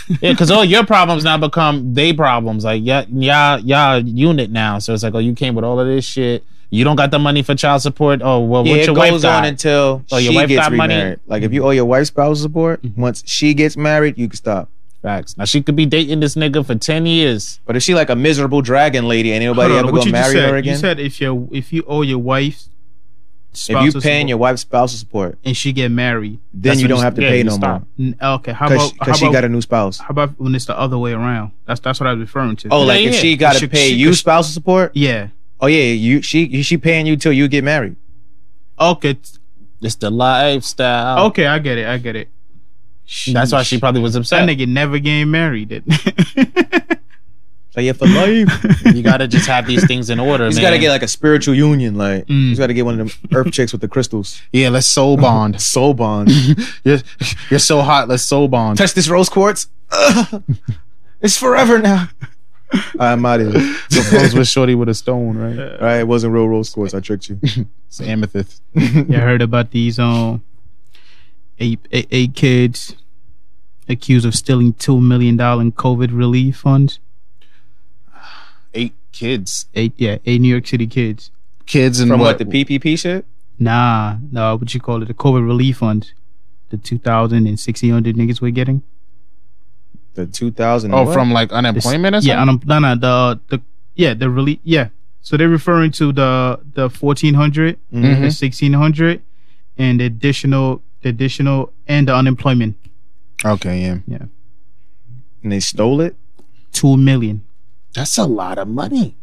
[SPEAKER 3] Yeah, because all your problems now become they problems. Like yeah, y'all, y'all unit now. So it's like, oh, you came with all of this shit. You don't got the money for child support. Oh, well,
[SPEAKER 4] Yeah,
[SPEAKER 3] what your
[SPEAKER 4] it
[SPEAKER 3] wife
[SPEAKER 4] goes
[SPEAKER 3] got?
[SPEAKER 4] on until
[SPEAKER 3] Oh, your
[SPEAKER 4] she
[SPEAKER 3] wife
[SPEAKER 4] gets
[SPEAKER 3] got money?
[SPEAKER 4] remarried. Like if you owe your wife spousal support,
[SPEAKER 2] Mm-hmm.
[SPEAKER 4] once she gets married, you can stop.
[SPEAKER 3] Facts. Now she could be dating this nigga for ten years.
[SPEAKER 4] But if she like a miserable dragon lady, ain't
[SPEAKER 2] Hold
[SPEAKER 4] nobody
[SPEAKER 2] on,
[SPEAKER 4] ever
[SPEAKER 2] what
[SPEAKER 4] gonna
[SPEAKER 2] you just
[SPEAKER 4] marry
[SPEAKER 2] said?
[SPEAKER 4] her
[SPEAKER 2] You
[SPEAKER 4] again?
[SPEAKER 2] said if you if you owe your wife,
[SPEAKER 4] If you
[SPEAKER 2] spousal
[SPEAKER 4] paying
[SPEAKER 2] support
[SPEAKER 4] your wife's spousal support,
[SPEAKER 2] and she get married,
[SPEAKER 4] then
[SPEAKER 3] That's
[SPEAKER 4] you
[SPEAKER 3] when
[SPEAKER 4] don't
[SPEAKER 3] you-
[SPEAKER 4] have to
[SPEAKER 3] yeah,
[SPEAKER 4] pay
[SPEAKER 3] you
[SPEAKER 4] no
[SPEAKER 3] stop.
[SPEAKER 4] more
[SPEAKER 2] N- okay. How
[SPEAKER 4] because
[SPEAKER 2] about how
[SPEAKER 4] because she
[SPEAKER 2] about- Oh,
[SPEAKER 4] got a new spouse.
[SPEAKER 2] how about when it's the other way around? That's that's what I was referring to.
[SPEAKER 4] Oh, like
[SPEAKER 3] yeah,
[SPEAKER 4] if
[SPEAKER 3] yeah.
[SPEAKER 4] she got to
[SPEAKER 2] She-
[SPEAKER 4] pay
[SPEAKER 2] she-
[SPEAKER 4] you
[SPEAKER 2] she-
[SPEAKER 4] spousal support,
[SPEAKER 2] yeah.
[SPEAKER 4] oh yeah, you she she paying you till you get married.
[SPEAKER 2] Okay,
[SPEAKER 3] It's the lifestyle.
[SPEAKER 4] Oh,
[SPEAKER 2] okay, I get it. I get it.
[SPEAKER 3] Oh. That's why she
[SPEAKER 2] Sheesh.
[SPEAKER 3] probably was upset.
[SPEAKER 2] That nigga never getting married. [LAUGHS]
[SPEAKER 4] So yeah, for life.
[SPEAKER 3] you gotta just have
[SPEAKER 4] [LAUGHS]
[SPEAKER 3] these things in order.
[SPEAKER 4] He's
[SPEAKER 3] man.
[SPEAKER 4] got to get like a spiritual union. Like
[SPEAKER 2] Mm.
[SPEAKER 4] he's got to get one of them
[SPEAKER 3] [LAUGHS]
[SPEAKER 4] earth chicks with the crystals.
[SPEAKER 3] yeah. Let's [LAUGHS] soul bond.
[SPEAKER 4] Soul bond.
[SPEAKER 3] you're, you're so hot. Let's soul bond.
[SPEAKER 4] Touch this rose quartz. [LAUGHS] Ugh. it's forever now.
[SPEAKER 3] [LAUGHS]
[SPEAKER 4] I'm out of here.
[SPEAKER 3] Propose with shorty with a stone, right?
[SPEAKER 4] All right, it wasn't real rose quartz. I tricked you.
[SPEAKER 3] It's amethyst.
[SPEAKER 2] you heard about these um eight, eight, eight kids accused of stealing two million dollar in COVID relief funds?
[SPEAKER 3] Eight kids.
[SPEAKER 2] Eight, yeah, eight New York City kids.
[SPEAKER 3] Kids and
[SPEAKER 4] From
[SPEAKER 3] what?
[SPEAKER 4] what the PPP shit?
[SPEAKER 2] Nah, no, what you call it? The COVID relief funds. The two thousand and sixty hundred niggas we're getting.
[SPEAKER 4] The 2000.
[SPEAKER 3] Oh,
[SPEAKER 4] what?
[SPEAKER 3] from like unemployment or something?
[SPEAKER 2] yeah, unem- no, no, the the yeah, the relief. Yeah, so they're referring to the the fourteen hundred,
[SPEAKER 3] Mm-hmm.
[SPEAKER 4] Mhm.
[SPEAKER 2] the sixteen hundred, and the additional, the additional, and the unemployment
[SPEAKER 3] Okay, yeah.
[SPEAKER 4] and they stole it.
[SPEAKER 2] two million.
[SPEAKER 3] That's a lot of money.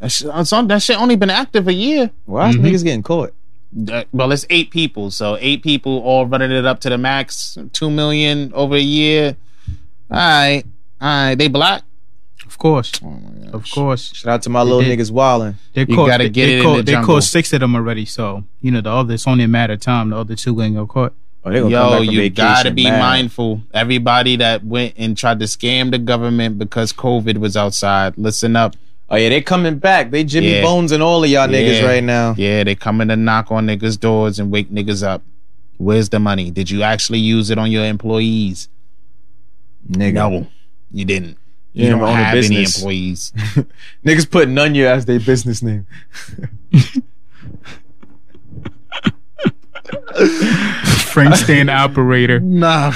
[SPEAKER 3] That shit, that's on- that shit only been active a year.
[SPEAKER 4] Why is
[SPEAKER 2] Mhm.
[SPEAKER 4] niggas getting caught?
[SPEAKER 3] That- Uh, well, it's eight people, so eight people all running it up to the max, two million over a year. All right, all right. They black.
[SPEAKER 2] Of course,
[SPEAKER 3] Oh my God.
[SPEAKER 2] of course,
[SPEAKER 4] Shout out to my little
[SPEAKER 2] did.
[SPEAKER 4] niggas wildin'.
[SPEAKER 2] they
[SPEAKER 3] You
[SPEAKER 2] caught.
[SPEAKER 3] gotta
[SPEAKER 2] they-
[SPEAKER 3] get
[SPEAKER 2] they
[SPEAKER 3] it in
[SPEAKER 2] caught,
[SPEAKER 3] the
[SPEAKER 2] they
[SPEAKER 3] jungle.
[SPEAKER 2] caught six of them already. So you know the other. It's only a matter of time. The other two going to caught. [LAUGHS]
[SPEAKER 4] Oh, they gonna come
[SPEAKER 3] Yo,
[SPEAKER 4] back from
[SPEAKER 3] you
[SPEAKER 4] vacation
[SPEAKER 3] gotta be
[SPEAKER 4] mad.
[SPEAKER 3] mindful. Everybody that went and tried to scam the government because COVID was outside, listen up.
[SPEAKER 4] Oh yeah, they coming back. They Jimmy
[SPEAKER 3] Yeah.
[SPEAKER 4] Bones and all of y'all niggas
[SPEAKER 3] Yeah.
[SPEAKER 4] right now.
[SPEAKER 3] Yeah, they coming to knock on niggas' doors and wake niggas up. Where's the money? Did you actually use it on your employees?
[SPEAKER 4] Nigga,
[SPEAKER 3] No, you didn't. You
[SPEAKER 1] Yeah,
[SPEAKER 3] don't
[SPEAKER 1] my own
[SPEAKER 3] have any
[SPEAKER 1] business.
[SPEAKER 3] employees.
[SPEAKER 1] Niggas put Nunya as their business
[SPEAKER 3] [LAUGHS]
[SPEAKER 1] name.
[SPEAKER 2] Frank Stan operator.
[SPEAKER 3] nah.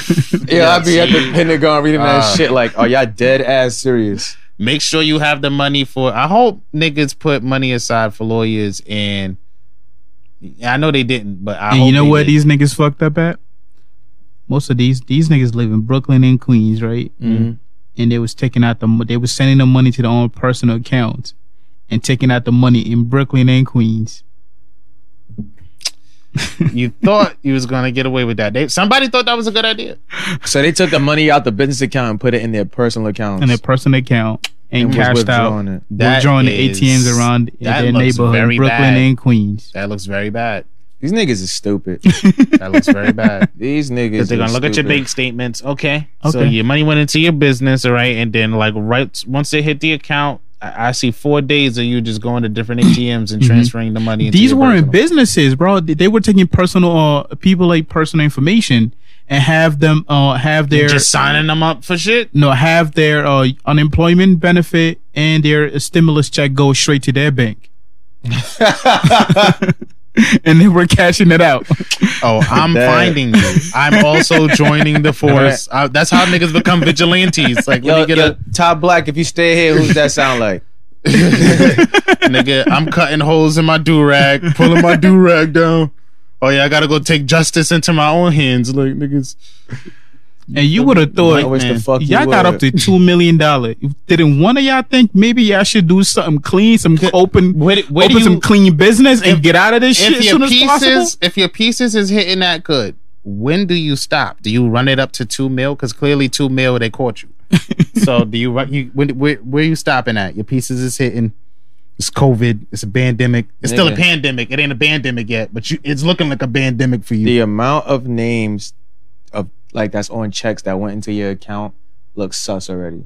[SPEAKER 1] Yeah, I'd be at the
[SPEAKER 3] see,
[SPEAKER 1] Pentagon reading
[SPEAKER 3] Uh.
[SPEAKER 1] that shit like, are y'all dead ass serious?
[SPEAKER 3] Make sure you have the money for. I hope niggas put money aside for lawyers and. I know they didn't, but I
[SPEAKER 2] and
[SPEAKER 3] hope
[SPEAKER 2] you know
[SPEAKER 3] they
[SPEAKER 2] where
[SPEAKER 3] did.
[SPEAKER 2] these niggas fucked up at? Most of these these niggas live in Brooklyn and Queens, right?
[SPEAKER 3] Mm-hmm.
[SPEAKER 1] Mhm.
[SPEAKER 2] And they was taking out the mo- they was sending the money to their own personal accounts and taking out the money in Brooklyn and Queens. [LAUGHS]
[SPEAKER 3] you thought you was gonna get away with that. They, somebody thought that was a good idea.
[SPEAKER 1] So they took the money out the business account and put it in their personal accounts
[SPEAKER 2] And their personal account and,
[SPEAKER 1] was
[SPEAKER 2] cashed out
[SPEAKER 1] withdrawing it.
[SPEAKER 3] That
[SPEAKER 2] withdrawing the
[SPEAKER 3] is-
[SPEAKER 2] ATMs around
[SPEAKER 3] that
[SPEAKER 2] their
[SPEAKER 3] looks
[SPEAKER 2] neighborhood
[SPEAKER 3] very
[SPEAKER 2] in Brooklyn
[SPEAKER 3] bad.
[SPEAKER 2] and Queens.
[SPEAKER 3] That looks very bad.
[SPEAKER 1] These niggas is
[SPEAKER 3] [LAUGHS]
[SPEAKER 1] stupid.
[SPEAKER 3] That looks
[SPEAKER 2] [LAUGHS]
[SPEAKER 3] very bad.
[SPEAKER 1] These niggas.
[SPEAKER 3] Because they're gonna
[SPEAKER 1] is
[SPEAKER 3] look at your
[SPEAKER 1] stupid.
[SPEAKER 3] bank statements. Okay. So
[SPEAKER 2] Okay.
[SPEAKER 3] your money went into your business, all right? And then like right once they hit the account, I, I see four days of you just going to different ATMs and transferring the money. Into
[SPEAKER 2] Mm-hmm. These
[SPEAKER 3] your
[SPEAKER 2] weren't
[SPEAKER 3] personal.
[SPEAKER 2] businesses, bro. They they were taking personal uh, people like personal information and have them uh have their
[SPEAKER 3] just signing them up for shit.
[SPEAKER 2] no have their uh, unemployment benefit and their stimulus check go straight to their
[SPEAKER 3] [LAUGHS]
[SPEAKER 2] bank and they were cashing it out
[SPEAKER 3] Oh,
[SPEAKER 1] [LAUGHS]
[SPEAKER 3] I'm
[SPEAKER 1] That-
[SPEAKER 3] finding you. I'm also joining
[SPEAKER 1] [LAUGHS]
[SPEAKER 3] the force. Uh, that's how niggas become vigilantes. Like, let
[SPEAKER 1] Yo,
[SPEAKER 3] me get
[SPEAKER 1] yo,
[SPEAKER 3] a
[SPEAKER 1] Top Black, if you stay here, who's
[SPEAKER 3] [LAUGHS]
[SPEAKER 1] that sound like?
[SPEAKER 3] Nigga, I'm cutting holes in my do rag, pulling my do rag down. Oh yeah, I gotta go take justice into my own hands. Like niggas,
[SPEAKER 2] and you would have
[SPEAKER 1] I
[SPEAKER 2] thought
[SPEAKER 1] wish the
[SPEAKER 3] man,
[SPEAKER 1] fuck
[SPEAKER 2] y'all
[SPEAKER 1] you
[SPEAKER 2] got
[SPEAKER 1] would.
[SPEAKER 2] up to two million dollar didn't one of y'all think maybe y'all should do something clean some open
[SPEAKER 3] where, where do
[SPEAKER 2] open
[SPEAKER 3] you,
[SPEAKER 2] some clean business and get out of this shit
[SPEAKER 3] if
[SPEAKER 2] as
[SPEAKER 3] your
[SPEAKER 2] soon as possible
[SPEAKER 3] pieces, if your pieces is hitting that good, when do you stop? Do you run it up to two mil? Because clearly two mil
[SPEAKER 2] [LAUGHS]
[SPEAKER 3] they caught you. so do you run? You when, where where you stopping at? Your pieces is hitting. It's COVID. It's a pandemic. It's still a
[SPEAKER 1] Nigga.
[SPEAKER 3] pandemic. It ain't a pandemic yet, but you, it's looking like a pandemic for you.
[SPEAKER 1] The amount of names of like that's on checks that went into your account looks sus already.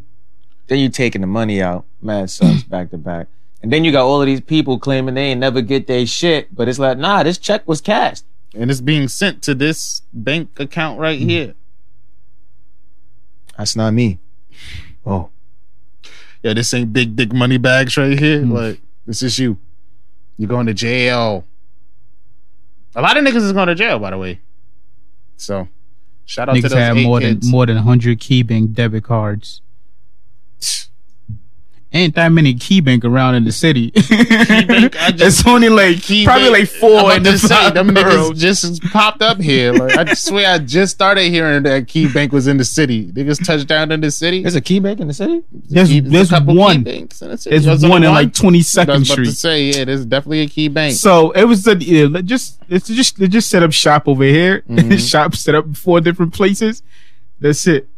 [SPEAKER 1] Then you taking the money out, mad
[SPEAKER 3] [CLEARS THROAT]
[SPEAKER 1] sus back to back, and then you got all of these people claiming they ain't never get their shit, but it's like nah, this check was cashed.
[SPEAKER 3] and it's being sent to this bank account right
[SPEAKER 1] Mm-hmm.
[SPEAKER 3] here.
[SPEAKER 1] That's not me. Oh,
[SPEAKER 3] Yo, this ain't big dick money bags right here.
[SPEAKER 2] Hmm.
[SPEAKER 3] Like, this is you. You're going to jail. A lot of niggas is going to jail, by the way. So, shout out to
[SPEAKER 2] niggas
[SPEAKER 3] those
[SPEAKER 2] have
[SPEAKER 3] eight
[SPEAKER 2] more
[SPEAKER 3] kids.
[SPEAKER 2] than more than 100 keybank debit cards ain't that many keybank around in the city [LAUGHS]
[SPEAKER 3] I just-
[SPEAKER 2] it's only like
[SPEAKER 3] Key
[SPEAKER 2] probably
[SPEAKER 3] bank-
[SPEAKER 2] like four
[SPEAKER 3] I'm
[SPEAKER 2] in
[SPEAKER 3] about
[SPEAKER 2] the
[SPEAKER 3] to
[SPEAKER 2] [LAUGHS]
[SPEAKER 3] say,
[SPEAKER 2] five
[SPEAKER 3] them
[SPEAKER 2] boroughs.
[SPEAKER 3] niggas just popped up here. Like, I swear, I just started hearing that Key Bank was in the city. Niggas touched down in the city.
[SPEAKER 1] there's a key bank in the city.
[SPEAKER 2] There's,
[SPEAKER 3] Key-
[SPEAKER 2] there's
[SPEAKER 3] a couple Key
[SPEAKER 2] one.
[SPEAKER 3] Banks in the city.
[SPEAKER 2] There's
[SPEAKER 3] There's only
[SPEAKER 2] one in
[SPEAKER 3] one?
[SPEAKER 2] like 22nd
[SPEAKER 3] I was about to
[SPEAKER 2] Street.
[SPEAKER 3] say, yeah, there's definitely a Key Bank.
[SPEAKER 2] So it was the yeah, let- just it's just they just set up shop over here. [LAUGHS]
[SPEAKER 3] Mm-hmm.
[SPEAKER 2] shop set up in four different places. That's it.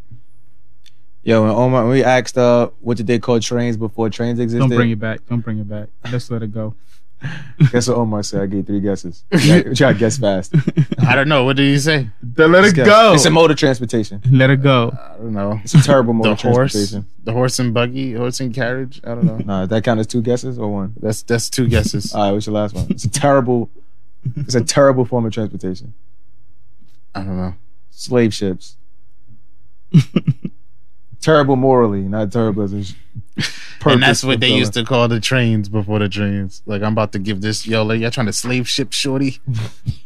[SPEAKER 1] Yo, when Omar, when we asked uh, what did they call trains before trains existed?
[SPEAKER 3] [LAUGHS]
[SPEAKER 2] Don't bring it back. Don't bring it back. Let's let it go.
[SPEAKER 1] Guess what Omar said? I gave three guesses. Try, try to guess fast.
[SPEAKER 3] I don't know. What did he say?
[SPEAKER 2] Don't let it
[SPEAKER 1] Guess.
[SPEAKER 2] go.
[SPEAKER 1] It's a mode of transportation.
[SPEAKER 2] let it go.
[SPEAKER 3] I don't know.
[SPEAKER 1] It's a terrible mode
[SPEAKER 3] the
[SPEAKER 1] of
[SPEAKER 3] horse,
[SPEAKER 1] transportation.
[SPEAKER 3] the horse and buggy, horse and carriage. I don't know.
[SPEAKER 1] Nah, that count as two guesses or one?
[SPEAKER 3] That's that's two [LAUGHS] guesses.
[SPEAKER 1] All right, what's your last one? It's a terrible, it's a terrible form of transportation.
[SPEAKER 3] I don't know.
[SPEAKER 1] Slave
[SPEAKER 3] [LAUGHS]
[SPEAKER 1] ships. terrible morally, not terrible as a sh-
[SPEAKER 3] and that's what they
[SPEAKER 1] fulfiller.
[SPEAKER 3] used to call the trains before the trains. Like I'm about to give this yo, like, y'all trying to slave ship [LAUGHS] shorty?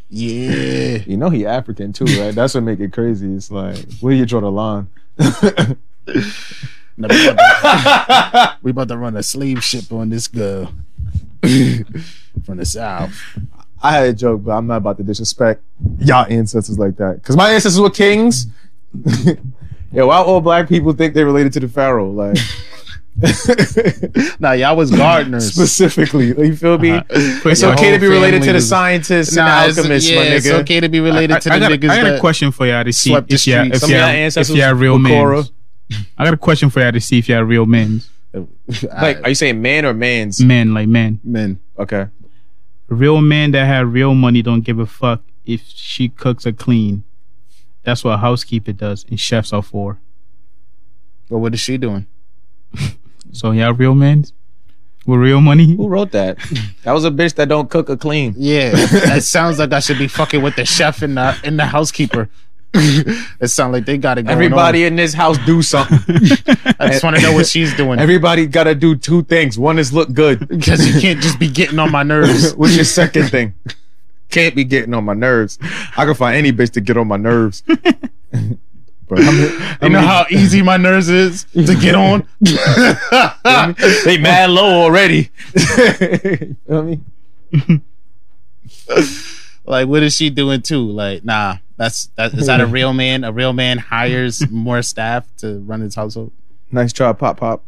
[SPEAKER 3] yeah. [LAUGHS]
[SPEAKER 1] You know he African too, right? That's what make it crazy. It's like where do you draw the line?
[SPEAKER 3] Now we, about to, we about to run a slave ship on this girl [LAUGHS] from the south.
[SPEAKER 1] I had a joke, but I'm not about to disrespect y'all ancestors like that. Cause my ancestors were kings. [LAUGHS] yeah, why all black people think they're related to the pharaoh?
[SPEAKER 3] [LAUGHS]
[SPEAKER 1] Like
[SPEAKER 3] Nah, y'all was [LAUGHS] gardeners.
[SPEAKER 1] specifically, you feel me? It's
[SPEAKER 3] Uh-huh. Your
[SPEAKER 1] okay to
[SPEAKER 3] whole
[SPEAKER 1] be related
[SPEAKER 3] family
[SPEAKER 1] to the
[SPEAKER 3] was-
[SPEAKER 1] scientists
[SPEAKER 3] Nah,
[SPEAKER 1] and
[SPEAKER 3] it's,
[SPEAKER 1] the alchemists,
[SPEAKER 3] yeah,
[SPEAKER 1] my nigga.
[SPEAKER 3] it's okay to be related
[SPEAKER 2] I,
[SPEAKER 3] to
[SPEAKER 2] I
[SPEAKER 3] the
[SPEAKER 2] got, a,
[SPEAKER 3] niggas
[SPEAKER 2] I got a
[SPEAKER 3] that-
[SPEAKER 2] question for y'all to see
[SPEAKER 3] swept the
[SPEAKER 2] if y'all
[SPEAKER 3] streets.
[SPEAKER 2] if
[SPEAKER 3] Some
[SPEAKER 1] of y'all
[SPEAKER 2] y'all, if
[SPEAKER 1] ancestors
[SPEAKER 2] y'all real
[SPEAKER 1] were
[SPEAKER 2] men.
[SPEAKER 1] Korra.
[SPEAKER 2] I got a question for y'all to see if y'all real men.
[SPEAKER 1] Like, are you saying man or man's?
[SPEAKER 2] Men like men.
[SPEAKER 3] men.
[SPEAKER 1] Okay.
[SPEAKER 2] Real men that have real money don't give a fuck if she cooks or clean. That's what a housekeeper does and chefs are for.
[SPEAKER 3] But what is she doing?
[SPEAKER 2] So y'all real men with real money.
[SPEAKER 1] Who wrote that? That was a bitch that don't cook or clean.
[SPEAKER 3] [LAUGHS] Yeah, that sounds like I should be fucking with the chef and the and the housekeeper. [LAUGHS] it sounds like they got it going
[SPEAKER 4] Everybody in this house do [LAUGHS] something.
[SPEAKER 3] on. I just want to know [LAUGHS] what she's doing.
[SPEAKER 4] Everybody got to do two things. One is look [LAUGHS] good,
[SPEAKER 3] because you can't just be getting on my [LAUGHS] nerves.
[SPEAKER 4] which is second thing. Can't be getting on my nerves. I can find any bitch to get on my nerves. but I'm,
[SPEAKER 3] You know how easy my nerves is to get [LAUGHS] on.
[SPEAKER 4] they mad low already. you know what I mean?
[SPEAKER 3] like, what is she doing too? Like, nah, that's that. Is that a real man? A real man [LAUGHS] hires more staff to run his household.
[SPEAKER 4] Nice try, pop pop.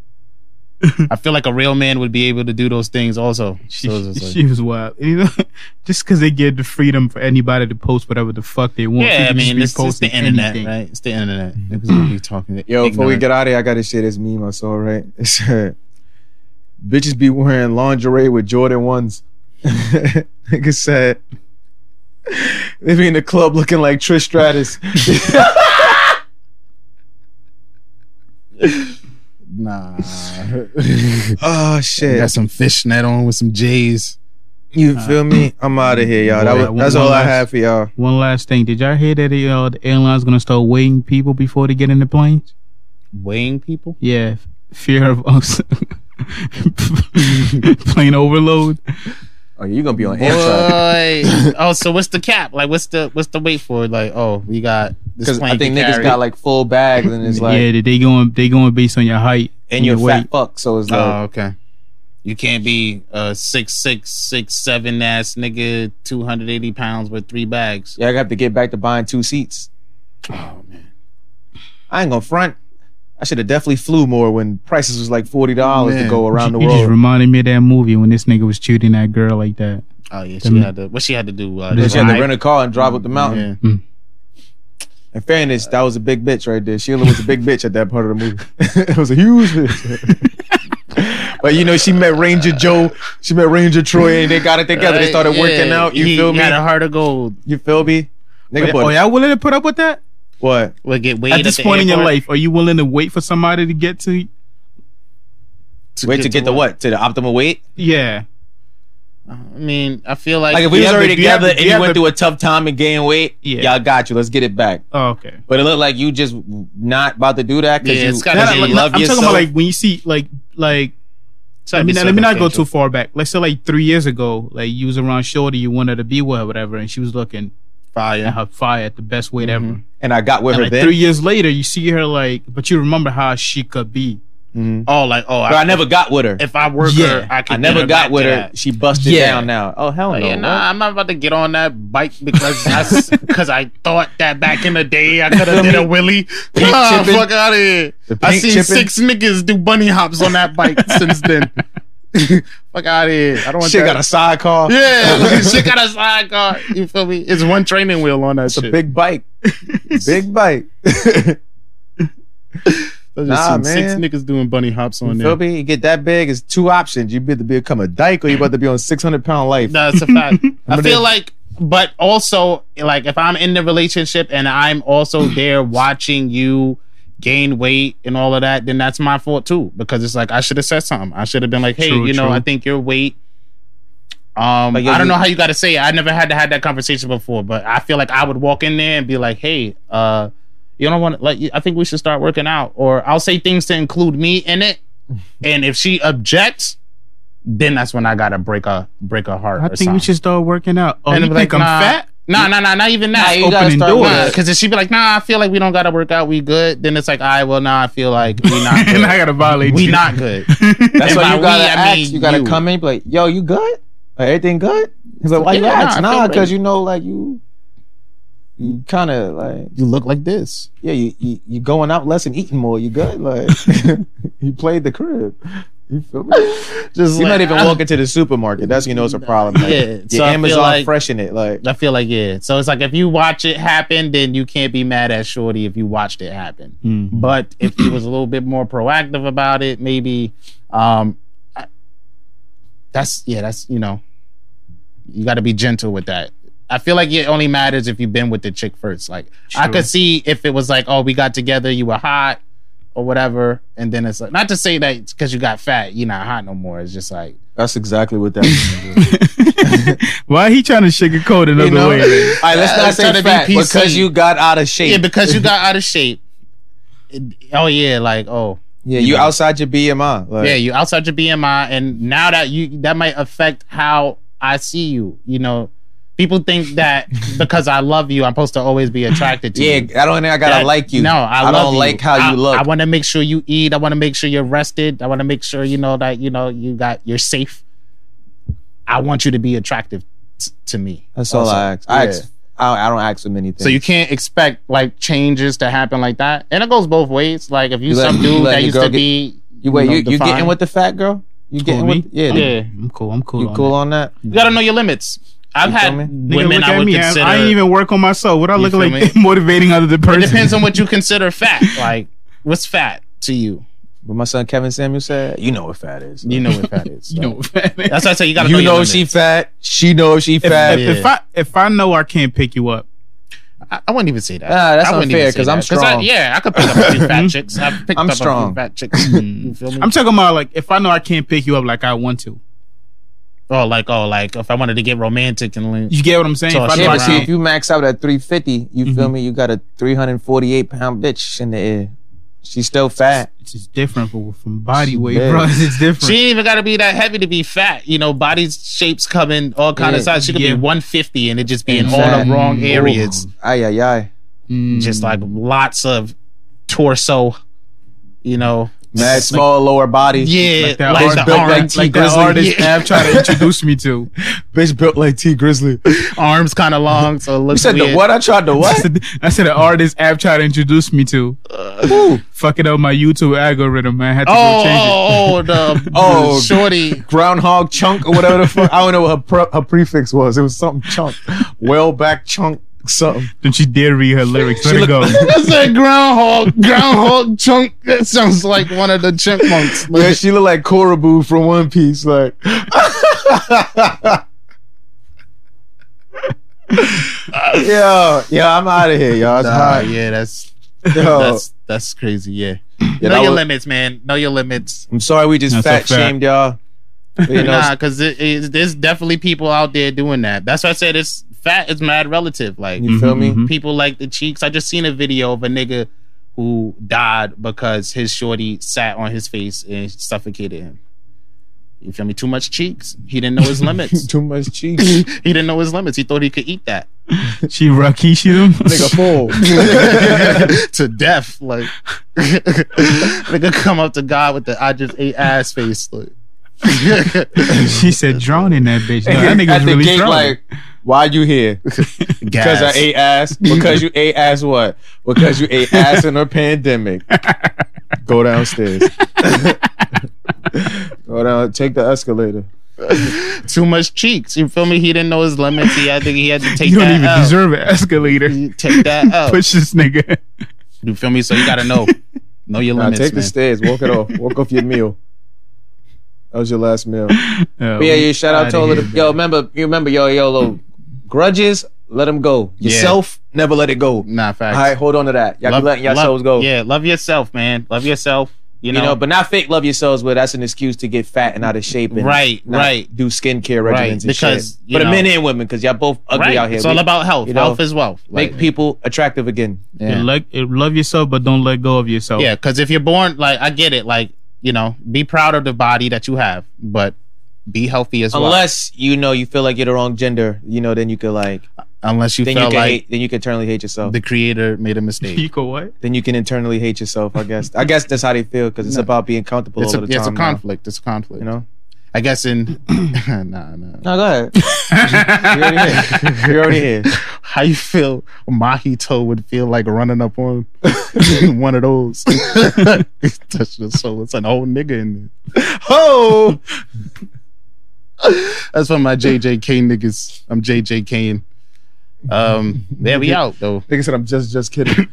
[SPEAKER 3] I feel like a real man would be able to do those things also.
[SPEAKER 2] [LAUGHS] She,
[SPEAKER 3] So it's just like-
[SPEAKER 2] she was wild. You know, [LAUGHS] just because they give the freedom for anybody to post whatever the fuck they want.
[SPEAKER 3] yeah,
[SPEAKER 2] People
[SPEAKER 3] I
[SPEAKER 2] just
[SPEAKER 3] mean,
[SPEAKER 2] be
[SPEAKER 3] it's, it's the
[SPEAKER 2] posting
[SPEAKER 3] internet,
[SPEAKER 2] anything.
[SPEAKER 3] right? It's the internet. Niggas will be talking.
[SPEAKER 4] Yo, before we
[SPEAKER 3] ignorant.
[SPEAKER 4] get out of here, I gotta share this meme I saw, right? [LAUGHS] It said, Bitches be wearing lingerie with Jordan ones. [LAUGHS] Nigga said [LAUGHS] they be in the club looking like Trish Stratus.
[SPEAKER 3] [LAUGHS]
[SPEAKER 1] [LAUGHS]
[SPEAKER 3] Nah.
[SPEAKER 4] oh shit.
[SPEAKER 3] Got some fishnet on with some J's.
[SPEAKER 4] you feel me? I'm out of here, y'all. That
[SPEAKER 2] boy,
[SPEAKER 4] was-
[SPEAKER 2] one-
[SPEAKER 4] that's
[SPEAKER 2] one
[SPEAKER 4] all I
[SPEAKER 2] last-
[SPEAKER 4] have for y'all.
[SPEAKER 2] One last thing. Did y'all hear that the, uh, the airline's going to start weighing people before they get in the planes?
[SPEAKER 3] Weighing people?
[SPEAKER 2] Yeah. f- Fear of us. [LAUGHS] plane overload.
[SPEAKER 4] Oh, you're gonna be on Amtrak.
[SPEAKER 3] Boy. [LAUGHS] oh, so what's the cap? Like, what's the what's the wait for? it? Like, oh, we got this
[SPEAKER 4] [LAUGHS] Because
[SPEAKER 3] plane.
[SPEAKER 4] I think
[SPEAKER 3] can
[SPEAKER 4] niggas
[SPEAKER 3] carry-
[SPEAKER 4] got like full bags and it's like
[SPEAKER 2] yeah, they- they going they going based on your height
[SPEAKER 4] and you're
[SPEAKER 2] your
[SPEAKER 4] fat fuck. So it's like
[SPEAKER 3] Oh, okay. You can't be a six six six seven ass nigga, two hundred eighty pounds with three bags.
[SPEAKER 4] Yeah, I have to get back to buying two seats.
[SPEAKER 3] Oh man,
[SPEAKER 4] I ain't gonna front. I should have definitely flew more when prices was like forty dollars to
[SPEAKER 3] Man.
[SPEAKER 4] go around the
[SPEAKER 2] You just
[SPEAKER 4] world.
[SPEAKER 2] reminded me of that movie when this nigga was shooting that girl like that.
[SPEAKER 3] oh yeah, she
[SPEAKER 2] Mm.
[SPEAKER 3] had to. What she had to do? Uh,
[SPEAKER 2] But
[SPEAKER 4] she had to
[SPEAKER 3] drive?
[SPEAKER 4] rent a car and drive up the mountain.
[SPEAKER 3] Yeah.
[SPEAKER 4] In fairness, that was a big bitch right there. Sheila was a big bitch at that part of the movie. [LAUGHS] it was a huge bitch. [LAUGHS] but you know, she met Ranger Joe, she met Ranger Troy, and they got it together. They started
[SPEAKER 3] Yeah,
[SPEAKER 4] working out. You
[SPEAKER 3] he
[SPEAKER 4] feel me?
[SPEAKER 3] Got a heart of gold.
[SPEAKER 4] You feel me? Nigga,
[SPEAKER 2] Oh,
[SPEAKER 4] boy,
[SPEAKER 2] y'all willing to put up with that?
[SPEAKER 4] what?
[SPEAKER 3] Would get weighed
[SPEAKER 2] At this
[SPEAKER 3] the
[SPEAKER 2] point in your
[SPEAKER 3] airport
[SPEAKER 2] life, are you willing to wait for somebody to get to?
[SPEAKER 4] Wait to get the
[SPEAKER 3] what?
[SPEAKER 4] what? To the optimal weight?
[SPEAKER 2] Yeah,
[SPEAKER 3] I mean, I feel like,
[SPEAKER 4] Like if we was
[SPEAKER 2] have
[SPEAKER 4] already
[SPEAKER 2] the- do you have
[SPEAKER 4] together
[SPEAKER 2] the-
[SPEAKER 4] and
[SPEAKER 2] do you
[SPEAKER 4] you
[SPEAKER 2] have
[SPEAKER 4] went
[SPEAKER 2] the-
[SPEAKER 4] through a tough time and gained weight,
[SPEAKER 2] Yeah.
[SPEAKER 4] y'all got you. Let's get it back.
[SPEAKER 2] Oh, okay.
[SPEAKER 4] But it looked like you just not about to do that because
[SPEAKER 3] Yeah,
[SPEAKER 4] you
[SPEAKER 3] it's gotta
[SPEAKER 2] Not-
[SPEAKER 3] be-
[SPEAKER 2] like,
[SPEAKER 4] love
[SPEAKER 2] not- I'm
[SPEAKER 4] yourself.
[SPEAKER 2] talking about like when you see like like.
[SPEAKER 3] Sorry,
[SPEAKER 2] Let me,
[SPEAKER 3] be
[SPEAKER 2] not, let me not go
[SPEAKER 3] circumstantial.
[SPEAKER 2] too far back. Let's say like three years ago, like you was around Shorty, you wanted to be with her, whatever, and she was looking at
[SPEAKER 4] [LAUGHS]
[SPEAKER 3] fire.
[SPEAKER 2] her fire at the best weight ever.
[SPEAKER 4] and I got with
[SPEAKER 2] And
[SPEAKER 4] Mm-hmm. her
[SPEAKER 2] like
[SPEAKER 4] then.
[SPEAKER 2] three years later, you see her like, but you remember how she could be.
[SPEAKER 3] Oh, like oh,
[SPEAKER 4] Mm-hmm. But I never got with her.
[SPEAKER 3] If I work
[SPEAKER 2] Yeah.
[SPEAKER 3] her, I can.
[SPEAKER 4] I never got with her. She busted
[SPEAKER 2] Yeah.
[SPEAKER 4] down now. Oh hell no!
[SPEAKER 3] yeah,
[SPEAKER 4] what?
[SPEAKER 3] nah, I'm not about to get on that bike
[SPEAKER 4] [LAUGHS]
[SPEAKER 3] because that's because I thought that back in the day I could have did a wheelie. Ah,
[SPEAKER 4] chipping.
[SPEAKER 3] fuck out of here!
[SPEAKER 4] The
[SPEAKER 3] I
[SPEAKER 4] pink
[SPEAKER 3] seen
[SPEAKER 4] chipping.
[SPEAKER 3] six niggas do bunny hops on that
[SPEAKER 4] [LAUGHS]
[SPEAKER 3] bike since then. [LAUGHS] fuck out of here! I don't want
[SPEAKER 4] Shit
[SPEAKER 3] that.
[SPEAKER 4] got a sidecar.
[SPEAKER 3] yeah, [LAUGHS]
[SPEAKER 4] [LAUGHS]
[SPEAKER 3] look, shit got a sidecar. You feel me? It's one training wheel on that
[SPEAKER 4] It's a
[SPEAKER 3] shit. [LAUGHS]
[SPEAKER 4] big bike. big bike.
[SPEAKER 3] Those
[SPEAKER 4] nah,
[SPEAKER 3] are some six
[SPEAKER 4] man.
[SPEAKER 3] niggas doing bunny hops on there.
[SPEAKER 4] Feel me? You get that big, it's two options. You either become a dyke or you about to be on six hundred pound life.
[SPEAKER 3] No, it's a fact.
[SPEAKER 4] [LAUGHS]
[SPEAKER 3] I
[SPEAKER 4] gonna-
[SPEAKER 3] feel like, but also, like, if I'm in the relationship and I'm
[SPEAKER 4] [LAUGHS]
[SPEAKER 3] also there watching you gain weight and all of that, then that's my fault too. Because it's like I should have said something. I should have been like, hey,
[SPEAKER 2] True,
[SPEAKER 3] you know,
[SPEAKER 2] true.
[SPEAKER 3] I think your weight. Um,
[SPEAKER 4] Like, yo,
[SPEAKER 3] I don't
[SPEAKER 4] you-
[SPEAKER 3] know how you got to say it. I never had to have that conversation before, but I feel like I would walk in there and be like, hey, uh, you don't want to like. I think we should start working out, or I'll say things to include me in it. And if she objects, then that's when I gotta break a break a heart.
[SPEAKER 2] I
[SPEAKER 3] or
[SPEAKER 2] think
[SPEAKER 3] something.
[SPEAKER 2] we should start working out. Oh,
[SPEAKER 3] And
[SPEAKER 2] you
[SPEAKER 3] I'm
[SPEAKER 2] think
[SPEAKER 3] like,
[SPEAKER 2] I'm
[SPEAKER 3] nah,
[SPEAKER 2] fat?
[SPEAKER 3] Nah, nah, nah, not even
[SPEAKER 4] Nah,
[SPEAKER 3] that.
[SPEAKER 4] you gotta
[SPEAKER 2] opening
[SPEAKER 4] start
[SPEAKER 2] doors.
[SPEAKER 4] with-
[SPEAKER 3] because if she be like, nah, I feel like we don't gotta work out, we good. Then it's like, all right, well, nah, I feel like we not
[SPEAKER 2] [LAUGHS] and I
[SPEAKER 3] good.
[SPEAKER 2] gotta violate
[SPEAKER 3] we
[SPEAKER 2] you.
[SPEAKER 3] not good.
[SPEAKER 4] That's
[SPEAKER 3] And
[SPEAKER 4] why
[SPEAKER 3] by
[SPEAKER 4] you gotta
[SPEAKER 3] we, I
[SPEAKER 4] ask.
[SPEAKER 3] mean
[SPEAKER 4] you gotta
[SPEAKER 3] you.
[SPEAKER 4] come in, be like, yo, you good? Like, everything good? He's like, why you
[SPEAKER 3] Yeah,
[SPEAKER 4] ask?
[SPEAKER 3] nah, I feel
[SPEAKER 4] Nah, because
[SPEAKER 3] great.
[SPEAKER 4] you know, like you, you kind of like,
[SPEAKER 3] You look like this.
[SPEAKER 4] yeah, you, you you going out less and eating more. You
[SPEAKER 3] [LAUGHS]
[SPEAKER 4] good? Like, [LAUGHS] you played the crib. You feel me?
[SPEAKER 3] Just like,
[SPEAKER 4] You're not even
[SPEAKER 3] I-
[SPEAKER 4] walking to the supermarket. That's when you know it's a problem. Like,
[SPEAKER 3] Yeah, so
[SPEAKER 4] your
[SPEAKER 3] I feel
[SPEAKER 4] Amazon
[SPEAKER 3] like-
[SPEAKER 4] fresh in it. Like
[SPEAKER 3] I feel like yeah. So it's like if you watch it happen, then you can't be mad at Shorty if you watched it happen. But if he was a little bit more proactive about it, maybe um I- that's yeah, that's you know, you gotta be gentle with that. I feel like it only matters if you've been with the chick first. Like I
[SPEAKER 2] True.
[SPEAKER 3] could see if it was like, oh, we got together, you were hot or whatever, and then it's like not to say that because you got fat, you're not hot no more. It's just like
[SPEAKER 1] That's exactly what that. was.
[SPEAKER 2] [LAUGHS] Why he trying to sugarcoat another
[SPEAKER 3] know?
[SPEAKER 2] way?
[SPEAKER 1] All right, let's
[SPEAKER 3] Uh,
[SPEAKER 1] not
[SPEAKER 3] try to
[SPEAKER 1] say
[SPEAKER 3] be
[SPEAKER 1] fat
[SPEAKER 3] PC.
[SPEAKER 1] because you got out of shape.
[SPEAKER 3] Yeah, because you got out of shape. It- oh yeah, like oh
[SPEAKER 1] Yeah, you outside your BMI. Like,
[SPEAKER 3] yeah, you outside your BMI, and now that you that might affect how I see you. You know, people think
[SPEAKER 1] [LAUGHS]
[SPEAKER 3] that because I love you, I'm supposed to always be attracted to
[SPEAKER 1] yeah,
[SPEAKER 3] you.
[SPEAKER 1] I don't think I gotta
[SPEAKER 3] That-
[SPEAKER 1] like you.
[SPEAKER 3] No, I,
[SPEAKER 1] I
[SPEAKER 3] love
[SPEAKER 1] don't
[SPEAKER 3] you.
[SPEAKER 1] like how
[SPEAKER 3] I-
[SPEAKER 1] you look.
[SPEAKER 3] I want to make sure you eat. I want to make sure you're rested. I want to make sure you know that you know you got you're safe. I want you to be attractive t- to me.
[SPEAKER 1] That's all
[SPEAKER 3] also.
[SPEAKER 1] I ask. I,
[SPEAKER 3] Yeah.
[SPEAKER 1] ask I, I don't ask for many things.
[SPEAKER 3] So you can't expect like changes to happen like that, and it goes both ways. Like if you,
[SPEAKER 1] You let-
[SPEAKER 3] some
[SPEAKER 1] you
[SPEAKER 3] dude
[SPEAKER 1] let
[SPEAKER 3] that
[SPEAKER 1] your
[SPEAKER 3] used
[SPEAKER 1] girl
[SPEAKER 3] to
[SPEAKER 1] get-
[SPEAKER 3] be
[SPEAKER 1] you wait.
[SPEAKER 3] know,
[SPEAKER 1] You, you getting
[SPEAKER 3] defined.
[SPEAKER 1] with the fat girl? You getting
[SPEAKER 2] me?
[SPEAKER 1] with yeah?
[SPEAKER 3] yeah,
[SPEAKER 2] I'm cool. I'm cool.
[SPEAKER 1] You
[SPEAKER 2] on
[SPEAKER 1] cool
[SPEAKER 2] that.
[SPEAKER 1] on that?
[SPEAKER 3] you gotta know your limits. I've
[SPEAKER 1] You feel
[SPEAKER 3] had
[SPEAKER 1] me?
[SPEAKER 2] Nigga,
[SPEAKER 3] women
[SPEAKER 2] look
[SPEAKER 3] I
[SPEAKER 2] at
[SPEAKER 3] would
[SPEAKER 2] me. I-
[SPEAKER 3] consider.
[SPEAKER 2] I ain't even work on myself. What I look
[SPEAKER 3] feel
[SPEAKER 2] like [LAUGHS]
[SPEAKER 3] me?
[SPEAKER 2] motivating other person?
[SPEAKER 3] it depends on what you consider fat. Like what's fat to you?
[SPEAKER 1] But my son Kevin Samuel said, "You know what fat is.
[SPEAKER 3] You know
[SPEAKER 1] [LAUGHS]
[SPEAKER 3] what fat is.
[SPEAKER 2] [LAUGHS] You know,
[SPEAKER 3] That's why I say you gotta
[SPEAKER 1] You
[SPEAKER 3] know, your
[SPEAKER 1] know
[SPEAKER 3] limits.
[SPEAKER 1] she fat. She know she fat.
[SPEAKER 2] if, if I if I know I can't pick you up,
[SPEAKER 3] I, I wouldn't even say that.
[SPEAKER 1] Ah, that's
[SPEAKER 3] I wouldn't
[SPEAKER 1] unfair,
[SPEAKER 3] even say
[SPEAKER 1] 'cause I'm
[SPEAKER 3] that. 'Cause I-
[SPEAKER 1] strong.
[SPEAKER 3] yeah, I could pick up a
[SPEAKER 2] [LAUGHS]
[SPEAKER 3] few fat chicks. I've picked
[SPEAKER 1] I'm
[SPEAKER 3] up a
[SPEAKER 1] strong.
[SPEAKER 3] few
[SPEAKER 1] [LAUGHS]
[SPEAKER 3] fat chicks. you feel me?
[SPEAKER 2] I'm talking about like if I know I can't pick you up like I want to.
[SPEAKER 3] oh, like oh, like if I wanted to get romantic and like,
[SPEAKER 2] You get what I'm saying?
[SPEAKER 3] So
[SPEAKER 2] if I
[SPEAKER 3] shit
[SPEAKER 2] know I
[SPEAKER 3] around. Mm-hmm.
[SPEAKER 1] See, if
[SPEAKER 2] can't,
[SPEAKER 1] you max out at 350, you feel me? You got a 348 pound bitch in the air. She's still fat.
[SPEAKER 2] it's just different from, from body weight,
[SPEAKER 1] big.
[SPEAKER 2] bro. [LAUGHS] It's different.
[SPEAKER 3] she ain't even got to be that heavy to be fat. You know, body shapes coming all kind of
[SPEAKER 1] Yeah.
[SPEAKER 3] size. She could
[SPEAKER 2] Yeah.
[SPEAKER 3] be 150 and it just be in all
[SPEAKER 1] Exactly.
[SPEAKER 3] the wrong areas.
[SPEAKER 1] Um, Ay, ay, ay.
[SPEAKER 2] Mm.
[SPEAKER 3] Just like lots of torso. You know,
[SPEAKER 1] Mad small lower body.
[SPEAKER 3] yeah,
[SPEAKER 2] like that
[SPEAKER 3] like,
[SPEAKER 2] artist-
[SPEAKER 3] the
[SPEAKER 1] built
[SPEAKER 3] arms,
[SPEAKER 1] like
[SPEAKER 3] like,
[SPEAKER 1] T.
[SPEAKER 2] that
[SPEAKER 1] Grizzly.
[SPEAKER 2] artist
[SPEAKER 3] Yeah.
[SPEAKER 1] [LAUGHS]
[SPEAKER 2] Av tried to introduce me to.
[SPEAKER 1] Bitch built like T Grizzly. You
[SPEAKER 3] arms kind of long, so it looks.
[SPEAKER 1] said
[SPEAKER 3] weird.
[SPEAKER 1] the what? I tried the
[SPEAKER 2] [LAUGHS] I
[SPEAKER 1] what?
[SPEAKER 2] said, I said an artist Av tried to introduce me to.
[SPEAKER 1] Uh,
[SPEAKER 2] Fucking up my YouTube algorithm, man. I had to go
[SPEAKER 3] Oh,
[SPEAKER 2] change it.
[SPEAKER 3] oh, oh, [LAUGHS] the
[SPEAKER 1] Oh.
[SPEAKER 3] oh, shorty.
[SPEAKER 1] Groundhog chunk or whatever the fuck. I don't know what her, pre- her prefix was. It was something chunk. Well back chunk something.
[SPEAKER 2] Then she did read her lyrics. Let it go.
[SPEAKER 3] [LAUGHS] That's a groundhog, groundhog chunk. That sounds like one of the [LAUGHS] chipmunks.
[SPEAKER 1] Yeah, she looked like Korabu from One Piece. Like, yo, yo, I'm out of here, y'all. It's
[SPEAKER 3] Nah,
[SPEAKER 1] hot.
[SPEAKER 3] yeah, that's
[SPEAKER 1] Yo.
[SPEAKER 3] that's that's crazy. Yeah,
[SPEAKER 1] Yeah,
[SPEAKER 3] know
[SPEAKER 1] that
[SPEAKER 3] your
[SPEAKER 1] was-
[SPEAKER 3] limits, man. Know your limits.
[SPEAKER 1] I'm sorry we just
[SPEAKER 2] That's a
[SPEAKER 1] fat shamed y'all. But, you know,
[SPEAKER 3] nah, because it, it- there's definitely people out there doing that. That's why I said it's fat is mad relative. Like
[SPEAKER 1] you [LAUGHS] feel me?
[SPEAKER 2] Mhm.
[SPEAKER 3] Mm-hmm. people like the cheeks. I just seen a video of a nigga who died because his shorty sat on his face and suffocated him. You feel me? Too much cheeks. He didn't know
[SPEAKER 1] [LAUGHS]
[SPEAKER 3] his limits.
[SPEAKER 1] Too
[SPEAKER 3] [LAUGHS]
[SPEAKER 1] much cheese.
[SPEAKER 3] he didn't know his limits. He thought he could
[SPEAKER 1] [LAUGHS]
[SPEAKER 3] eat that. [LAUGHS]
[SPEAKER 2] She Rakishi them.
[SPEAKER 1] Nigga, full.
[SPEAKER 3] to death. Like, [LAUGHS] nigga, come up to God with the I just ate ass face. Like,
[SPEAKER 2] [LAUGHS]
[SPEAKER 3] [LAUGHS]
[SPEAKER 2] she said, "Drown in that bitch." No, that nigga
[SPEAKER 1] At
[SPEAKER 2] was
[SPEAKER 1] the
[SPEAKER 2] really
[SPEAKER 1] gate,
[SPEAKER 2] drowning. [LAUGHS]
[SPEAKER 1] like, [LAUGHS] why you here? Because I ate ass. Because you ate ass what? Because you ate ass in a
[SPEAKER 2] [LAUGHS]
[SPEAKER 1] pandemic. Go downstairs. Go down. Take the escalator.
[SPEAKER 3] too much cheeks. You feel me? He didn't know his limits. He had to, he
[SPEAKER 2] [LAUGHS]
[SPEAKER 3] had to take
[SPEAKER 2] you don't
[SPEAKER 3] that
[SPEAKER 2] even
[SPEAKER 3] L.
[SPEAKER 2] deserve an escalator.
[SPEAKER 3] You
[SPEAKER 2] [LAUGHS]
[SPEAKER 3] take that L.
[SPEAKER 2] Push this [LAUGHS] nigga.
[SPEAKER 3] You feel me? So you gotta
[SPEAKER 4] [LAUGHS]
[SPEAKER 3] know, know your
[SPEAKER 1] Nah,
[SPEAKER 3] limits,
[SPEAKER 1] take the
[SPEAKER 3] man.
[SPEAKER 1] stairs. Walk it off. Walk off your meal. That was your last meal.
[SPEAKER 2] Uh,
[SPEAKER 4] But yeah, yeah, shout out to all of
[SPEAKER 2] outta
[SPEAKER 4] the
[SPEAKER 2] here,
[SPEAKER 4] yo. Remember, you remember, yo, yo, little grudges. Let them go. Yourself, never let it go.
[SPEAKER 3] nah, facts.
[SPEAKER 4] All right, hold on to that. Y'all
[SPEAKER 3] Love-
[SPEAKER 4] be letting
[SPEAKER 3] love-
[SPEAKER 4] yourselves go.
[SPEAKER 3] Yeah, love yourself, man. Love yourself. You
[SPEAKER 4] You
[SPEAKER 3] know,
[SPEAKER 4] know, but not fake love yourselves where that's an excuse to get fat and out of shape and
[SPEAKER 3] Right,
[SPEAKER 4] not
[SPEAKER 3] right.
[SPEAKER 4] do skincare regimens
[SPEAKER 3] Right,
[SPEAKER 4] and
[SPEAKER 3] because,
[SPEAKER 4] shit.
[SPEAKER 3] you
[SPEAKER 4] But
[SPEAKER 3] know-
[SPEAKER 4] men and women, because y'all both ugly
[SPEAKER 3] right?
[SPEAKER 4] out here.
[SPEAKER 3] It's all
[SPEAKER 4] We-
[SPEAKER 3] about health.
[SPEAKER 4] you know,
[SPEAKER 3] health is wealth.
[SPEAKER 4] make
[SPEAKER 3] Like,
[SPEAKER 4] people attractive again.
[SPEAKER 2] You
[SPEAKER 3] yeah,
[SPEAKER 2] like, you love yourself, but don't let go of yourself.
[SPEAKER 3] yeah. Because if you're born, like, I get it. Like, you know, be proud of the body that you have, but be healthy as well.
[SPEAKER 4] Unless you know you feel like you're the wrong gender, you know, then you could like
[SPEAKER 3] Unless you
[SPEAKER 4] then you
[SPEAKER 3] feel
[SPEAKER 4] can
[SPEAKER 3] like
[SPEAKER 4] hate, then you can internally hate yourself.
[SPEAKER 3] the creator made a mistake.
[SPEAKER 2] [LAUGHS] You go what?
[SPEAKER 4] then [LAUGHS] you can internally hate yourself. I guess. I guess that's how they feel because it's about being comfortable
[SPEAKER 3] It's
[SPEAKER 4] all
[SPEAKER 3] a,
[SPEAKER 4] the time.
[SPEAKER 3] it's a
[SPEAKER 4] now,
[SPEAKER 3] conflict. It's a conflict.
[SPEAKER 4] you know.
[SPEAKER 3] I guess
[SPEAKER 4] [CLEARS THROAT]
[SPEAKER 3] in [CLEARS THROAT] nah, nah.
[SPEAKER 4] No, go [LAUGHS] ahead. You're already here. [LAUGHS] You're already here.
[SPEAKER 3] How you feel Mahito would feel like running up on [LAUGHS] one of those. [LAUGHS] That's just so it's an old nigga in there. Oh That's why my JJ Kane niggas. I'm JJ Kane. Um there we out though.
[SPEAKER 1] Nigga said, I'm just, just kidding.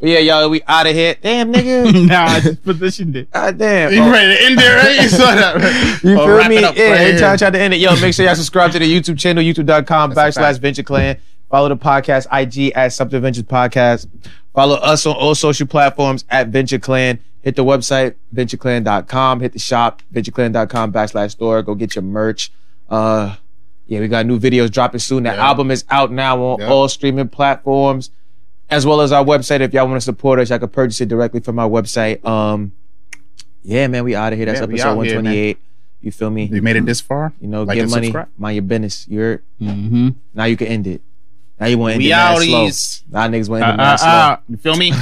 [SPEAKER 4] But yeah, y'all, we out of here. Damn, nigga. [LAUGHS]
[SPEAKER 2] nah, I just positioned it.
[SPEAKER 4] God damn.
[SPEAKER 3] You ready to end it, right? You saw that. [LAUGHS] right?
[SPEAKER 4] You
[SPEAKER 3] Or
[SPEAKER 4] feel
[SPEAKER 3] wrap
[SPEAKER 4] me?
[SPEAKER 3] it
[SPEAKER 4] Yeah,
[SPEAKER 3] up right
[SPEAKER 4] every
[SPEAKER 3] here.
[SPEAKER 4] time I try to end it. Yo, make sure
[SPEAKER 3] [LAUGHS]
[SPEAKER 4] y'all subscribe to the YouTube channel, youtube.com backslash venture clan. Follow the podcast IG at Something Ventures Podcast. Follow us on all social platforms at Venture Clan. hit the website, ventureclan.com, hit the shop, ventureclan.com backslash store. Go get your merch. Uh, yeah, we got new videos dropping soon. The
[SPEAKER 3] Yeah.
[SPEAKER 4] album is out now on
[SPEAKER 3] Yeah.
[SPEAKER 4] all streaming platforms, as well as our website. If y'all want to support us, y'all can purchase it directly from our website. Um, yeah, man, we out of here. That's
[SPEAKER 3] Yeah, we
[SPEAKER 4] episode
[SPEAKER 3] out here, man.
[SPEAKER 4] 128. you feel me?
[SPEAKER 3] You made it this far.
[SPEAKER 4] You know,
[SPEAKER 3] Like
[SPEAKER 4] get
[SPEAKER 3] and
[SPEAKER 4] money,
[SPEAKER 3] subscribe.
[SPEAKER 4] mind your business. You heard?
[SPEAKER 2] Mm-hmm.
[SPEAKER 4] Now you can end it. Now you want to end
[SPEAKER 3] We
[SPEAKER 4] it mad
[SPEAKER 3] out
[SPEAKER 4] slow.
[SPEAKER 3] is.
[SPEAKER 4] Now niggas want to end it
[SPEAKER 2] Uh,
[SPEAKER 4] mad
[SPEAKER 2] uh,
[SPEAKER 4] slow.
[SPEAKER 2] uh,
[SPEAKER 3] You feel me?